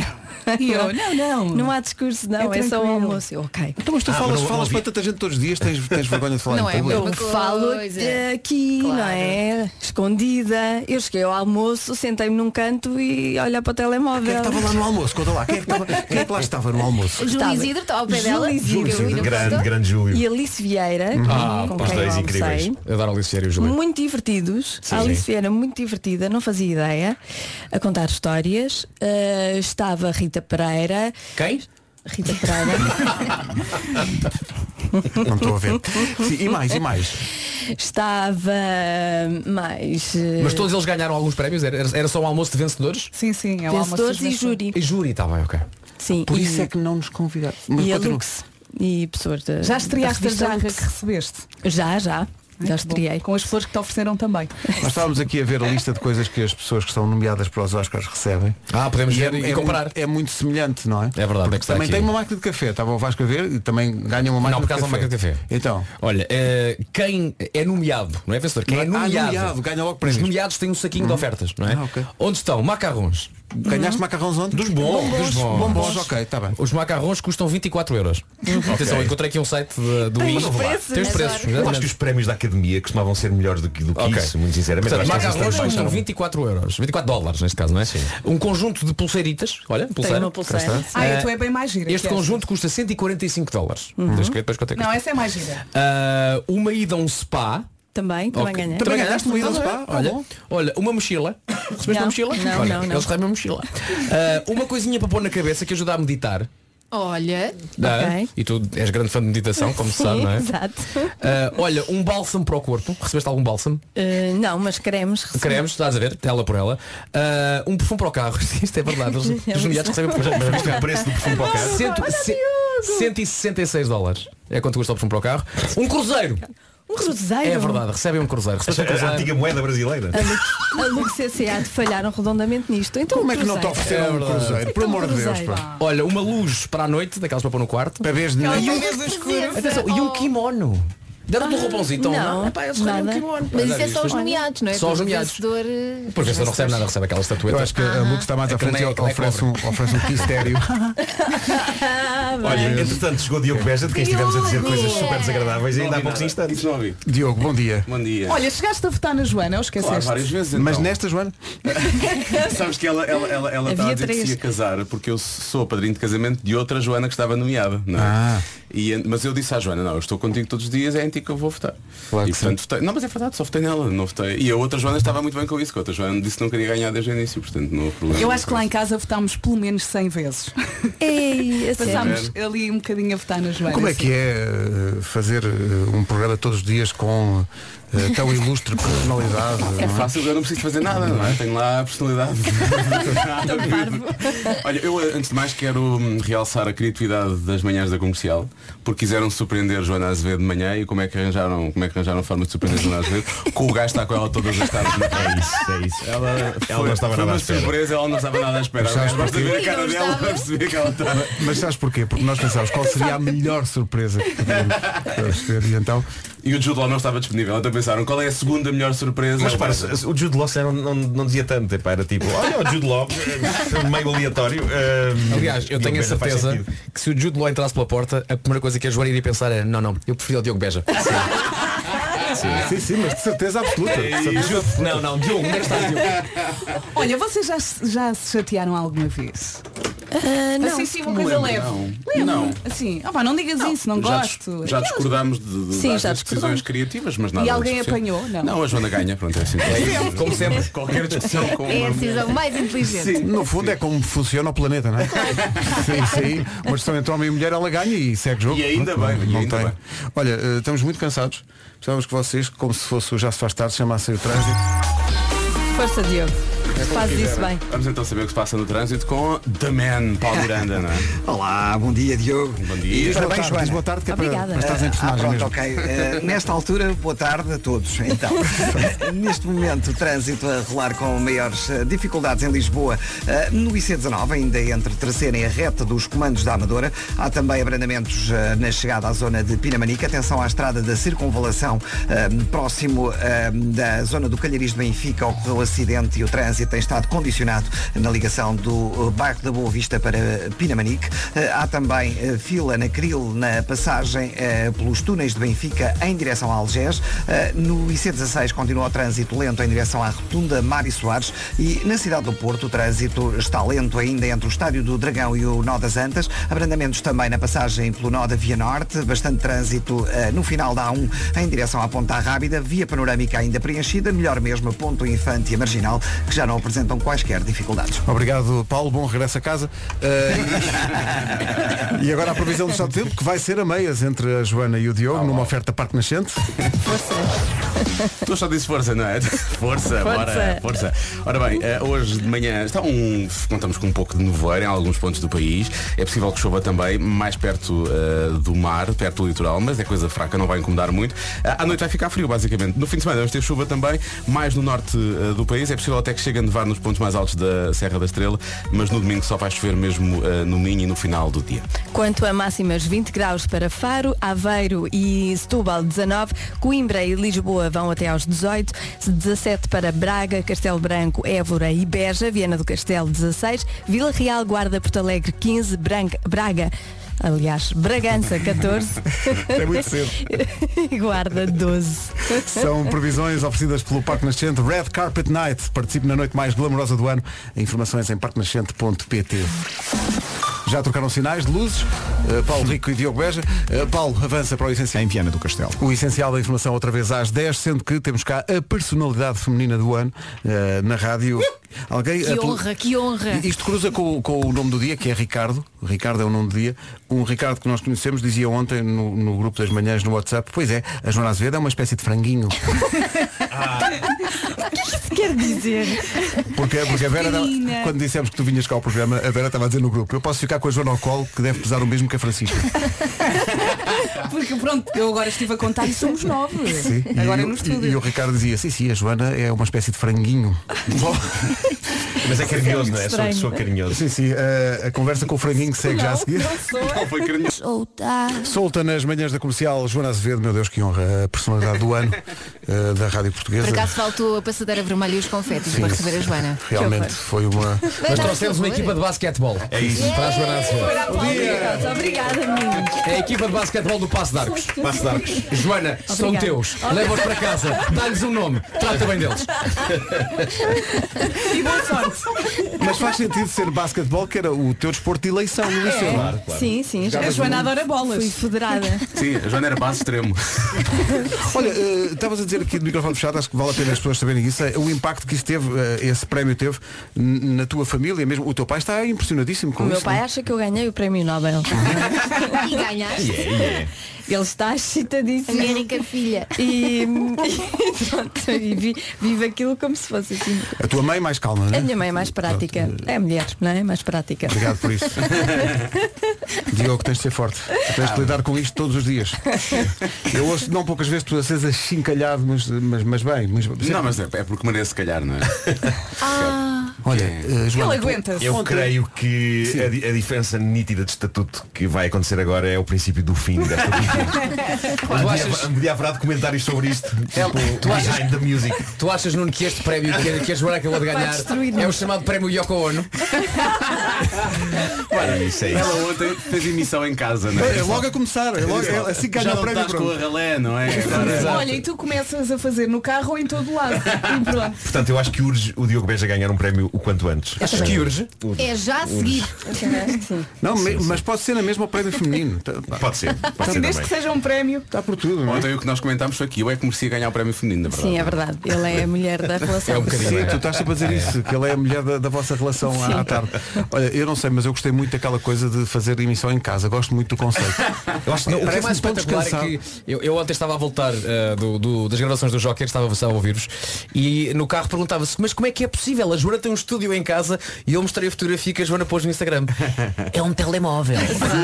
[SPEAKER 19] E
[SPEAKER 4] E eu, não, não.
[SPEAKER 19] Não há discurso, não,
[SPEAKER 4] É
[SPEAKER 19] é, só o
[SPEAKER 4] tranquilo.
[SPEAKER 19] almoço. Eu, ok.
[SPEAKER 1] Então, mas tu falas, falas para tanta gente todos os dias, tens, tens vergonha de falar
[SPEAKER 19] Não é,
[SPEAKER 1] em público.
[SPEAKER 19] eu falo eh, aqui, não é? Escondida. Eu cheguei ao almoço, sentei-me num canto e olhar para o telemóvel.
[SPEAKER 1] Quem é que estava lá no almoço? Conta lá. Quem é que, estava, quem é que lá estava no almoço?
[SPEAKER 19] Júlio
[SPEAKER 1] Estava-
[SPEAKER 19] Isidro estava ao pé dela.
[SPEAKER 1] Júlio Isidro.
[SPEAKER 19] Júlio Isidro.
[SPEAKER 12] Grande, grande Júlio.
[SPEAKER 19] E Alice Vieira,
[SPEAKER 1] Uhum.
[SPEAKER 7] Ah,
[SPEAKER 19] com
[SPEAKER 7] os
[SPEAKER 19] quem eu
[SPEAKER 7] dois incríveis.
[SPEAKER 19] almocei.
[SPEAKER 7] Adoro Alice Vieira e o Júlio.
[SPEAKER 19] Muito divertidos.
[SPEAKER 7] Sim,
[SPEAKER 19] a Alice
[SPEAKER 7] sim.
[SPEAKER 19] Vieira muito divertida, não fazia ideia. A contar histórias. Ah, estava Rita Pereira.
[SPEAKER 7] Quem?
[SPEAKER 19] Rita Pereira.
[SPEAKER 1] <laughs> Não estou a ver. Sim, e mais, e mais.
[SPEAKER 19] estava mais. eh,
[SPEAKER 7] Mas todos eles ganharam alguns prémios? Era, era só um almoço de vencedores?
[SPEAKER 4] Sim, sim,
[SPEAKER 19] é o almoço Vencedores dos e vencedores. júri.
[SPEAKER 7] E júri, está bem, ok.
[SPEAKER 19] Sim.
[SPEAKER 1] Por
[SPEAKER 19] e-
[SPEAKER 1] isso é que não nos convidaram.
[SPEAKER 19] e a Lux. E pessoas da.
[SPEAKER 4] Já estreaste
[SPEAKER 19] da revista
[SPEAKER 4] a jarra
[SPEAKER 19] Lux.
[SPEAKER 4] que recebeste?
[SPEAKER 19] Já, já. Já estreiei.
[SPEAKER 4] Com as pessoas que te ofereceram também.
[SPEAKER 1] Nós estávamos aqui a ver a lista de coisas que as pessoas que são nomeadas para os Oscars recebem.
[SPEAKER 7] Ah, podemos ver e comparar.
[SPEAKER 1] Muito, é muito semelhante, não é? É
[SPEAKER 7] verdade, é que está
[SPEAKER 1] Também
[SPEAKER 7] aqui.
[SPEAKER 1] tem uma máquina de café, estava o Vasco a ver, e também ganha uma máquina
[SPEAKER 7] Não, por
[SPEAKER 1] de café.
[SPEAKER 7] causa da máquina de café.
[SPEAKER 1] Então.
[SPEAKER 7] Olha, eh, quem é nomeado, não é vencedor, quem é
[SPEAKER 1] Não é- ah,
[SPEAKER 7] nomeado,
[SPEAKER 1] nomeado, ganha logo
[SPEAKER 7] Os
[SPEAKER 1] prémios. Uhum. Ah,
[SPEAKER 7] nomeados têm um saquinho de ofertas, não é? Onde estão? Macarrons.
[SPEAKER 1] Ganhaste macarrons onde?
[SPEAKER 7] Dos bons,
[SPEAKER 1] Bombons,
[SPEAKER 7] dos bons.
[SPEAKER 1] bombons, ok, está bem. Uhum.
[SPEAKER 7] Os macarrons custam 24 euros. Atenção,
[SPEAKER 12] Ok.
[SPEAKER 7] encontrei aqui um site de- do
[SPEAKER 12] Tem
[SPEAKER 7] I.
[SPEAKER 12] os preços, né,
[SPEAKER 7] Tem os
[SPEAKER 12] mas
[SPEAKER 7] preços. né?
[SPEAKER 12] olha. Eu acho que os prémios da academia costumavam ser melhores do que, do que
[SPEAKER 7] Ok.
[SPEAKER 12] isso, muito sinceramente.
[SPEAKER 7] Portanto,
[SPEAKER 12] Acho que vocês
[SPEAKER 7] macarrons
[SPEAKER 12] também
[SPEAKER 7] custam
[SPEAKER 1] é?
[SPEAKER 12] estavam-
[SPEAKER 7] 24 euros, 24 dólares neste caso, não é? Um conjunto de pulseiritas, olha, pulseira.
[SPEAKER 4] uma pulseira.
[SPEAKER 7] Cá está.
[SPEAKER 4] Ah,
[SPEAKER 7] Eh,
[SPEAKER 4] tu é bem mais gira
[SPEAKER 7] Este
[SPEAKER 4] que
[SPEAKER 7] conjunto custa 145 dólares.
[SPEAKER 4] Uhum.
[SPEAKER 7] Deixa que eu depois quanto é que
[SPEAKER 4] Não, essa é mais gira.
[SPEAKER 7] Ah, uma ida a um spa.
[SPEAKER 19] Também, também
[SPEAKER 7] Ok.
[SPEAKER 19] ganhei.
[SPEAKER 7] Também ganhaste uma ida a um
[SPEAKER 19] Tá
[SPEAKER 7] spa?
[SPEAKER 12] então
[SPEAKER 19] bem, tá
[SPEAKER 12] é.
[SPEAKER 7] Olha,
[SPEAKER 19] bom.
[SPEAKER 7] olha, uma mochila. Recebeste
[SPEAKER 19] Não,
[SPEAKER 7] uma mochila?
[SPEAKER 19] não,
[SPEAKER 7] Olha,
[SPEAKER 19] não, não.
[SPEAKER 7] Eles recebem uma mochila. Ah, uma coisinha para pôr na cabeça que ajuda a meditar.
[SPEAKER 5] Olha.
[SPEAKER 7] Ah, E tu és grande fã de meditação, como se
[SPEAKER 19] Sim,
[SPEAKER 7] sabe, não é?
[SPEAKER 19] Exato.
[SPEAKER 7] Ah, olha, um bálsamo para o corpo. Recebeste algum bálsamo?
[SPEAKER 19] Eh, não, mas queremos.
[SPEAKER 7] Queremos, estás a ver, ela por ela. Ah, um perfume para o carro, isto é verdade. Os, os nomeados recebem perfume.
[SPEAKER 12] Mas é viste o um preço do perfume para o carro?
[SPEAKER 7] Cento-
[SPEAKER 12] Olha,
[SPEAKER 7] ce- 166 dólares é quanto custa o perfume para o carro. Um cruzeiro!
[SPEAKER 19] Um cruzeiro.
[SPEAKER 7] É verdade, recebem um cruzeiro. Recebem um
[SPEAKER 12] A
[SPEAKER 7] cruzeiro.
[SPEAKER 12] antiga moeda brasileira.
[SPEAKER 19] A Lux- A Lux e a SEAT falharam redondamente nisto. Então,
[SPEAKER 1] Como é que não te
[SPEAKER 19] cruzeiro. Então,
[SPEAKER 1] ofereceram um
[SPEAKER 7] verdade.
[SPEAKER 1] cruzeiro? Por amor de Deus, pá.
[SPEAKER 7] Olha, uma luz para a noite, daquelas para pôr no quarto.
[SPEAKER 1] Para veres de noite.
[SPEAKER 7] Atenção, e um kimono. Deram-te um roupãozinho, então
[SPEAKER 5] Ah, Não,
[SPEAKER 7] não. Epá, eles recebem
[SPEAKER 5] nada.
[SPEAKER 7] um kimono.
[SPEAKER 5] Mas
[SPEAKER 7] Olha,
[SPEAKER 5] isso é
[SPEAKER 7] isto
[SPEAKER 5] só os
[SPEAKER 7] foi-
[SPEAKER 5] nomeados, não é?
[SPEAKER 7] Só os
[SPEAKER 5] Porque o
[SPEAKER 7] nomeados.
[SPEAKER 5] vencedor, eh,
[SPEAKER 7] Porque a pessoa não recebe nada, recebe aquela estatueta.
[SPEAKER 1] Eu acho que
[SPEAKER 19] Ah.
[SPEAKER 1] a Lux está mais à
[SPEAKER 7] Aquele
[SPEAKER 1] frente e
[SPEAKER 7] é- aquele é
[SPEAKER 1] oferece um,
[SPEAKER 7] cobre.
[SPEAKER 1] oferece um quistério.
[SPEAKER 19] <laughs>
[SPEAKER 12] Olha, entretanto chegou Diogo Beja, de quem estivemos a dizer coisas super desagradáveis ainda há poucos instantes.
[SPEAKER 1] Diogo, bom dia.
[SPEAKER 20] Bom dia.
[SPEAKER 4] Olha, chegaste a votar na Joana, ou esqueceste?
[SPEAKER 20] Claro, várias vezes,
[SPEAKER 1] Mas
[SPEAKER 20] então.
[SPEAKER 19] <laughs>
[SPEAKER 1] nesta, Joana?
[SPEAKER 20] Sabes que ela ela ela ela estava
[SPEAKER 4] Havia
[SPEAKER 20] a dizer que
[SPEAKER 4] três.
[SPEAKER 20] se ia casar porque eu sou padrinho de casamento de outra Joana que estava nomeada, não é?
[SPEAKER 12] Ah.
[SPEAKER 20] E, en- mas eu disse à Joana, não, eu estou contigo todos os dias, é em ti que eu vou votar. e, portanto, votei- não, mas é verdade, só votei nela, não votei. E a outra Joana estava muito bem com isso, que a outra Joana disse que não queria ganhar desde o início, portanto não houve problema.
[SPEAKER 4] Eu acho que lá em casa votámos pelo menos 100 vezes.
[SPEAKER 19] Ei,
[SPEAKER 4] Passámos ali um bocadinho a votar na Joana.
[SPEAKER 1] Como é que é eh, fazer eh, um programa todos os dias com eh, tão ilustre personalidade?
[SPEAKER 20] É
[SPEAKER 1] não
[SPEAKER 20] fácil, eu não preciso fazer nada, não é? Tenho lá a personalidade.
[SPEAKER 12] Então,
[SPEAKER 20] Olha, eu eh, antes de mais quero hum, realçar a criatividade das manhãs da comercial, porque quiseram surpreender Joana Azevedo de manhã e como é que arranjaram, como é que arranjaram forma de surpreender Joana Azevedo,
[SPEAKER 12] <laughs>
[SPEAKER 20] com o gajo que está com ela todas as tardes. É isso, é isso. Ela,
[SPEAKER 12] não
[SPEAKER 20] foi-
[SPEAKER 12] estava
[SPEAKER 20] foi
[SPEAKER 12] nada à
[SPEAKER 20] uma
[SPEAKER 12] espera.
[SPEAKER 20] surpresa, ela não estava nada à espera.
[SPEAKER 1] Mas sabes
[SPEAKER 20] Basta
[SPEAKER 1] porquê?
[SPEAKER 20] ver a cara
[SPEAKER 1] Não
[SPEAKER 20] dela
[SPEAKER 1] estava.
[SPEAKER 20] para perceber que ela
[SPEAKER 12] <laughs>
[SPEAKER 20] tá- estava.
[SPEAKER 1] <laughs> Mas sabes porquê? Porque nós pensámos qual seria a melhor surpresa que podíamos ter. E então,
[SPEAKER 20] E o Jude Law não estava disponível, então pensaram qual é a segunda melhor surpresa.
[SPEAKER 12] Mas para,
[SPEAKER 20] Ela-
[SPEAKER 12] o Jude Law se calhar, não, não, não dizia tanto, epá, era tipo, olha o Jude Law,
[SPEAKER 6] <laughs>
[SPEAKER 12] meio aleatório. hum,
[SPEAKER 7] Aliás, eu
[SPEAKER 12] Diogo
[SPEAKER 7] tenho a
[SPEAKER 12] Beja faz
[SPEAKER 7] certeza
[SPEAKER 12] sentido.
[SPEAKER 7] que se o Jude Law entrasse pela porta, a primeira coisa que a Joana iria pensar é não, não, eu prefiro o Diogo Beja.
[SPEAKER 1] Sim. sim, mas de certeza absoluta. De certeza
[SPEAKER 7] Jude- É Não, não, Diogo, onde é que está o Diogo?
[SPEAKER 4] Olha, vocês já, se- já se chatearam alguma vez?
[SPEAKER 5] Ah,
[SPEAKER 19] não.
[SPEAKER 4] Assim sim, uma
[SPEAKER 20] Não
[SPEAKER 4] coisa
[SPEAKER 20] lembro,
[SPEAKER 4] leve.
[SPEAKER 20] não.
[SPEAKER 4] Lembro.
[SPEAKER 20] Não.
[SPEAKER 4] Assim, opá, não digas isso, não
[SPEAKER 20] já dis-
[SPEAKER 4] gosto.
[SPEAKER 20] Já discordámos de, de
[SPEAKER 4] Sim,
[SPEAKER 20] várias
[SPEAKER 4] já discordamos.
[SPEAKER 20] decisões criativas, mas nada.
[SPEAKER 4] E alguém
[SPEAKER 20] de especial.
[SPEAKER 4] apanhou? Não.
[SPEAKER 20] Não, a Joana ganha, pronto, é assim.
[SPEAKER 4] Sempre.
[SPEAKER 20] Como sempre, qualquer discussão com
[SPEAKER 5] <laughs> É
[SPEAKER 20] uma
[SPEAKER 5] a decisão
[SPEAKER 20] mulher.
[SPEAKER 5] mais inteligente.
[SPEAKER 1] Sim, no fundo é como funciona o planeta, não é? Sim, sim. Uma discussão entre homem e mulher, ela ganha e segue jogo.
[SPEAKER 20] E ainda
[SPEAKER 1] não,
[SPEAKER 20] bem,
[SPEAKER 1] não
[SPEAKER 20] e ainda
[SPEAKER 1] tem.
[SPEAKER 20] bem.
[SPEAKER 1] Olha, eh, estamos muito cansados. Precisávamos que vocês, como se fosse o Já se faz tarde, chamassem o trânsito.
[SPEAKER 19] Força, Diogo.
[SPEAKER 20] É como
[SPEAKER 19] Fazes isso
[SPEAKER 20] quiserem.
[SPEAKER 19] bem.
[SPEAKER 20] Vamos então saber o que se passa no trânsito com The Man, Paulo Miranda, não é?
[SPEAKER 3] <laughs> Olá, bom dia, Diogo.
[SPEAKER 20] Bom
[SPEAKER 3] E
[SPEAKER 20] dia.
[SPEAKER 3] parabéns, Joana.
[SPEAKER 1] boa tarde, que é para-
[SPEAKER 3] Obrigada.
[SPEAKER 1] para estás em personagem
[SPEAKER 3] ah, pronto, ok.
[SPEAKER 1] mesmo.
[SPEAKER 3] Eh, nesta altura, boa tarde a todos. Então, neste momento, trânsito a rolar com maiores eh, dificuldades em Lisboa. Eh, no IC19, ainda entre terceira e a reta dos comandos da Amadora, há também abrandamentos eh, na chegada à zona de Pinamanica. Atenção à estrada da circunvalação, eh, próximo eh, da zona do Calhariz de Benfica, ocorreu acidente e o trânsito trânsito tem estado condicionado na ligação do eh, bairro da Boa Vista para eh, Pinamanique. Eh, Há também eh, fila na Cril na passagem eh, pelos túneis de Benfica em direção a Algés. Eh, No IC16 continua o trânsito lento em direção à Rotunda Mário Soares e na cidade do Porto o trânsito está lento ainda entre o Estádio do Dragão e o Nó das Antas. Abrandamentos também na passagem pelo Nó da Via Norte. Bastante trânsito eh, no final da A1 em direção à Ponta Rábida. Via panorâmica ainda preenchida. Melhor mesmo a Ponto Infante e a Marginal que já não apresentam quaisquer dificuldades.
[SPEAKER 1] Obrigado, Paulo. Bom regresso a casa. Ah, e <laughs> agora a previsão do estado de tempo, que vai ser a meias entre a Joana e o Diogo, numa oferta Parque Nascente.
[SPEAKER 20] <laughs> Tu só disse força, não é? Força, bora, força. Ora bem, eh, hoje de manhã está um. Contamos com um pouco de nevoeiro em alguns pontos do país. É possível que chova também mais perto eh, do mar, perto do litoral, mas é coisa fraca, não vai incomodar muito. Ah, à noite vai ficar frio, basicamente. No fim de semana vamos ter chuva também, mais no norte eh, do país. É possível até que chegue a nevar nos pontos mais altos da Serra da Estrela, mas no domingo só vai chover mesmo eh, no Minho e no final do dia.
[SPEAKER 21] Quanto a máximas, 20 graus para Faro, Aveiro e Setúbal 19, Coimbra e Lisboa vão até aos 18, 17 para Braga, Castelo Branco, Évora e Beja, Viana do Castelo 16, Vila Real, Guarda, Porto Alegre 15, Branca, Braga, aliás, Bragança 14,
[SPEAKER 1] <laughs> É muito cedo.
[SPEAKER 21] e <laughs> Guarda 12.
[SPEAKER 1] São previsões oferecidas pelo Parque Nascente Red Carpet Night. Participe na noite mais glamourosa do ano. Informações em parquenascente.pt Já trocaram sinais de luzes. Uh, Paulo Rico e Diogo Beja. Uh, Paulo, avança para o essencial. Em
[SPEAKER 8] Viana do Castelo.
[SPEAKER 1] O essencial da informação outra vez às 10, sendo que temos cá a personalidade feminina do ano uh, na rádio. Alguém,
[SPEAKER 5] Que
[SPEAKER 1] a tele-
[SPEAKER 5] honra, que honra.
[SPEAKER 1] e É, Isto cruza com, o- com o nome do dia, que é Ricardo. Ricardo é o nome do dia. Um Ricardo que nós conhecemos dizia ontem no, no grupo das manhãs no WhatsApp, pois é, a Joana Azevedo é uma espécie de franguinho.
[SPEAKER 21] O que isso quer dizer?
[SPEAKER 1] Porque, porque a Vera, tava-
[SPEAKER 21] Pequenina.
[SPEAKER 1] quando dissemos que tu vinhas cá ao programa, a Vera estava a dizer no grupo, eu posso ficar com a Joana ao colo, que deve pesar o mesmo que a Francisca.
[SPEAKER 4] <laughs> Porque pronto, eu agora estive a contar e somos nove.
[SPEAKER 1] Sim.
[SPEAKER 4] Agora
[SPEAKER 1] e, o- e, e
[SPEAKER 4] no
[SPEAKER 1] o
[SPEAKER 4] estúdio.
[SPEAKER 1] Ricardo dizia, sim, sim, a Joana é uma espécie de franguinho. <laughs>
[SPEAKER 12] Mas é carinhoso, não é? Sou, sou carinhoso.
[SPEAKER 1] Sim, sim, a, a conversa com o franguinho segue já a seguir.
[SPEAKER 12] Não foi carinhoso.
[SPEAKER 1] Solta nas manhãs da comercial Joana Azevedo, meu Deus, que honra, a personalidade do ano eh, da Rádio Portuguesa.
[SPEAKER 5] Por acaso faltou a passadeira vermelha e os confetes
[SPEAKER 1] Sim,
[SPEAKER 5] para receber a Joana.
[SPEAKER 1] Realmente foi uma.
[SPEAKER 5] Mas trouxemos uma equipa
[SPEAKER 7] de basquetebol. É isso. Para a Joana Azevedo.
[SPEAKER 21] Obrigada, meninos.
[SPEAKER 7] É a equipa de basquetebol do Passo de Arcos.
[SPEAKER 21] Passo de Arcos.
[SPEAKER 7] Joana, são
[SPEAKER 21] Obrigada.
[SPEAKER 7] teus. Leva-os para casa. Dá-lhes um nome. Trata bem deles.
[SPEAKER 21] E boa sorte.
[SPEAKER 1] Mas faz sentido ser basquetebol, que era o teu desporto de eleição no liceu.
[SPEAKER 21] É. Sim, sim. já-
[SPEAKER 1] Jogavas A Joana muito.
[SPEAKER 4] adora bolas.
[SPEAKER 21] Fui federada.
[SPEAKER 20] Sim, a Joana era base extremo.
[SPEAKER 1] Olha, eh, estavas a dizer aqui do microfone fechado, acho que vale a pena as pessoas saberem isso, eh, o impacto que isso teve, eh, esse prémio teve n- na tua família mesmo. O teu pai está impressionadíssimo com
[SPEAKER 21] O
[SPEAKER 1] isso. é?
[SPEAKER 21] meu pai acha que eu ganhei o prémio <laughs> Nobel.
[SPEAKER 5] E ganhaste.
[SPEAKER 1] E é, e é.
[SPEAKER 21] Ele está excitadíssimo.
[SPEAKER 5] Minha rica filha.
[SPEAKER 21] E, <laughs> e pronto, e vi- vive aquilo como se fosse assim.
[SPEAKER 1] A tua mãe mais calma, não
[SPEAKER 21] A
[SPEAKER 1] é?
[SPEAKER 21] minha mãe é mais prática. É mulher, não é? Mais prática.
[SPEAKER 1] Obrigado por isso. Diogo, tens de ser forte. Tens de lidar com isto todos os <laughs> dias. Eu ouço não poucas vezes tu a seres achincalhado, mas, mas, mas bem. Mas,
[SPEAKER 20] Não, mas é, é porque merece, se calhar, não é?
[SPEAKER 12] Ah.
[SPEAKER 1] Olha, eh, Joana,
[SPEAKER 12] Eu
[SPEAKER 1] ontem-
[SPEAKER 12] creio que a, di- a diferença nítida de estatuto que vai acontecer agora é o princípio do fim
[SPEAKER 1] <laughs>
[SPEAKER 12] desta
[SPEAKER 7] Tu
[SPEAKER 12] Podia-
[SPEAKER 7] achas-
[SPEAKER 12] Podia haver um dado comentários sobre
[SPEAKER 1] <laughs>
[SPEAKER 12] isto. Tipo,
[SPEAKER 7] tu achas-
[SPEAKER 12] behind the music.
[SPEAKER 7] Tu achas, Nuno, que este prémio que, que a Joana acabou de
[SPEAKER 12] Vai
[SPEAKER 7] ganhar
[SPEAKER 12] destruir-nos.
[SPEAKER 7] é o chamado prémio Yoko Ono?
[SPEAKER 12] É isso, é isso.
[SPEAKER 20] Ela ontem fez emissão em casa, não
[SPEAKER 1] É, é logo a começar, é logo- é assim que ganha
[SPEAKER 20] Já
[SPEAKER 1] o
[SPEAKER 20] não
[SPEAKER 1] prémio,
[SPEAKER 20] estás
[SPEAKER 1] pronto.
[SPEAKER 20] com a ralé, não é? Agora-
[SPEAKER 4] Olha, e tu começas a fazer no carro ou em todo lado. E pronto.
[SPEAKER 12] Portanto, eu acho que urge o Diogo Beja ganhar um prémio o quanto antes.
[SPEAKER 4] Achas que urge?
[SPEAKER 5] É já a seguir.
[SPEAKER 1] Não, me- mas pode ser na mesma o prémio feminino. Pode
[SPEAKER 12] ser.
[SPEAKER 4] Então, desde que seja um prémio.
[SPEAKER 1] Está por tudo.
[SPEAKER 20] Ontem o que nós comentámos foi que eu é que merecia ganhar o prémio feminino, na
[SPEAKER 21] <laughs>
[SPEAKER 20] verdade.
[SPEAKER 21] Sim, é verdade. Ele é a mulher da relação.
[SPEAKER 1] Sim, tu estás sempre a dizer isso, que ela é a mulher da, da vossa relação à- à tarde. Olha, eu não sei, mas eu gostei muito daquela coisa de fazer emissão em casa. Gosto muito do conceito.
[SPEAKER 7] Eu acho que o que é mais espetacular é que eu, eu ontem estava a voltar eh, do- do- das gravações do Joker, estava estava a ouvir-vos, e no carro perguntava-se, mas como é que é possível? A Joana tem um estúdio em casa e eu mostrei a fotografia que a Joana pôs no <laughs> Instagram. É um <laughs> telemóvel.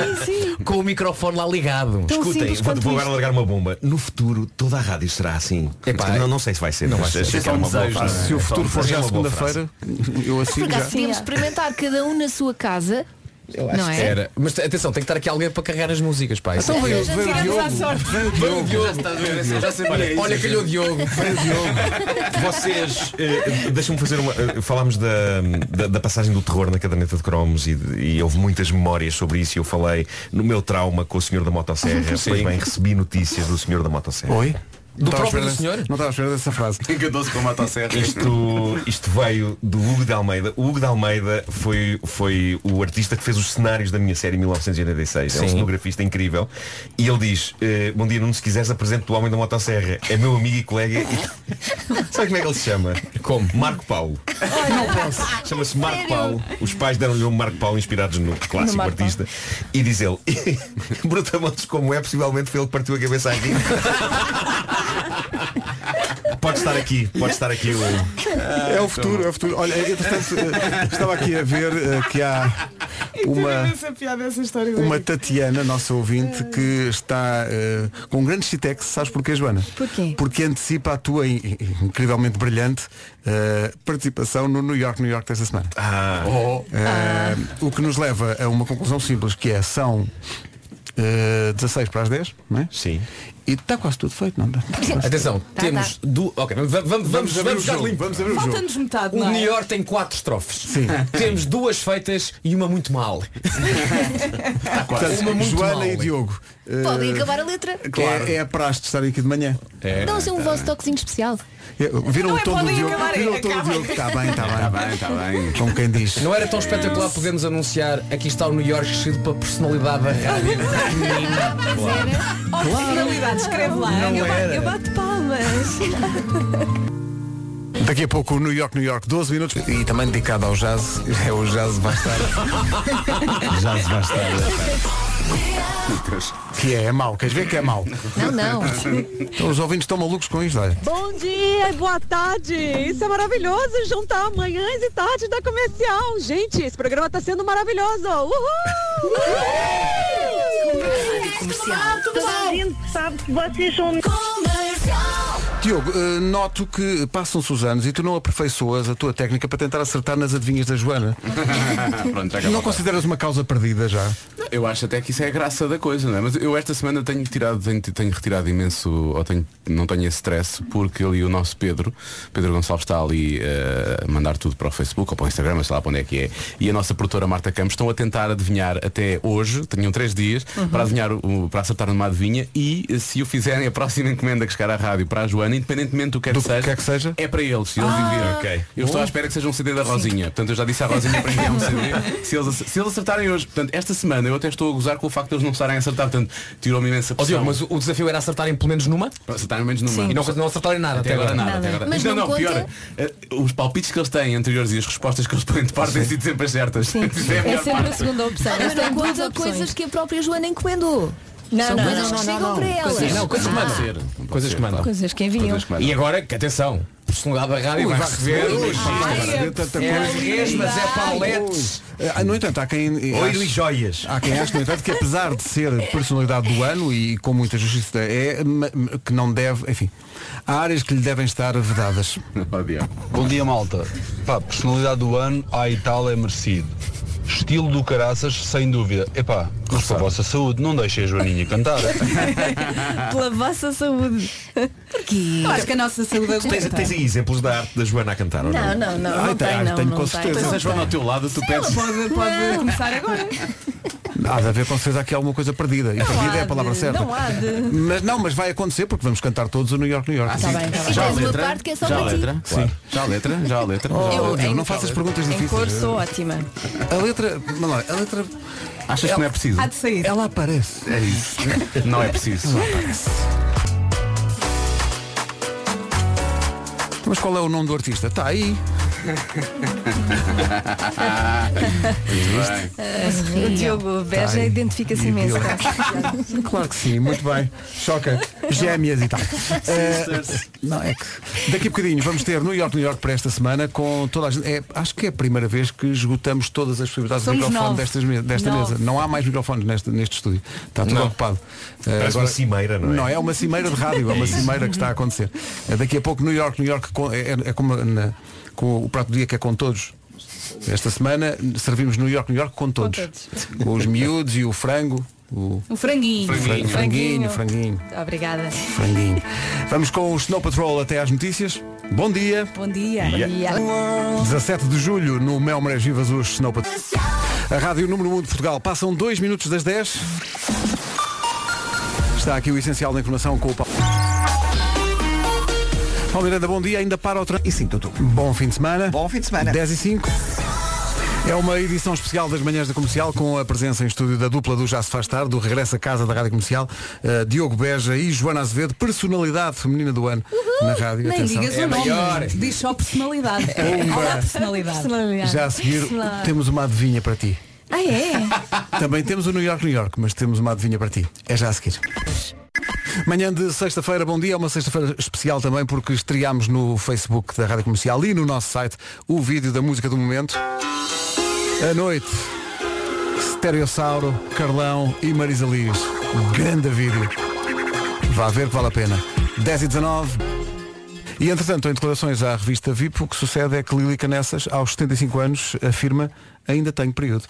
[SPEAKER 7] <laughs> Com o microfone lá ligado.
[SPEAKER 12] Escutem, vou, vou agora largar uma bomba. No futuro, toda a rádio será assim.
[SPEAKER 7] Epá,
[SPEAKER 12] não, não sei se vai ser.
[SPEAKER 7] não
[SPEAKER 12] mas
[SPEAKER 7] vai ser.
[SPEAKER 12] achei que
[SPEAKER 7] Só
[SPEAKER 12] era uma
[SPEAKER 7] um
[SPEAKER 12] boa
[SPEAKER 7] desejo,
[SPEAKER 12] frase.
[SPEAKER 7] não é? Se o
[SPEAKER 12] Só um
[SPEAKER 7] futuro for
[SPEAKER 12] desejo
[SPEAKER 7] já
[SPEAKER 12] é uma boa
[SPEAKER 7] segunda-feira,
[SPEAKER 12] frase.
[SPEAKER 1] eu
[SPEAKER 5] Por
[SPEAKER 1] assino
[SPEAKER 5] acaso podíamos experimentar cada um na sua casa
[SPEAKER 7] Eu
[SPEAKER 5] acho Não que é?
[SPEAKER 7] era. Mas atenção, tem que estar aqui alguém para carregar as músicas, é pai.
[SPEAKER 5] Então veio- Já veio o tiramos à Diogo. sorte.
[SPEAKER 7] Veio o Diogo. Já sabia
[SPEAKER 12] Olha,
[SPEAKER 7] isso.
[SPEAKER 12] olha, calhou o Diogo. Vocês, eh, deixa-me fazer uma. eh, falámos da, da, da passagem do terror na caderneta de cromos e, de- e houve muitas memórias sobre isso e eu falei no meu trauma com o senhor da motosserra.
[SPEAKER 1] Sim.
[SPEAKER 12] Pois bem, recebi notícias do senhor da motosserra.
[SPEAKER 1] Oi?
[SPEAKER 12] Do
[SPEAKER 1] Não estava à espera
[SPEAKER 12] próprio do
[SPEAKER 1] dessa-
[SPEAKER 12] senhor?
[SPEAKER 1] Não estava à espera dessa frase.
[SPEAKER 20] Encantou-se com a motosserra.
[SPEAKER 12] Isto, isto veio do Hugo de Almeida. O Hugo de Almeida foi, foi o artista que fez os cenários da minha série 1986. É um
[SPEAKER 7] Sim.
[SPEAKER 12] cenografista incrível. E ele diz, eh, bom dia, não se quiseres apresento o homem da motosserra. É meu amigo e colega. E... <laughs> Sabe como é que ele se chama? Como? Marco Paulo.
[SPEAKER 9] Não posso.
[SPEAKER 12] <laughs> Chama-se Marco
[SPEAKER 9] Sério?
[SPEAKER 12] Paulo. Os pais deram-lhe o Marco Paulo inspirados no
[SPEAKER 9] No
[SPEAKER 12] clássico
[SPEAKER 9] Marco
[SPEAKER 12] artista. E diz ele, <laughs> Brutamontes como é, possivelmente foi ele que partiu a cabeça aqui. <laughs> pode estar aqui, pode estar aqui o.
[SPEAKER 1] É o futuro, é o futuro. Olha, entretanto, eh, estava aqui a ver eh, que há uma,
[SPEAKER 9] piada essa história.
[SPEAKER 1] <laughs> uma Tatiana, nossa ouvinte, que está eh, com um grande chitex, sabes porquê, Joana?
[SPEAKER 9] Porquê?
[SPEAKER 1] Porque antecipa a tua in- in- incrivelmente brilhante eh, participação no New York, New York desta semana.
[SPEAKER 7] Ah.
[SPEAKER 1] Oh. Eh, O que nos leva a uma conclusão simples, que é são eh, 16 para as 10, não é?
[SPEAKER 12] Sim.
[SPEAKER 1] E está quase tudo feito, não dá?
[SPEAKER 7] Atenção,
[SPEAKER 1] Tá,
[SPEAKER 7] temos
[SPEAKER 1] tá.
[SPEAKER 7] do. Ok, vamos, vamos, vamos,
[SPEAKER 1] abrir o
[SPEAKER 7] vamos, dar
[SPEAKER 1] jogo,
[SPEAKER 7] limpo.
[SPEAKER 1] vamos abrir o jogo.
[SPEAKER 4] Falta-nos metade,
[SPEAKER 7] O
[SPEAKER 4] não é?
[SPEAKER 7] New York tem quatro estrofes.
[SPEAKER 1] Sim.
[SPEAKER 7] <laughs> Temos duas feitas e uma muito mal. Tá quase.
[SPEAKER 1] Portanto,
[SPEAKER 7] Uma muito
[SPEAKER 1] Joana
[SPEAKER 7] mal,
[SPEAKER 1] e
[SPEAKER 7] hein?
[SPEAKER 1] Diogo. eh,
[SPEAKER 5] Podem acabar a letra.
[SPEAKER 1] Claro. É, é a praxe de estarem aqui de manhã.
[SPEAKER 7] É.
[SPEAKER 5] Dão-se um vosso toquezinho especial.
[SPEAKER 1] É, Viram
[SPEAKER 5] Não
[SPEAKER 1] o
[SPEAKER 5] é,
[SPEAKER 1] tom do
[SPEAKER 5] podem
[SPEAKER 1] Diogo?
[SPEAKER 5] acabar, é,
[SPEAKER 1] Viram o tom do
[SPEAKER 5] acabem.
[SPEAKER 1] Diogo? Está bem, está bem.
[SPEAKER 7] Tá bem, tá
[SPEAKER 1] bem. Como quem diz.
[SPEAKER 7] Não era tão espetacular podermos anunciar aqui está o New York cheio para personalidade da rádio.
[SPEAKER 4] Oh, personalidade, escreve lá.
[SPEAKER 7] Não
[SPEAKER 4] eu, ba-
[SPEAKER 7] era.
[SPEAKER 4] eu bato palmas.
[SPEAKER 1] <laughs> Daqui a pouco o New York, New York, 12 minutos. E também dedicado ao jazz. É o jazz bastardo.
[SPEAKER 7] <laughs>
[SPEAKER 9] Já se
[SPEAKER 1] que é, é mau. Queres ver que é mau?
[SPEAKER 9] Não, não.
[SPEAKER 1] Então, os ouvintes estão malucos com isto, olha.
[SPEAKER 10] Bom dia e boa tarde. Isso é maravilhoso juntar manhãs e tarde da comercial. Gente, esse programa tá sendo maravilhoso. Uhul!
[SPEAKER 2] Comercial.
[SPEAKER 6] Toda a gente sabe que vocês são comercial.
[SPEAKER 1] Diogo, eh, noto que passam-se os anos e tu não aperfeiçoas a tua técnica para tentar acertar nas adivinhas da Joana.
[SPEAKER 20] <laughs> Pronto, já acabou.
[SPEAKER 1] não consideras uma causa perdida já?
[SPEAKER 20] Eu acho até que isso é a graça da coisa, não é? Mas eu esta semana tenho tirado, tenho, tenho retirado imenso, ou tenho, não tenho esse stress, porque ali o nosso Pedro, Pedro Gonçalves está ali eh, a mandar tudo para o Facebook ou para o Instagram, sei lá para onde é que é, e a nossa produtora Marta Campos estão a tentar adivinhar até hoje, tinham três dias,
[SPEAKER 7] Uhum.
[SPEAKER 20] para adivinhar, o, para acertar numa adivinha e eh, se o fizerem a próxima encomenda que chegar à rádio para a Joana, independentemente do que, é que, seja, é para eles, se eles enviam. Eu estou à espera que seja um CD da Rosinha. Portanto, eu já disse à Rosinha para enviar um CD. <laughs> se, eles, se eles acertarem hoje, portanto, esta semana eu até estou a gozar com o facto de eles não estarem a acertar, portanto, tirou-me imensa
[SPEAKER 7] Ó,
[SPEAKER 20] pressão.
[SPEAKER 7] Diogo, mas o- o desafio era acertarem pelo menos numa?
[SPEAKER 20] Acertarem menos numa.
[SPEAKER 7] Sim. E não- não acertarem nada
[SPEAKER 20] Até
[SPEAKER 7] até
[SPEAKER 20] agora,
[SPEAKER 7] agora.
[SPEAKER 20] nada, até
[SPEAKER 7] Nada.
[SPEAKER 20] agora.
[SPEAKER 7] Mas
[SPEAKER 20] não,
[SPEAKER 7] não
[SPEAKER 20] não,
[SPEAKER 7] conta-
[SPEAKER 20] pior. eh, os palpites que eles têm anteriores e as respostas que eles põem de parte têm sido sempre as certas. <laughs> Isso é a melhor parte.
[SPEAKER 14] opção.
[SPEAKER 5] Mas
[SPEAKER 14] Tem
[SPEAKER 5] não
[SPEAKER 14] duas
[SPEAKER 5] conta
[SPEAKER 14] opções.
[SPEAKER 5] coisas que a própria Joana encomendou.
[SPEAKER 14] Não,
[SPEAKER 5] São
[SPEAKER 14] não,
[SPEAKER 5] coisas
[SPEAKER 14] não,
[SPEAKER 5] que
[SPEAKER 14] não,
[SPEAKER 5] chegam
[SPEAKER 14] não.
[SPEAKER 5] para elas.
[SPEAKER 14] Coisas- não, coisas que mandam.
[SPEAKER 7] Coisas que mandam.
[SPEAKER 14] Coisas que enviam.
[SPEAKER 7] E agora, que atenção, personalidade da rádio
[SPEAKER 1] Ui,
[SPEAKER 7] vai
[SPEAKER 1] vai
[SPEAKER 7] receber.
[SPEAKER 1] receber,
[SPEAKER 7] Ui,
[SPEAKER 1] ui,
[SPEAKER 7] vai
[SPEAKER 1] vai
[SPEAKER 7] receber
[SPEAKER 1] receber tanta
[SPEAKER 7] É
[SPEAKER 1] coisa.
[SPEAKER 7] resmas, é paletes.
[SPEAKER 1] Ah, No entanto, há quem.
[SPEAKER 12] Ouro
[SPEAKER 1] ache-
[SPEAKER 12] e joias.
[SPEAKER 1] Há quem ache, no entanto, que apesar de ser a personalidade do ano e com muita justiça é, ma- ma- que não deve, enfim, há áreas que lhe devem estar vedadas.
[SPEAKER 22] Bom dia, malta. Pá, personalidade do ano, a Itália é merecido. Estilo do caraças, sem dúvida. Epá, mas para a vossa saúde, não deixem a Joaninha
[SPEAKER 20] <laughs>
[SPEAKER 22] cantar.
[SPEAKER 21] Pela vossa saúde.
[SPEAKER 5] Porquê?
[SPEAKER 21] Eu acho que a nossa saúde
[SPEAKER 4] é
[SPEAKER 12] Tu Tens,
[SPEAKER 21] aguenta.
[SPEAKER 12] tens aí exemplos da arte da Joana a cantar, ou não?
[SPEAKER 21] Não, não, não,
[SPEAKER 1] Ah,
[SPEAKER 21] não tem, não, não tem.
[SPEAKER 12] Tens a Joana ao teu lado, tu
[SPEAKER 7] <laughs>
[SPEAKER 12] pedes.
[SPEAKER 4] Pode, pode
[SPEAKER 21] Não.
[SPEAKER 4] começar agora.
[SPEAKER 1] Há de haver com certeza aqui alguma coisa perdida. E perdida é
[SPEAKER 4] há
[SPEAKER 1] a palavra
[SPEAKER 4] de-
[SPEAKER 1] certa.
[SPEAKER 4] não há de-
[SPEAKER 1] Mas não, mas vai acontecer porque vamos cantar todos o New York, New York.
[SPEAKER 4] Ah, tá bem, tá bem. Já a letra? Já a letra?
[SPEAKER 1] Sim.
[SPEAKER 20] Já a letra, já a letra.
[SPEAKER 1] Oh,
[SPEAKER 20] já a
[SPEAKER 1] Diogo,
[SPEAKER 20] letra.
[SPEAKER 1] não faças perguntas
[SPEAKER 21] Em
[SPEAKER 1] difíceis.
[SPEAKER 21] cor sou ótima.
[SPEAKER 1] A letra, vamos lá, a letra.
[SPEAKER 20] Achas que não é preciso?
[SPEAKER 21] de sair.
[SPEAKER 1] Ela aparece.
[SPEAKER 20] É isso. Não é preciso.
[SPEAKER 1] Mas qual é o nome do artista? Está
[SPEAKER 20] <laughs>
[SPEAKER 1] aí.
[SPEAKER 20] Muito bem.
[SPEAKER 21] O Diogo Beja
[SPEAKER 1] É Tá.
[SPEAKER 21] identifica-se
[SPEAKER 1] E
[SPEAKER 21] imenso.
[SPEAKER 1] Diogo.
[SPEAKER 21] com esta
[SPEAKER 1] Claro que sim, muito bem. Choca. Gêmeas e tal.
[SPEAKER 21] Tá.
[SPEAKER 1] <laughs> Eh, não é que. Daqui a bocadinho vamos ter New York, New York para esta semana com toda a gente. é, acho que é a primeira vez que esgotamos todas as possibilidades
[SPEAKER 9] Somos
[SPEAKER 1] de microfone
[SPEAKER 9] nove.
[SPEAKER 1] destas me- desta
[SPEAKER 9] Nove.
[SPEAKER 1] mesa. Não há mais microfones neste, neste estúdio. Está tudo
[SPEAKER 12] Não.
[SPEAKER 1] ocupado. Eh,
[SPEAKER 12] Parece uma cimeira, não é?
[SPEAKER 1] Não, é uma cimeira de rádio, é
[SPEAKER 12] <laughs> É
[SPEAKER 1] uma
[SPEAKER 12] isso.
[SPEAKER 1] cimeira que está a acontecer. Eh, Daqui a pouco New York, New York com- é, é- é como na- com o prato do dia que é com todos. Esta semana servimos New York, New York com todos. Com os miúdos e o frango. O...
[SPEAKER 4] Um franguinho.
[SPEAKER 1] Franguinho. Franguinho, franguinho.
[SPEAKER 21] Obrigada.
[SPEAKER 1] Franguinho. Vamos com o Snow Patrol até às notícias. Bom dia.
[SPEAKER 4] Bom dia.
[SPEAKER 1] Yeah. 17 de julho no Mel Marés Vivas os Snow Patrol. A Rádio Número 1 de Portugal. Passam 2 minutos das 10. Está aqui o essencial da informação com o Paulo. Paulo Miranda, bom dia. Ainda para o trânsito. E 5 de outubro. Bom fim de semana. Bom fim de semana. 10 e 5. É uma edição especial das manhãs da comercial com a presença em estúdio da dupla do Já se faz tarde, do regresso a casa da Rádio Comercial, eh, Diogo Beja e Joana Azevedo, personalidade feminina do ano na rádio.
[SPEAKER 4] Nem
[SPEAKER 1] Atenção.
[SPEAKER 4] digas
[SPEAKER 1] é
[SPEAKER 4] o nome.
[SPEAKER 1] maior.
[SPEAKER 4] Diz só personalidade.
[SPEAKER 1] Pumba.
[SPEAKER 4] Olá, personalidade.
[SPEAKER 1] Já a seguir temos uma adivinha para ti.
[SPEAKER 21] Ah, é?
[SPEAKER 1] Também temos o New York, New York, mas temos uma adivinha para ti. É já a seguir. Manhã de sexta-feira, bom dia. É uma sexta-feira especial também porque estreámos no Facebook da Rádio Comercial e no nosso site o vídeo da música do momento. À noite, Stereossauro, Carlão e Marisa Liz. Grande vídeo. Vá ver que vale a pena. 10 e 19. E entretanto, em declarações à revista VIP, o que sucede é que Lili Canessas, aos 75 anos, afirma ainda tenho período.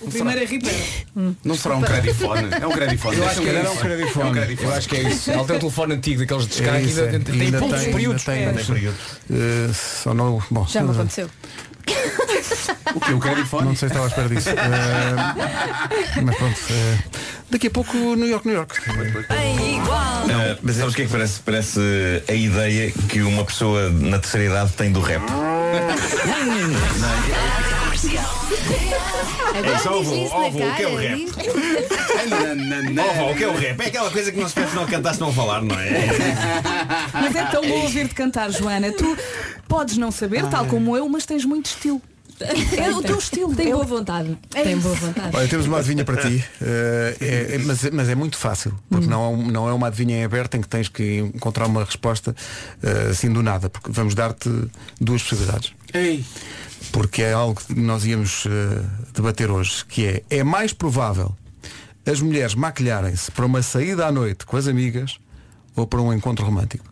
[SPEAKER 4] O primeiro é Rita.
[SPEAKER 10] Hum.
[SPEAKER 20] Não será um credifone? É um credifone.
[SPEAKER 7] Eu acho que era
[SPEAKER 20] isso.
[SPEAKER 7] um credifone.
[SPEAKER 20] É
[SPEAKER 5] <laughs>
[SPEAKER 20] um credifone.
[SPEAKER 7] Eu acho que é isso. Ele tem um telefone antigo daqueles de descarga
[SPEAKER 1] É
[SPEAKER 7] e
[SPEAKER 1] isso,
[SPEAKER 7] ainda,
[SPEAKER 1] é.
[SPEAKER 7] tem- tem
[SPEAKER 1] Ainda
[SPEAKER 7] poucos
[SPEAKER 1] tem,
[SPEAKER 7] períodos.
[SPEAKER 1] ainda tem. Eh, só não. Bom,
[SPEAKER 21] Já me aconteceu.
[SPEAKER 1] O que? O credifone? Não sei se estava à espera disso. Eh, mas pronto. eh, daqui a pouco New York, New York.
[SPEAKER 21] É igual.
[SPEAKER 12] Não, mas sabes o que é que parece? Parece eh, a ideia que uma pessoa na terceira idade tem do rap.
[SPEAKER 9] Agora
[SPEAKER 12] só
[SPEAKER 9] diz
[SPEAKER 12] ovo,
[SPEAKER 9] isso na
[SPEAKER 12] ovo, o que é o
[SPEAKER 9] cara,
[SPEAKER 12] rap?
[SPEAKER 1] <laughs>
[SPEAKER 9] diz.
[SPEAKER 12] Ovo, o que é o rap? É aquela coisa que não se pede se não cantar se não falar,
[SPEAKER 1] <laughs>
[SPEAKER 12] não é?
[SPEAKER 4] Mas é tão bom ouvir-te cantar, Joana. Tu podes não saber,
[SPEAKER 1] Ah.
[SPEAKER 4] tal como eu, mas tens muito estilo. É o teu estilo.
[SPEAKER 21] Tem
[SPEAKER 4] É o-
[SPEAKER 21] boa vontade.
[SPEAKER 4] É
[SPEAKER 21] Tem
[SPEAKER 4] isso.
[SPEAKER 21] boa vontade.
[SPEAKER 1] Olha, temos uma adivinha para ti, eh, é- é- mas, mas é muito fácil, porque não, é um- não é uma adivinha em aberto em que tens que encontrar uma resposta eh, assim do nada, porque vamos dar-te duas possibilidades. Porque é algo que nós íamos eh, debater hoje, que é, é mais provável as mulheres maquilharem-se para uma saída à noite com as amigas ou para um encontro romântico?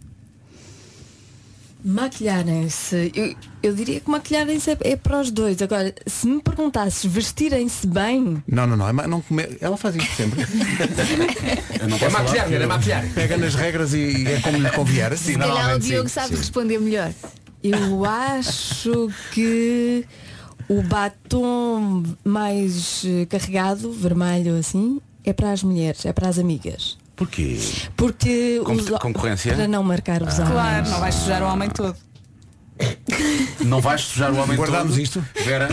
[SPEAKER 21] Maquilharem-se. Eu, eu diria que maquilharem-se é, é para os dois. Agora, se me perguntasses vestirem-se bem,
[SPEAKER 1] Não, não, não, é ma- não come- ela faz isto
[SPEAKER 21] <laughs>
[SPEAKER 1] sempre.
[SPEAKER 20] não posso É maquilhar, falar. mulher, é maquilhar.
[SPEAKER 1] Pega nas regras e é como lhe convier.
[SPEAKER 21] se calhar o Diogo sabe responder melhor. Eu acho que o batom mais eh, carregado, vermelho assim, é para as mulheres, é para as amigas.
[SPEAKER 20] Porquê?
[SPEAKER 21] Porque
[SPEAKER 20] Com-
[SPEAKER 21] os ho-
[SPEAKER 20] concorrência?
[SPEAKER 21] para não marcar os homens.
[SPEAKER 4] Claro, não vais sujar o homem todo.
[SPEAKER 20] Não vais sujar o homem
[SPEAKER 1] Guardámos
[SPEAKER 20] todo.
[SPEAKER 1] isto?
[SPEAKER 20] Vera.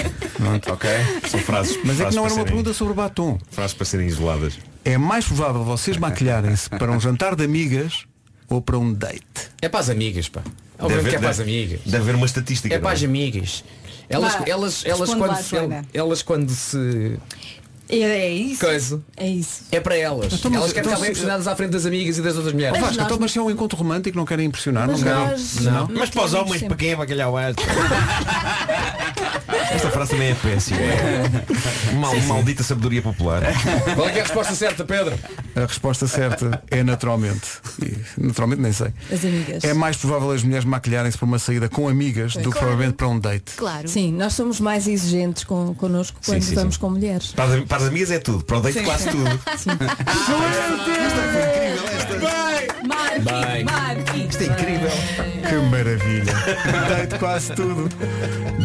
[SPEAKER 20] ok.
[SPEAKER 12] São frases.
[SPEAKER 1] Mas é que
[SPEAKER 12] frases
[SPEAKER 1] não era
[SPEAKER 12] para
[SPEAKER 1] uma
[SPEAKER 12] serem-
[SPEAKER 1] pergunta sobre batom.
[SPEAKER 12] Frases para serem isoladas.
[SPEAKER 1] É mais provável vocês maquilharem-se para um jantar de amigas ou para um date.
[SPEAKER 7] É para as amigas, pá. É o
[SPEAKER 12] Deve
[SPEAKER 7] mesmo que é
[SPEAKER 12] haver-
[SPEAKER 7] para as
[SPEAKER 12] deve-
[SPEAKER 7] amigas.
[SPEAKER 12] Deve haver uma estatística.
[SPEAKER 7] É para as
[SPEAKER 12] não
[SPEAKER 7] amigas. Elas,
[SPEAKER 21] Vá,
[SPEAKER 7] elas, elas,
[SPEAKER 21] responde
[SPEAKER 7] quando
[SPEAKER 21] lá,
[SPEAKER 7] se,
[SPEAKER 21] Joana.
[SPEAKER 7] elas quando se.
[SPEAKER 21] É, é isso.
[SPEAKER 7] Coisa.
[SPEAKER 21] É isso.
[SPEAKER 7] É para elas.
[SPEAKER 1] Então, mas-
[SPEAKER 7] elas querem
[SPEAKER 1] então,
[SPEAKER 7] ficar bem
[SPEAKER 1] se-
[SPEAKER 7] impressionadas à frente das amigas e das outras mulheres.
[SPEAKER 1] Mas, Vasco, então, mas se é um encontro romântico, não querem impressionar,
[SPEAKER 7] Mas
[SPEAKER 1] não querem.
[SPEAKER 7] nós- Não.
[SPEAKER 12] Mas para os homens, para quem é bacalhau Esta frase também é péssima.
[SPEAKER 1] É.
[SPEAKER 12] Mal, maldita sabedoria popular.
[SPEAKER 7] Qual é que é a resposta certa, Pedro?
[SPEAKER 1] A resposta certa é naturalmente. E, Naturalmente nem sei.
[SPEAKER 21] As amigas.
[SPEAKER 1] É mais provável as mulheres maquilharem-se para uma saída com amigas do que
[SPEAKER 21] Claro.
[SPEAKER 1] provavelmente para um date.
[SPEAKER 21] Claro. Sim, nós somos mais exigentes com, connosco
[SPEAKER 12] Sim,
[SPEAKER 21] quando
[SPEAKER 12] sim,
[SPEAKER 21] estamos
[SPEAKER 12] sim.
[SPEAKER 21] com mulheres.
[SPEAKER 12] Para as, para as amigas é tudo, para o date
[SPEAKER 21] Sim,
[SPEAKER 12] quase
[SPEAKER 21] sim.
[SPEAKER 12] tudo.
[SPEAKER 4] <laughs>
[SPEAKER 9] Bem.
[SPEAKER 21] Marque, marque.
[SPEAKER 1] Isto é incrível. Que maravilha. Date quase tudo.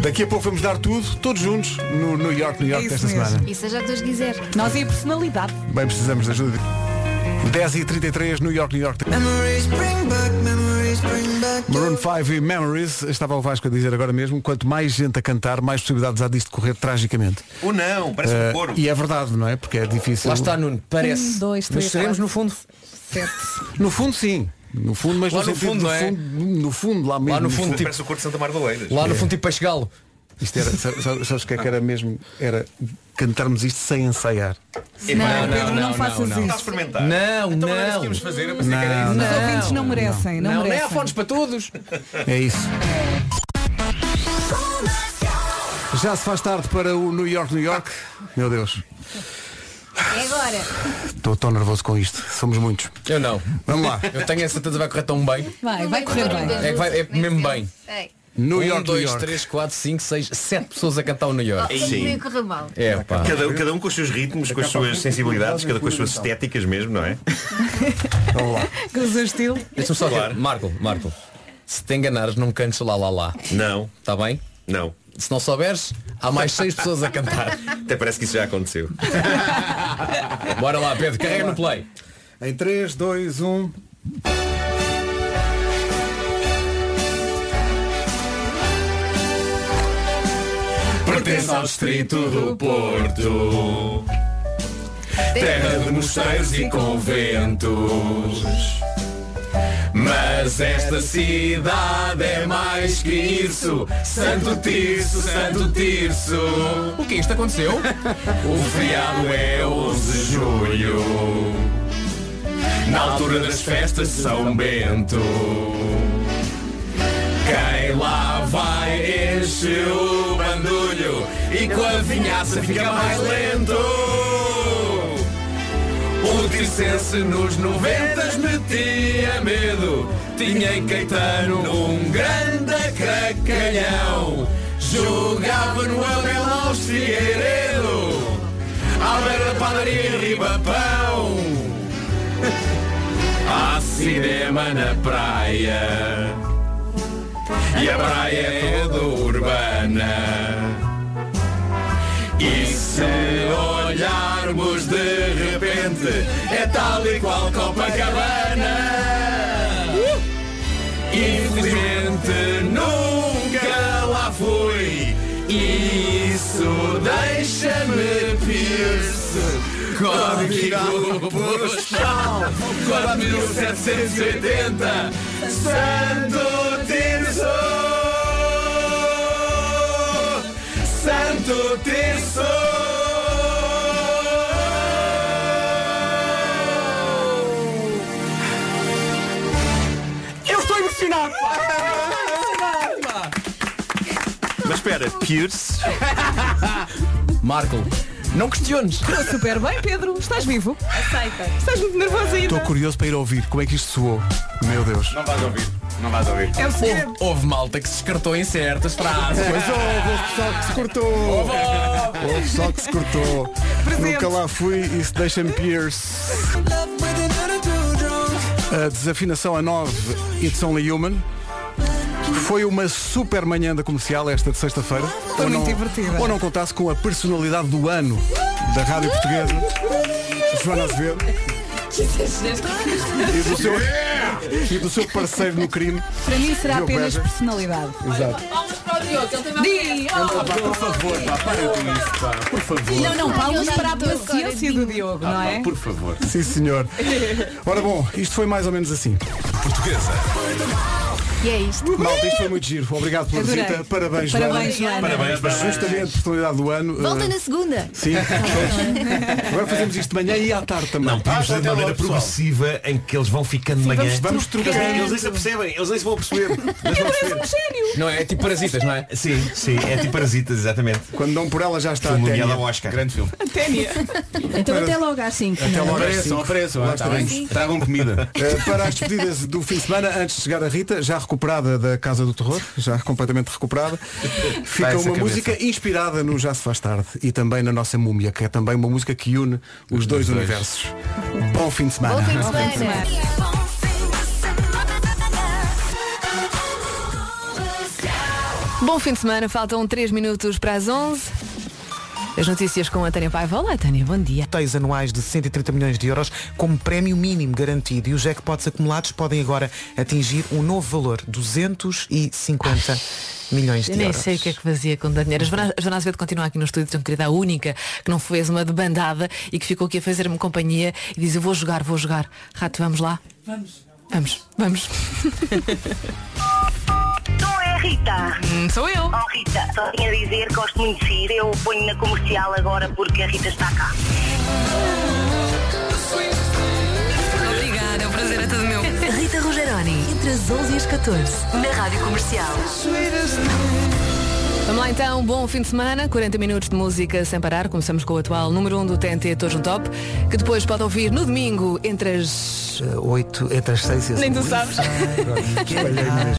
[SPEAKER 1] Daqui a pouco vamos dar tudo, todos juntos, no New York, New
[SPEAKER 7] É
[SPEAKER 1] York desta semana.
[SPEAKER 14] E seja o que Deus quiser.
[SPEAKER 4] É Nós e a personalidade.
[SPEAKER 1] Bem, precisamos de ajuda. 10h33, New York, New York. Maroon 5 e Memories, estava o Vasco a dizer agora mesmo, quanto mais gente a cantar, mais possibilidades há disto correr tragicamente.
[SPEAKER 12] Ou não, parece um
[SPEAKER 1] Eh,
[SPEAKER 12] coro.
[SPEAKER 1] E é verdade, não é? Porque é difícil.
[SPEAKER 7] Lá está, Nuno, parece.
[SPEAKER 4] Um, dois,
[SPEAKER 7] mas
[SPEAKER 4] três,
[SPEAKER 7] seremos
[SPEAKER 4] quatro.
[SPEAKER 7] no fundo.
[SPEAKER 1] No fundo sim. No fundo, mas
[SPEAKER 7] Lá
[SPEAKER 1] no,
[SPEAKER 7] no
[SPEAKER 1] sentido
[SPEAKER 7] fundo,
[SPEAKER 1] do
[SPEAKER 7] não é?
[SPEAKER 1] fundo, no fundo, lá mesmo.
[SPEAKER 7] no fundo, tipo-
[SPEAKER 12] Parece o coro de Santa Mardoleiras.
[SPEAKER 7] Lá no fundo tipo para chegá-lo.
[SPEAKER 1] É. Isto era, sabe- sabe- sabes o que é que era mesmo? Era cantarmos isto sem ensaiar.
[SPEAKER 6] não, Pedro, não, faças isso.
[SPEAKER 7] Não,
[SPEAKER 6] Então,
[SPEAKER 7] não.
[SPEAKER 6] era isso que íamos fazer, eu pensei que era isso. Os ouvintes não merecem, não
[SPEAKER 7] não é
[SPEAKER 6] merecem.
[SPEAKER 7] fones para todos.
[SPEAKER 1] É isso. Já se faz tarde para o New York, New York. Meu Deus,
[SPEAKER 5] É agora.
[SPEAKER 1] estou tão nervoso com isto. Somos muitos.
[SPEAKER 7] Eu não.
[SPEAKER 1] Vamos lá.
[SPEAKER 7] Eu tenho a certeza que vai correr tão bem.
[SPEAKER 6] Vai, vai correr bem.
[SPEAKER 7] É, que vai, é mesmo bem.
[SPEAKER 5] Ei,
[SPEAKER 1] New
[SPEAKER 7] um,
[SPEAKER 1] York,
[SPEAKER 7] dois,
[SPEAKER 1] New York.
[SPEAKER 7] três, quatro, cinco, seis, sete pessoas a cantar o New York.
[SPEAKER 5] Sim. correu mal.
[SPEAKER 7] É, pá.
[SPEAKER 12] Cada, cada um com os seus ritmos, com as suas sensibilidades, cada com as suas estéticas mesmo, não é?
[SPEAKER 6] Com o seu estilo.
[SPEAKER 7] Deixa-me só dizer, Marco, Marco, se te enganares não cantes lá lá lá.
[SPEAKER 12] Não.
[SPEAKER 7] Está bem?
[SPEAKER 12] Não.
[SPEAKER 7] Se não souberes, há mais seis pessoas a cantar.
[SPEAKER 12] Até parece que isso já aconteceu.
[SPEAKER 7] <laughs> Bora lá, Pedro, carrega no play.
[SPEAKER 1] Em um. 3, 2, 1.
[SPEAKER 20] Pertence ao distrito do Porto Terra de mosteiros e conventos Mas esta cidade é mais que isso Santo Tirso, Santo Tirso
[SPEAKER 7] O que é isto aconteceu?
[SPEAKER 20] <laughs> O feriado é 11 de julho Na altura das festas de São Bento Quem lá vai enche o bandulho E com a vinhaça fica mais lento O Tircense nos noventas metia medo Tinha em Caetano um grande cracalhão Jogava no Abel aos Figueiredo À beira da padaria Ribapão <laughs> Há cinema é na praia E a praia é toda urbana E se olharmos de repente É tal e qual Copacabana Infelizmente nunca lá fui E isso deixa-me pierce Código postal 4780 Santo Tirso Santo Tirso
[SPEAKER 6] Eu estou emocionado.
[SPEAKER 7] tipo-
[SPEAKER 12] Mas espera, Pierce.
[SPEAKER 7] Marco, não questiones.
[SPEAKER 6] Estou super bem, Pedro. Estás vivo? Aceita. Estás muito nervoso ainda.
[SPEAKER 1] Estou curioso para ir ouvir como é que isto soou. Meu Deus.
[SPEAKER 23] Não vais ouvir. Não vais ouvir.
[SPEAKER 6] É o
[SPEAKER 7] Houve, houve malta que se descartou em certas frases.
[SPEAKER 1] Pois houve, houve pessoal que se cortou. Houve pessoal que se cortou. Nunca lá fui e se deixa-me Pierce. A desafinação a 9, It's Only Human. Foi uma super manhã da comercial esta de sexta-feira.
[SPEAKER 6] Foi
[SPEAKER 1] Ou
[SPEAKER 6] muito
[SPEAKER 1] não-
[SPEAKER 6] divertida.
[SPEAKER 1] Ou não contasse com a personalidade do ano da Rádio Portuguesa, Joana Azevedo, e do seu, É! e do seu parceiro no crime.
[SPEAKER 6] Para mim será
[SPEAKER 1] Diogo
[SPEAKER 6] apenas
[SPEAKER 1] Beja.
[SPEAKER 6] personalidade.
[SPEAKER 1] Exato.
[SPEAKER 6] Di-
[SPEAKER 1] Por favor, pá, para com isso, pá. Por favor.
[SPEAKER 6] oh, Não, não, palmas para a paciência do Diogo,
[SPEAKER 1] Ah,
[SPEAKER 6] não é?
[SPEAKER 1] Por favor. Sim, senhor. Ora bom, isto foi mais ou menos assim. Portuguesa.
[SPEAKER 16] E é isto.
[SPEAKER 1] Malta, isto foi muito giro. Obrigado pela
[SPEAKER 16] Adorei.
[SPEAKER 1] visita. Parabéns,
[SPEAKER 16] Parabéns, Joana. Parabéns,
[SPEAKER 1] Mas Justamente a personalidade do ano.
[SPEAKER 16] Volta
[SPEAKER 1] eh,
[SPEAKER 16] na segunda. Tá
[SPEAKER 1] Sim. Agora fazemos isto de manhã e à tarde também.
[SPEAKER 7] Ah,
[SPEAKER 12] Não, podemos fazer de uma maneira progressiva em que eles vão ficando de manhã.
[SPEAKER 1] vamos
[SPEAKER 12] eles,
[SPEAKER 1] trocando.
[SPEAKER 12] eles nem se apercebem, eles nem se vão perceber.
[SPEAKER 7] Não é? É tipo parasitas, não é?
[SPEAKER 12] Sim, sim, é tipo parasitas, exatamente.
[SPEAKER 1] Quando dão por ela já está
[SPEAKER 12] Filme
[SPEAKER 1] a Ténia.
[SPEAKER 12] nomeado ao Oscar. Grande filme.
[SPEAKER 19] Então até logo às 5.
[SPEAKER 21] é?
[SPEAKER 23] Apareçam, apareçam.
[SPEAKER 1] Lá
[SPEAKER 23] Ah, tá
[SPEAKER 1] estaremos.
[SPEAKER 23] bem. Tragam comida. <laughs>
[SPEAKER 1] Eh, para as despedidas do fim de semana, antes de chegar a Rita, já recuperada da Casa do Terror, já completamente recuperada,
[SPEAKER 23] Vai
[SPEAKER 1] fica
[SPEAKER 23] essa
[SPEAKER 1] uma
[SPEAKER 23] cabeça.
[SPEAKER 1] música inspirada no Já Se Faz Tarde e também na nossa Múmia, que é também uma música que une os
[SPEAKER 23] dois.
[SPEAKER 1] dois universos. Bom fim de semana.
[SPEAKER 16] Bom fim de semana, faltam 3 minutos para as 11. As notícias com a Tânia Paiva. Olá, Tânia, bom dia.
[SPEAKER 24] Sorteios anuais de 130 milhões de euros como prémio mínimo garantido e os jackpots acumulados podem agora atingir um novo valor, 250 milhões de
[SPEAKER 16] Eu nem
[SPEAKER 24] euros.
[SPEAKER 16] sei o que é que fazia com tanto dinheiro. A Joana- a Joana Azevedo continua aqui no estúdio tão querida, a única que não fez uma debandada e que ficou aqui a fazer-me companhia e diz eu vou jogar, vou jogar.
[SPEAKER 25] <laughs>
[SPEAKER 16] Rato, vamos lá? Vamos. Vamos, vamos.
[SPEAKER 6] Rita.
[SPEAKER 26] Hum, sou eu.
[SPEAKER 6] Oh, Rita, só tinha a dizer, gosto muito de si. Eu ponho na comercial agora porque a Rita está cá.
[SPEAKER 26] Obrigada, é um prazer é todo meu.
[SPEAKER 25] Rita Rogeroni, entre as 11 e as 14, na Rádio Comercial.
[SPEAKER 16] Vamos lá então, bom fim de semana, 40 minutos de música sem parar. Começamos com o atual número 1 do TNT Todos no Top, que depois pode ouvir no domingo entre as.
[SPEAKER 1] Oito, entre as seis e as
[SPEAKER 16] Nem tu
[SPEAKER 1] oito.
[SPEAKER 16] sabes.
[SPEAKER 1] Espalhei-me.